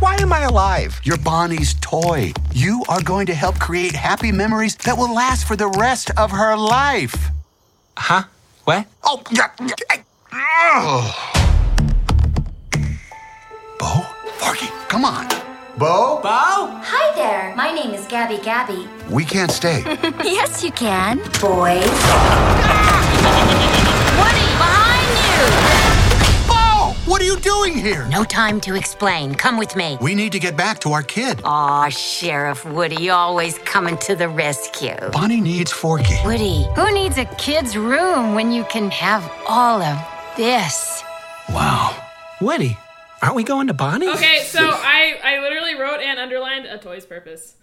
Speaker 1: Why am I alive? You're Bonnie's toy. You are going to help create happy memories that will last for the rest of her life. Huh? What? Oh, yeah. yeah, I- Ugh. Bo? Forky, come on. Bo? Bo?
Speaker 19: Hi there. My name is Gabby Gabby.
Speaker 1: We can't stay.
Speaker 19: yes, you can. Boys. Woody, behind you!
Speaker 1: Bo! What are you doing here?
Speaker 2: No time to explain. Come with me.
Speaker 1: We need to get back to our kid.
Speaker 2: Aw, Sheriff Woody, always coming to the rescue.
Speaker 1: Bonnie needs Forky.
Speaker 2: Woody, who needs a kid's room when you can have all of this?
Speaker 4: Wow. Woody, aren't we going to Bonnie's?
Speaker 10: Okay, so I, I literally wrote and underlined a toy's purpose.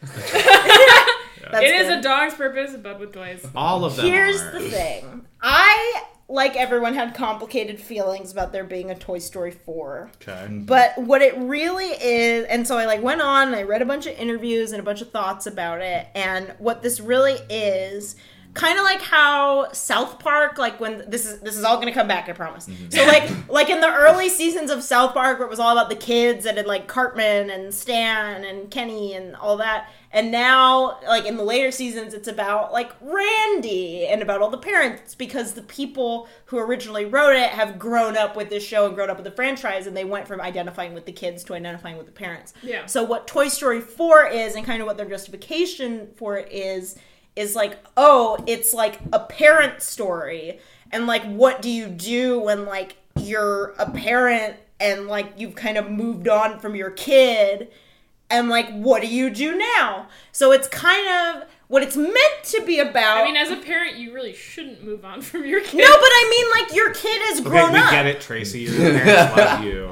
Speaker 10: It is a dog's purpose, but with toys.
Speaker 28: All of them.
Speaker 8: Here's
Speaker 28: are.
Speaker 8: the thing. I, like everyone, had complicated feelings about there being a Toy Story 4.
Speaker 28: Okay.
Speaker 8: But what it really is, and so I like went on and I read a bunch of interviews and a bunch of thoughts about it, and what this really is, kind of like how South Park, like when this is this is all gonna come back, I promise. So like like in the early seasons of South Park, where it was all about the kids and had like Cartman and Stan and Kenny and all that. And now, like in the later seasons, it's about like Randy and about all the parents because the people who originally wrote it have grown up with this show and grown up with the franchise, and they went from identifying with the kids to identifying with the parents.
Speaker 10: Yeah.
Speaker 8: So what Toy Story 4 is and kind of what their justification for it is is like, "Oh, it's like a parent story." And like what do you do when like you're a parent and like you've kind of moved on from your kid and like what do you do now? So it's kind of what it's meant to be about.
Speaker 10: I mean, as a parent, you really shouldn't move on [laughs] from your kid.
Speaker 8: No, but I mean like your kid has
Speaker 28: Okay,
Speaker 8: grown
Speaker 28: we
Speaker 8: up.
Speaker 28: get it, Tracy. Your parents love you.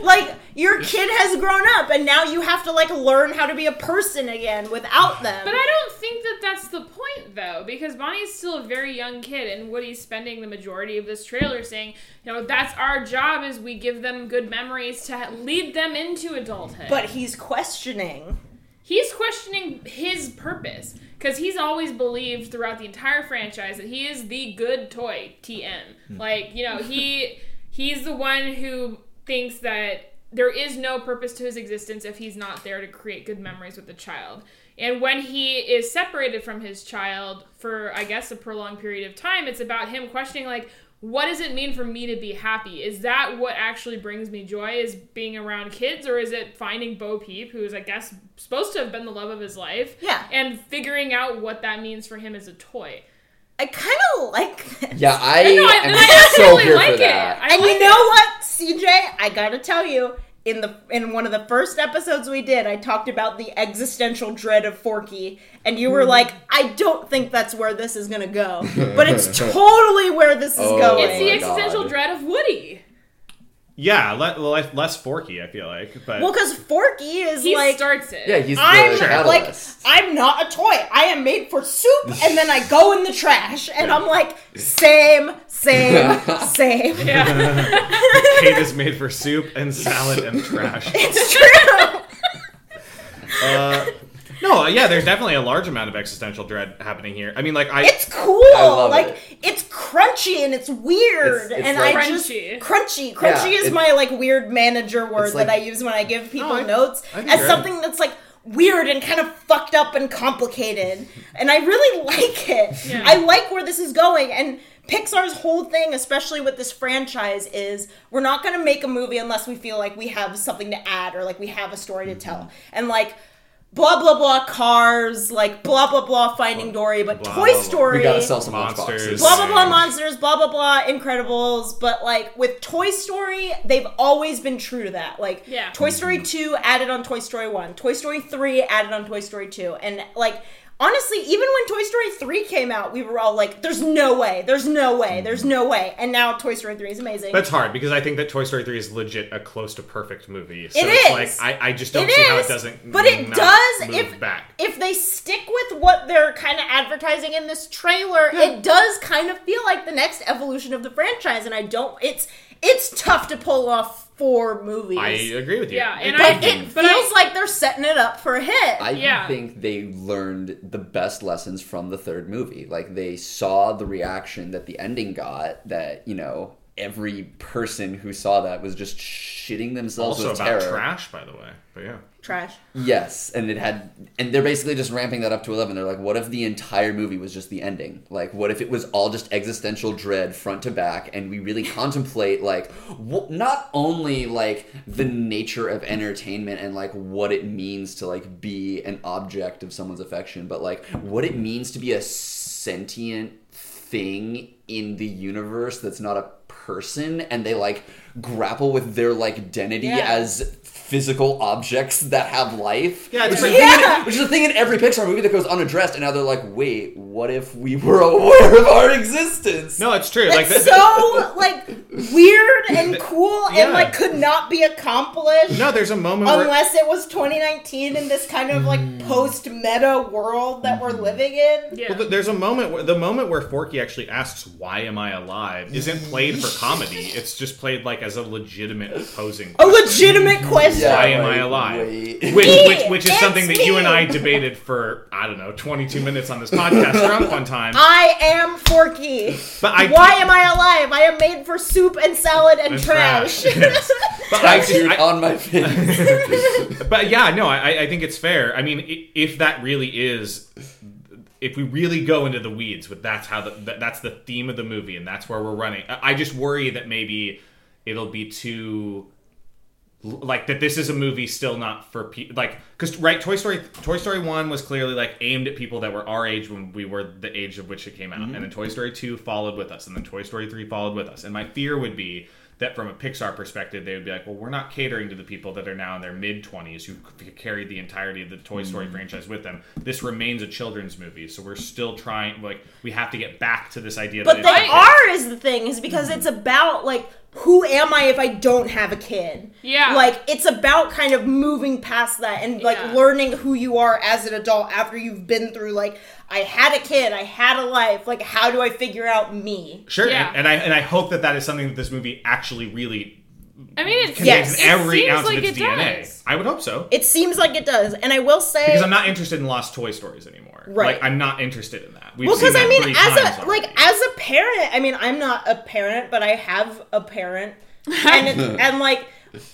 Speaker 8: like your kid has grown up and now you have to like learn how to be a person again without them
Speaker 10: But I don't think that that's the point, though, because Bonnie's still a very young kid, and Woody's spending the majority of this trailer saying, you know, that's our job is we give them good memories to lead them into adulthood.
Speaker 8: but he's questioning
Speaker 10: he's questioning his purpose because he's always believed throughout the entire franchise that he is the good toy TM. Like you know he he's the one who thinks that there is no purpose to his existence if he's not there to create good memories with the child. And when he is separated from his child for I guess a prolonged period of time, it's about him questioning like what does it mean for me to be happy? Is that what actually brings me joy? Is being around kids, or is it finding Bo Peep, who is I guess supposed to have been the love of his life,
Speaker 8: yeah,
Speaker 10: and figuring out what that means for him as a toy?
Speaker 8: I kind of like this.
Speaker 9: Yeah, I,
Speaker 10: I know, I-
Speaker 9: am
Speaker 10: and I
Speaker 9: so
Speaker 10: absolutely
Speaker 9: here
Speaker 10: like
Speaker 9: for
Speaker 10: it.
Speaker 9: that.
Speaker 10: I
Speaker 8: and
Speaker 10: like
Speaker 8: you know what, CJ? I gotta tell you, in the in one of the first episodes we did, I talked about the existential dread of Forky, and you were
Speaker 10: Hmm.
Speaker 8: like, "I don't think that's where this is gonna go," but it's
Speaker 10: [laughs]
Speaker 8: totally where this is
Speaker 10: Oh
Speaker 9: Oh
Speaker 8: going.
Speaker 10: It's the existential dread of Woody.
Speaker 7: Yeah, le- le- less forky, I feel like. But
Speaker 8: Well, [laughs] because Forky is
Speaker 10: He
Speaker 8: like
Speaker 10: starts it.
Speaker 7: Yeah, he's the
Speaker 8: I'm like
Speaker 7: catalyst.
Speaker 8: I'm not a toy. I am made for soup, and then I go in the trash, and I'm
Speaker 10: [laughs]
Speaker 8: like same, same, same.
Speaker 9: [laughs]
Speaker 7: Kate is made for soup and salad and trash.
Speaker 8: It's true.
Speaker 7: Uh, no, yeah, there's definitely a large amount of existential dread happening here. I mean, like, I
Speaker 8: It's cool. like it's crunchy and it's weird,
Speaker 7: It's- it's
Speaker 8: and
Speaker 7: like-
Speaker 8: I just
Speaker 10: Crunchy.
Speaker 8: crunchy.
Speaker 7: Yeah,
Speaker 8: Crunchy is
Speaker 7: it-
Speaker 8: my like weird manager word
Speaker 7: like-
Speaker 8: that I use when I give
Speaker 10: Oh,
Speaker 8: people notes
Speaker 7: I can
Speaker 8: as
Speaker 7: grab it.
Speaker 8: something that's like weird and kind of fucked up and complicated. And I really [laughs] like it.
Speaker 10: Yeah.
Speaker 8: I like where this is going and. Pixar's whole thing, especially with this franchise, is we're not going to make a movie unless we feel like we have something to add or like we have a story
Speaker 7: Mm-hmm.
Speaker 8: to tell. And like blah blah blah cars, like blah blah blah Finding Dory, but
Speaker 9: Blah,
Speaker 8: Toy
Speaker 9: blah, blah.
Speaker 8: Story.
Speaker 9: We gotta sell some monsters.
Speaker 8: Blah blah blah monsters, blah blah blah Incredibles, but like with Toy Story, they've always been true to that. Like
Speaker 10: Yeah.
Speaker 8: Toy Story 2 added on Toy Story 1, Toy Story 3 added on Toy Story 2, and like honestly, even when Toy Story 3 came out, we were all like there's no way, there's no way, there's no way. And now Toy Story 3 is amazing.
Speaker 7: that's hard because I think that Toy Story 3 is legit a close to perfect movie. So
Speaker 8: It
Speaker 7: it's
Speaker 8: is.
Speaker 7: like I, I just don't
Speaker 8: It
Speaker 7: see how
Speaker 8: is,
Speaker 7: it doesn't.
Speaker 8: but it
Speaker 7: not
Speaker 8: does
Speaker 7: move
Speaker 8: if-
Speaker 7: back.
Speaker 8: if they stick with what they're kind of advertising in this trailer, it does kind of feel like the next evolution of the franchise, and I don't. It's it's tough to pull off four movies.
Speaker 7: I agree with you.
Speaker 10: Yeah, and
Speaker 8: but
Speaker 10: I
Speaker 8: it feels like they're setting it up for a hit.
Speaker 9: I think they learned the best lessons from the third movie. Like they saw the reaction that the ending got. That you know every person who saw that was just shitting themselves
Speaker 7: also
Speaker 9: with
Speaker 7: about
Speaker 9: terror.
Speaker 7: trash, by the way. But yeah, [laughs]
Speaker 8: trash.
Speaker 9: Yes, and it had, and they're basically just ramping that up to eleven. They're like, what if the entire movie was just the ending? Like, what if it was all just existential dread, front to back, and we really contemplate like wh- not only like the nature of entertainment and like what it means to like be an object of someone's affection, but like what it means to be a sentient thing in the universe that's not a person, and they like grapple with their like identity
Speaker 29: Yeah.
Speaker 9: as physical objects that have life.
Speaker 29: Yeah,
Speaker 9: which,
Speaker 29: it's
Speaker 9: is a
Speaker 29: like-
Speaker 9: thing in-
Speaker 29: Yeah.
Speaker 9: which is a thing in every Pixar movie that goes unaddressed, and now they're like, wait, what if we were [laughs] aware of our existence?
Speaker 7: No, it's true.
Speaker 8: That's so like weird and cool
Speaker 9: Yeah.
Speaker 8: and like could not be accomplished.
Speaker 7: No, there's a moment where-
Speaker 8: unless it was 2019 in this kind of like
Speaker 7: Hmm.
Speaker 8: post meta world that we're living in.
Speaker 7: Well, th- there's a moment where the moment where Forky actually asks, "Why am I alive?" isn't played for comedy. It's just played like as a legitimate posing.
Speaker 8: A legitimate question.
Speaker 7: Why am I alive?
Speaker 9: Which,
Speaker 7: which, which is
Speaker 8: it's
Speaker 7: something that you and I
Speaker 8: me.
Speaker 7: debated for I don't know 22 minutes on this podcast drunk one
Speaker 8: [laughs]
Speaker 7: time.
Speaker 8: I am Forky.
Speaker 7: But I-
Speaker 8: Why am I alive? I am made for soup and salad and,
Speaker 7: And
Speaker 8: trash.
Speaker 7: trash, [laughs] yes. But I just- I-
Speaker 9: on my face.
Speaker 7: but yeah, no, I, I think it's fair. I mean, i- if that really is, if we really go into the weeds, with that's how the, that- that's the theme of the movie, and that's where we're running. I I just worry that maybe it'll be too like that this is a movie still not for people like because right toy story toy story 1 was clearly like aimed at people that were our age when we were the age of which it came out
Speaker 29: Mhm.
Speaker 7: and then toy story 2 followed with us and then toy story 3 followed with us and my fear would be that from a pixar perspective they would be like well we're not catering to the people that are now in their mid 20s who c- carried the entirety of the toy story
Speaker 29: Mhm.
Speaker 7: franchise with them this remains a children's movie so we're still trying like we have to get back to this idea
Speaker 8: [laughs]
Speaker 7: that
Speaker 8: But they
Speaker 7: it's-
Speaker 8: are is the thing, is because it's about like who am I if I don't have a kid?
Speaker 10: Yeah.
Speaker 8: Like it's about kind of moving past that and like learning who you are as an adult after you've been through like I had a kid, I had a life, like how do I figure out me?
Speaker 7: sure and, and i and i hope that that is something that this movie actually really
Speaker 10: I mean, it's,
Speaker 7: contains
Speaker 10: it
Speaker 7: every
Speaker 10: seems
Speaker 7: ounce
Speaker 10: like
Speaker 7: of its
Speaker 10: it
Speaker 7: DNA.
Speaker 10: does.
Speaker 7: I would hope so.
Speaker 8: It seems like it does. And I will say
Speaker 7: Because I'm not interested in lost toy stories anymore.
Speaker 8: Right.
Speaker 7: Like I'm not interested in that. We've
Speaker 8: well,
Speaker 7: seen
Speaker 8: because
Speaker 7: that
Speaker 8: I mean,
Speaker 7: three
Speaker 8: as
Speaker 7: times
Speaker 8: a
Speaker 7: already.
Speaker 8: like as a parent, I mean, I'm not a parent, but I have a parent, and it, and like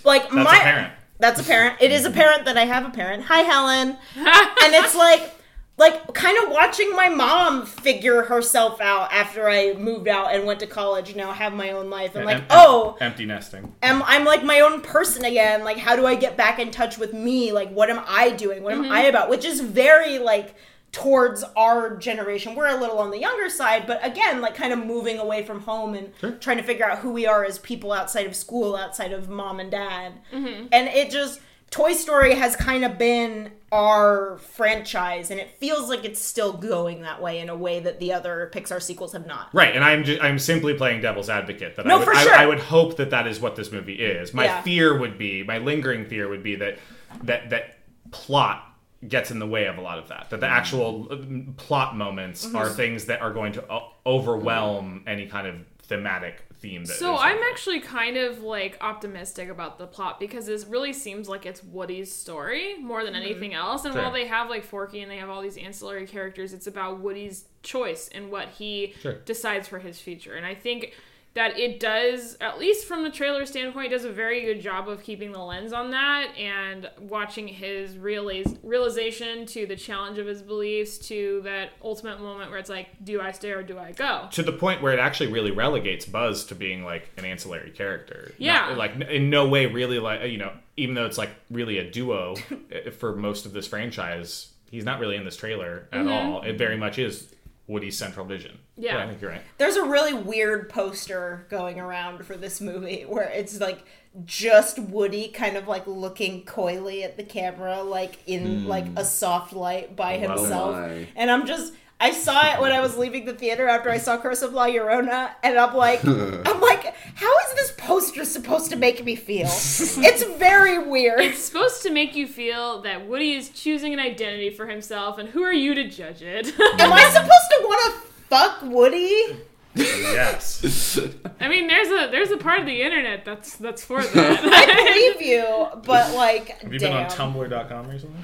Speaker 8: like
Speaker 7: That's a
Speaker 8: my
Speaker 7: parent. [laughs]
Speaker 8: that's a parent. It is a parent that I have a parent. Hi, Helen. and it's like like kind of watching my mom figure herself out after I moved out and went to college and now have my own life. I'm like,
Speaker 7: Em-
Speaker 8: oh,
Speaker 7: empty nesting.
Speaker 8: am I'm like my own person again. Like, how do I get back in touch with me? Like, what am I doing? What
Speaker 10: Mhm.
Speaker 8: am I about? Which is very like towards our generation. We're a little on the younger side, but again, like kind of moving away from home and trying to figure out who we are as people outside of school, outside of mom and dad.
Speaker 10: Mm-hmm.
Speaker 8: And it just Toy Story has kind of been our franchise and it feels like it's still going that way in a way that the other Pixar sequels have not.
Speaker 7: Right, and I'm ju- I'm simply playing devil's advocate. That
Speaker 8: No,
Speaker 7: I, would,
Speaker 8: for
Speaker 7: I-
Speaker 8: sure.
Speaker 7: I, would hope that that is what this movie is. My
Speaker 8: Yeah.
Speaker 7: fear would be, my lingering fear would be that that that plot gets in the way of a lot of that. That the
Speaker 8: Mm-hmm.
Speaker 7: actual um, plot moments
Speaker 10: Mhm.
Speaker 7: are things that are going to o- overwhelm any kind of thematic theme. That
Speaker 10: So
Speaker 7: is-
Speaker 10: I'm actually kind of like optimistic about the plot because this really seems like it's Woody's story more than
Speaker 30: Mhm.
Speaker 10: anything else. And
Speaker 30: Sure.
Speaker 10: while they have like Forky and they have all these ancillary characters, it's about Woody's choice and what he
Speaker 30: Sure.
Speaker 10: decides for his future. And I think that it does, at least from the trailer standpoint, it does a very good job of keeping the lens on that and watching his realize, realization to the challenge of his beliefs to that ultimate moment where it's like, do I stay or do I go?
Speaker 7: to the point where it actually really relegates Buzz to being like an ancillary character.
Speaker 10: Yeah.
Speaker 7: Not- like n- in no way really like you know even though it's like really a
Speaker 8: [laughs]
Speaker 7: duo eh, for most of this franchise, he's not really in this trailer at
Speaker 8: Mhm.
Speaker 7: all. It very much is Woody's central vision.
Speaker 8: Yeah.
Speaker 7: I think you're right.
Speaker 8: There's a really weird poster going around for this movie [laughs] where it's like just Woody kind of like looking coyly at the camera, like in
Speaker 10: Hmm.
Speaker 8: like a soft light by
Speaker 10: Oh
Speaker 8: himself.
Speaker 10: my.
Speaker 8: And I'm just I saw it when I was leaving the theater after I saw Curse of La Llorona, and I'm
Speaker 10: [laughs]
Speaker 8: like, I'm like, how is this poster supposed to make
Speaker 10: [laughs]
Speaker 8: me feel? it's very weird.
Speaker 10: It's supposed to make you feel that Woody is choosing an identity for himself, and who are you to judge it? [laughs]
Speaker 8: Am I supposed to want to fuck Woody?
Speaker 7: Oh, [laughs] Yes.
Speaker 10: I mean, there's a there's a part of the internet that's that's for
Speaker 8: [laughs]
Speaker 10: that.
Speaker 8: I believe you, but like,
Speaker 7: Have you been
Speaker 8: damn.
Speaker 7: on Tumblr.com recently?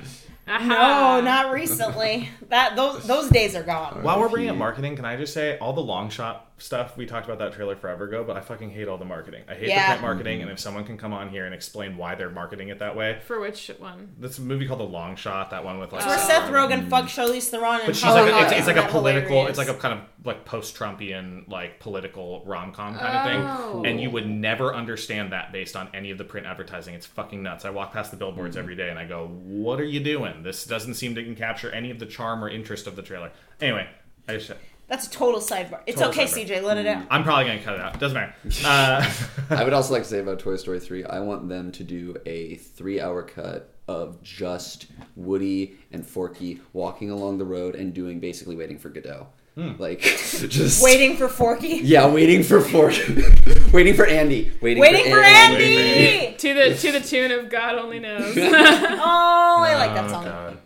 Speaker 10: Aha.
Speaker 8: No, Oh, not recently. That those those days are gone.
Speaker 7: While we're bringing up marketing, can I just say all the long shot stuff we talked about that trailer forever ago, but I fucking hate all the marketing. I hate
Speaker 10: Yeah.
Speaker 7: the print marketing, and if someone can come on here and explain why they're marketing it that way.
Speaker 10: For which one?
Speaker 7: That's a movie called The Long Shot. That one with like
Speaker 8: It's where Seth Rogen fucked Charlize Theron and
Speaker 7: But she's like,
Speaker 8: Helen
Speaker 7: a, it's,
Speaker 8: Hunt.
Speaker 7: it's like a
Speaker 8: Isn't that
Speaker 7: political,
Speaker 8: hilarious?
Speaker 7: it's like a kind of like post-Trumpian, like political rom-com kind of
Speaker 8: Oh.
Speaker 7: thing, and you would never understand that based on any of the print advertising. It's fucking nuts. I walk past the billboards
Speaker 10: Mhm.
Speaker 7: every day, and I go, "What are you doing? This doesn't seem to capture any of the charm or interest of the trailer." Anyway, I just,
Speaker 8: That's a total sidebar. It's
Speaker 7: Total
Speaker 8: okay,
Speaker 7: sidebar. Mm.
Speaker 8: CJ. Let it out.
Speaker 7: I'm probably gonna cut it out. Doesn't matter. Uh,
Speaker 9: I would also like to say about Toy Story 3, I want them to do a three hour cut of just Woody and Forky walking along the road and doing basically waiting for Godot.
Speaker 8: Hmm.
Speaker 9: Like, [laughs] just.
Speaker 8: Waiting for Forky.
Speaker 9: Yeah, waiting for Forky. [laughs] waiting for Andy. Waiting,
Speaker 8: Waiting for Andy!
Speaker 10: to the to the tune of God only knows.
Speaker 8: [laughs] oh, I like that song.
Speaker 7: God.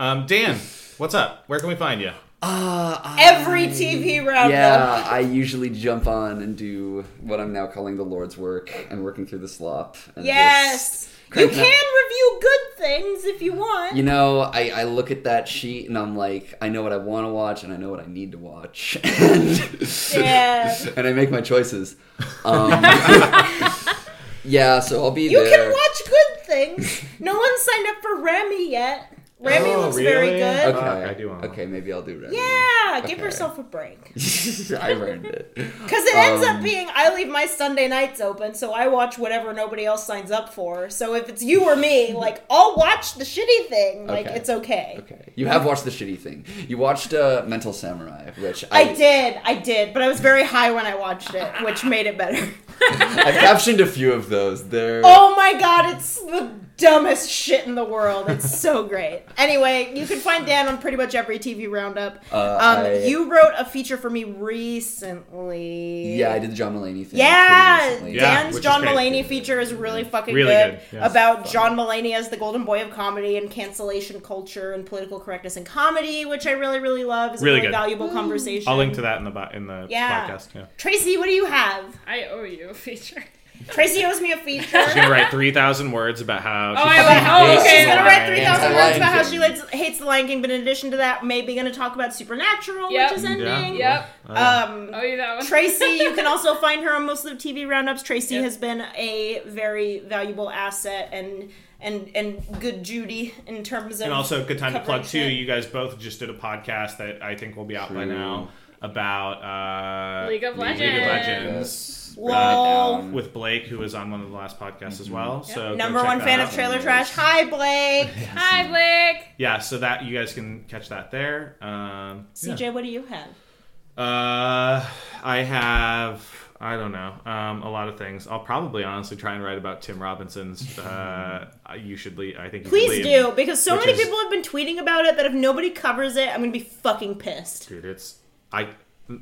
Speaker 7: Um, Dan, what's up? Where can we find you?
Speaker 8: Every TV roundup.
Speaker 9: Yeah, I usually jump on and do what I'm now calling the Lord's work and working through the slop. And
Speaker 8: Yes.
Speaker 9: just
Speaker 8: You
Speaker 9: cranking
Speaker 8: can
Speaker 9: out-
Speaker 8: review good things if you want.
Speaker 9: You know, I, I look at that sheet and I'm like, I know what I want to watch and I know what I need to watch. [laughs] and, [laughs]
Speaker 8: Yeah.
Speaker 9: and I make my choices. Um,
Speaker 8: [laughs]
Speaker 9: yeah, so I'll be
Speaker 8: You
Speaker 9: there.
Speaker 8: can watch good things. No one signed up for Remy yet. Remy
Speaker 7: Oh,
Speaker 8: looks very good.
Speaker 9: Okay, I do okay maybe I'll do Remy.
Speaker 8: Yeah, give
Speaker 9: Okay.
Speaker 8: yourself a break.
Speaker 9: [laughs] I earned it.
Speaker 8: Because it ends
Speaker 9: Um,
Speaker 8: up being I leave my Sunday nights open, so I watch whatever nobody else signs up for. So if it's you or
Speaker 9: [laughs]
Speaker 8: me, like I'll watch the shitty thing. Like
Speaker 9: Okay.
Speaker 8: it's okay.
Speaker 9: You have watched the shitty thing. You watched uh, Mental Samurai, which
Speaker 8: I, did, I did, but I was very high when I watched it, which made it
Speaker 9: [laughs]
Speaker 8: better. [laughs]
Speaker 9: I captioned a few of those. They're
Speaker 8: Oh my god, it's the dumbest shit in the world. It's
Speaker 9: [laughs]
Speaker 8: so great. Anyway, you can find Dan on pretty much every TV roundup.
Speaker 9: Uh,
Speaker 8: um,
Speaker 9: I-
Speaker 8: you wrote a feature for me recently.
Speaker 9: yeah, I did the John Mulaney thing. pretty
Speaker 8: Yeah,
Speaker 9: recently.
Speaker 8: Dan's John Mulaney feature is really fucking
Speaker 9: Really
Speaker 8: good,
Speaker 9: good, yes.
Speaker 8: about John Mulaney as the golden boy of comedy and cancellation culture and political correctness in comedy, which I really really love. It's
Speaker 7: Really
Speaker 8: a really
Speaker 7: good.
Speaker 8: valuable conversation.
Speaker 7: I'll link to that in the bo- in the
Speaker 8: Yeah.
Speaker 7: podcast. Yeah.
Speaker 8: Tracy, what do you have?
Speaker 10: I owe you a feature.
Speaker 8: Tracy owes me a feature.
Speaker 7: She's gonna write three thousand words about how.
Speaker 8: Oh, I
Speaker 7: fucking
Speaker 8: oh,
Speaker 7: hates
Speaker 8: okay. She's gonna write
Speaker 7: Lion
Speaker 8: three
Speaker 7: King.
Speaker 8: thousand words about how she hates, hates the Lion King, but in addition to that, maybe gonna talk about Supernatural,
Speaker 10: Yep.
Speaker 8: which is
Speaker 10: Yeah.
Speaker 8: ending.
Speaker 10: Yep.
Speaker 8: Um,
Speaker 10: oh, you that one.
Speaker 8: Tracy, you
Speaker 7: [laughs]
Speaker 8: can also find her on most of the TV roundups. Tracy has been a very valuable asset and and and good Judy in terms of
Speaker 7: And also, good time to
Speaker 8: covering
Speaker 7: plug too.
Speaker 8: shit.
Speaker 7: You guys both just did a podcast that I think will be out by
Speaker 9: True.
Speaker 7: now about uh,
Speaker 10: League of
Speaker 7: League of
Speaker 10: Legends.
Speaker 7: Legends.
Speaker 8: Whoa.
Speaker 7: Uh, with Blake, who was on one of the last podcasts as well. So go
Speaker 8: Number
Speaker 7: check
Speaker 8: one
Speaker 7: that
Speaker 8: fan
Speaker 7: out.
Speaker 8: of Trailer Trash. Hi, Blake.
Speaker 7: [laughs]
Speaker 10: Hi, Blake.
Speaker 7: Yeah, so that you guys can catch that there. Um, yeah.
Speaker 8: CJ, what do you have?
Speaker 7: Uh, I have I don't know um, a lot of things. I'll probably honestly try and write about Tim Robinson's. Uh, you should leave. I think you should
Speaker 8: Please
Speaker 7: leave,
Speaker 8: do, because so
Speaker 7: which
Speaker 8: many
Speaker 7: is-
Speaker 8: people have been tweeting about it that if nobody covers it, I'm gonna be fucking pissed.
Speaker 7: Dude, it's I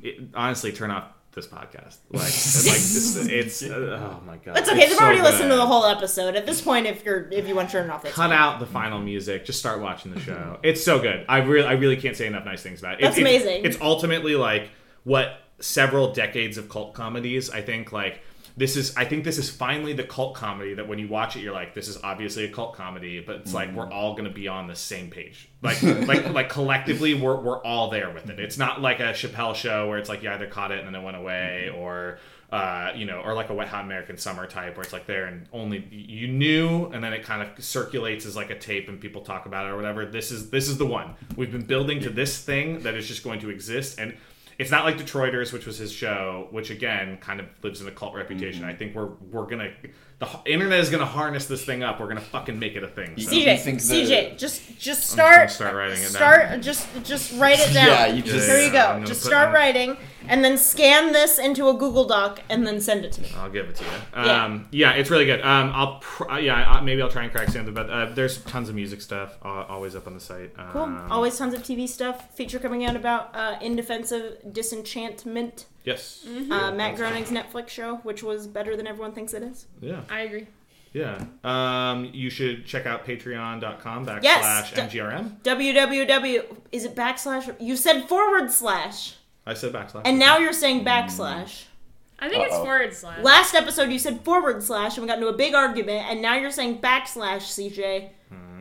Speaker 7: it, honestly turn off this podcast. Like, it's like this, it's uh, oh my god.
Speaker 8: That's okay.
Speaker 7: It's
Speaker 8: They've
Speaker 7: so
Speaker 8: already listened to
Speaker 7: good.
Speaker 8: the whole episode. At this point, if you're if you want to turn it off, that's
Speaker 7: Cut out the final music. Just start watching the
Speaker 8: [laughs]
Speaker 7: show. It's so good. I really, I really can't say enough nice things about it.
Speaker 8: That's
Speaker 7: It's- it's-
Speaker 8: amazing.
Speaker 7: It's ultimately like what several decades of cult comedies. I think like this is. I think this is finally the cult comedy that when you watch it, you're like, this is obviously a cult comedy, but it's like
Speaker 8: Mm.
Speaker 7: we're all gonna be on the same
Speaker 8: [laughs]
Speaker 7: page. Like, like, like collectively, we're we're all there with it. It's not like a Chappelle show where it's like you either caught it and then it went away
Speaker 8: Mm-hmm.
Speaker 7: or. Uh, you know, or like a wet hot American summer type, where it's like there and only you knew, and then it kind of circulates as like a tape, and people talk about it or whatever. This is this is the one we've been building to this thing that is just going to exist, and it's not like Detroiters, which was his show, which again kind of lives in a cult
Speaker 8: Mm-hmm.
Speaker 7: reputation. I think we're we're gonna the h- internet is gonna harness this thing up. We're gonna fucking make it a thing. So.
Speaker 8: CJ, CJ, just just
Speaker 7: I'm just gonna
Speaker 8: start
Speaker 7: start writing it down.
Speaker 8: Start just just write it down.
Speaker 7: Yeah, you just-
Speaker 8: here you
Speaker 7: Yeah, I'm
Speaker 8: go.
Speaker 7: gonna
Speaker 8: Just
Speaker 7: put
Speaker 8: start
Speaker 7: on-
Speaker 8: writing, and then scan this into a Google Doc, and then send it to me.
Speaker 7: I'll give it to you.
Speaker 8: Yeah.
Speaker 7: Um, yeah. it's really good. Um, I'll pr- uh, yeah, I, maybe I'll try and crack something, but uh, there's tons of music stuff uh, always up on the site. Um,
Speaker 8: Cool. Always tons of TV stuff. Feature coming out about uh, In Defense of Disenchantment.
Speaker 7: Yes.
Speaker 8: Uh,
Speaker 7: Yeah,
Speaker 8: Matt
Speaker 7: that's
Speaker 8: Groening's Netflix show, which was better than everyone thinks it is.
Speaker 7: Yeah.
Speaker 10: I agree.
Speaker 7: Yeah. Um, you should check out patreon.com backslash
Speaker 8: Yes.
Speaker 7: mgrm.
Speaker 8: www. Is it backslash? You said forward slash,
Speaker 7: I said backslash.
Speaker 8: and now you're saying backslash.
Speaker 10: I think it's
Speaker 7: Uh-oh.
Speaker 10: forward slash.
Speaker 8: Last episode you said forward slash, and we got into a big argument, and now you're saying backslash, CJ.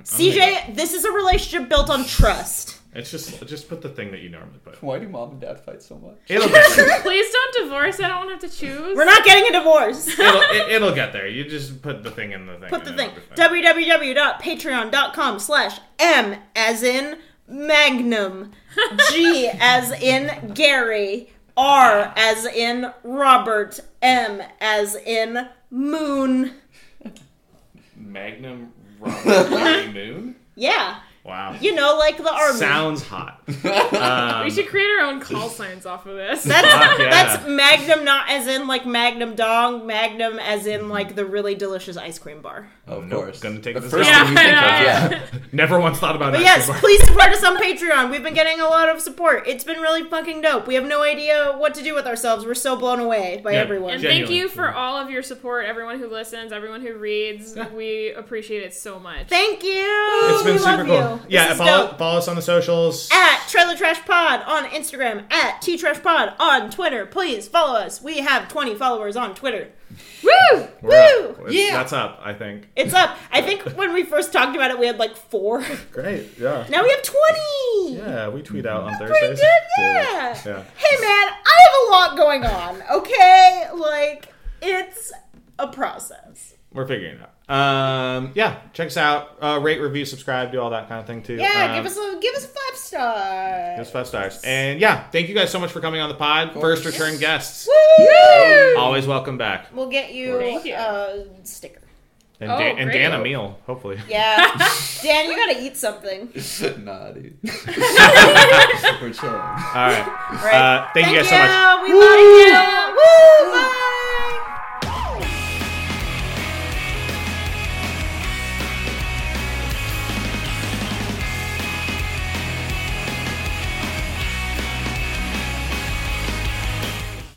Speaker 8: CJ, this is a relationship built on trust.
Speaker 7: It's just just put the thing that you normally put.
Speaker 9: Why do mom and dad fight so much?
Speaker 7: It'll get [laughs] there.
Speaker 10: Please don't divorce. I don't want to have to choose.
Speaker 8: We're not getting a divorce.
Speaker 7: it'll, it, it'll get there. You just put the thing in the thing.
Speaker 8: Put
Speaker 7: and
Speaker 8: the
Speaker 7: it'll
Speaker 8: thing.
Speaker 7: be fine.
Speaker 8: www.patreon.com slash M as in Magnum, G as in Gary, R as in Robert, M as in Moon.
Speaker 7: Magnum Robert Moon.
Speaker 8: Yeah.
Speaker 7: Wow.
Speaker 8: You know, like the army.
Speaker 7: Sounds hot.
Speaker 10: we
Speaker 7: Um,
Speaker 10: should create our own call signs off of this.
Speaker 8: That's,
Speaker 7: Fuck yeah.
Speaker 8: that's Magnum, not as in like Magnum Dong, Magnum as in like the really delicious ice cream bar.
Speaker 7: Of course. Gonna take the
Speaker 9: first thing you think of,
Speaker 7: yeah. Never once thought about
Speaker 8: But
Speaker 7: it.
Speaker 8: yes, please support us on Patreon. We've been getting a lot of support. It's been really fucking dope. We have no idea what to do with ourselves. We're so blown away by
Speaker 7: Yeah,
Speaker 8: everyone.
Speaker 10: And thank you for all of your support, everyone who listens, everyone who reads. We appreciate it so much.
Speaker 8: Thank you.
Speaker 7: It's been
Speaker 8: we
Speaker 7: super
Speaker 8: love
Speaker 7: cool.
Speaker 8: you. This
Speaker 7: Yeah,
Speaker 8: is
Speaker 7: follow,
Speaker 8: dope.
Speaker 7: follow us on the socials.
Speaker 8: At Trailer Trash Pod on Instagram, at T Trash Pod on Twitter. Please follow us. We have 20 followers on Twitter. Woo!
Speaker 7: We're up.
Speaker 8: Woo!
Speaker 7: It's-
Speaker 8: Yeah.
Speaker 7: That's up, I think.
Speaker 8: It's up. I think when we first talked about it, we had like four.
Speaker 7: Great, yeah.
Speaker 8: Now we have 20.
Speaker 7: Yeah, we tweet out on
Speaker 8: Pretty
Speaker 7: Thursdays.
Speaker 8: good, yeah.
Speaker 7: Yeah.
Speaker 8: Hey, man, I have a lot going on, okay? Like, it's a process.
Speaker 7: We're figuring it out. Um, yeah, check us out. Uh, rate, review, subscribe, do all that kind of thing too.
Speaker 8: Yeah,
Speaker 7: Um,
Speaker 8: give us a give us five stars.
Speaker 7: give us five stars. And yeah, thank you guys so much for coming on the pod. First return guests.
Speaker 8: Woo!
Speaker 7: Always welcome back.
Speaker 8: We'll get you
Speaker 10: Thank you.
Speaker 8: a sticker.
Speaker 7: And,
Speaker 8: Oh,
Speaker 7: Dan, and
Speaker 8: great.
Speaker 7: Dan a meal, hopefully. [laughs]
Speaker 8: Yeah. Dan, you gotta eat something.
Speaker 9: [laughs]
Speaker 8: [laughs]
Speaker 9: nah, dude. We're chilling.
Speaker 7: All right.
Speaker 8: Right.
Speaker 7: Uh, thank, you guys so much.
Speaker 8: We love you. Woo! Bye.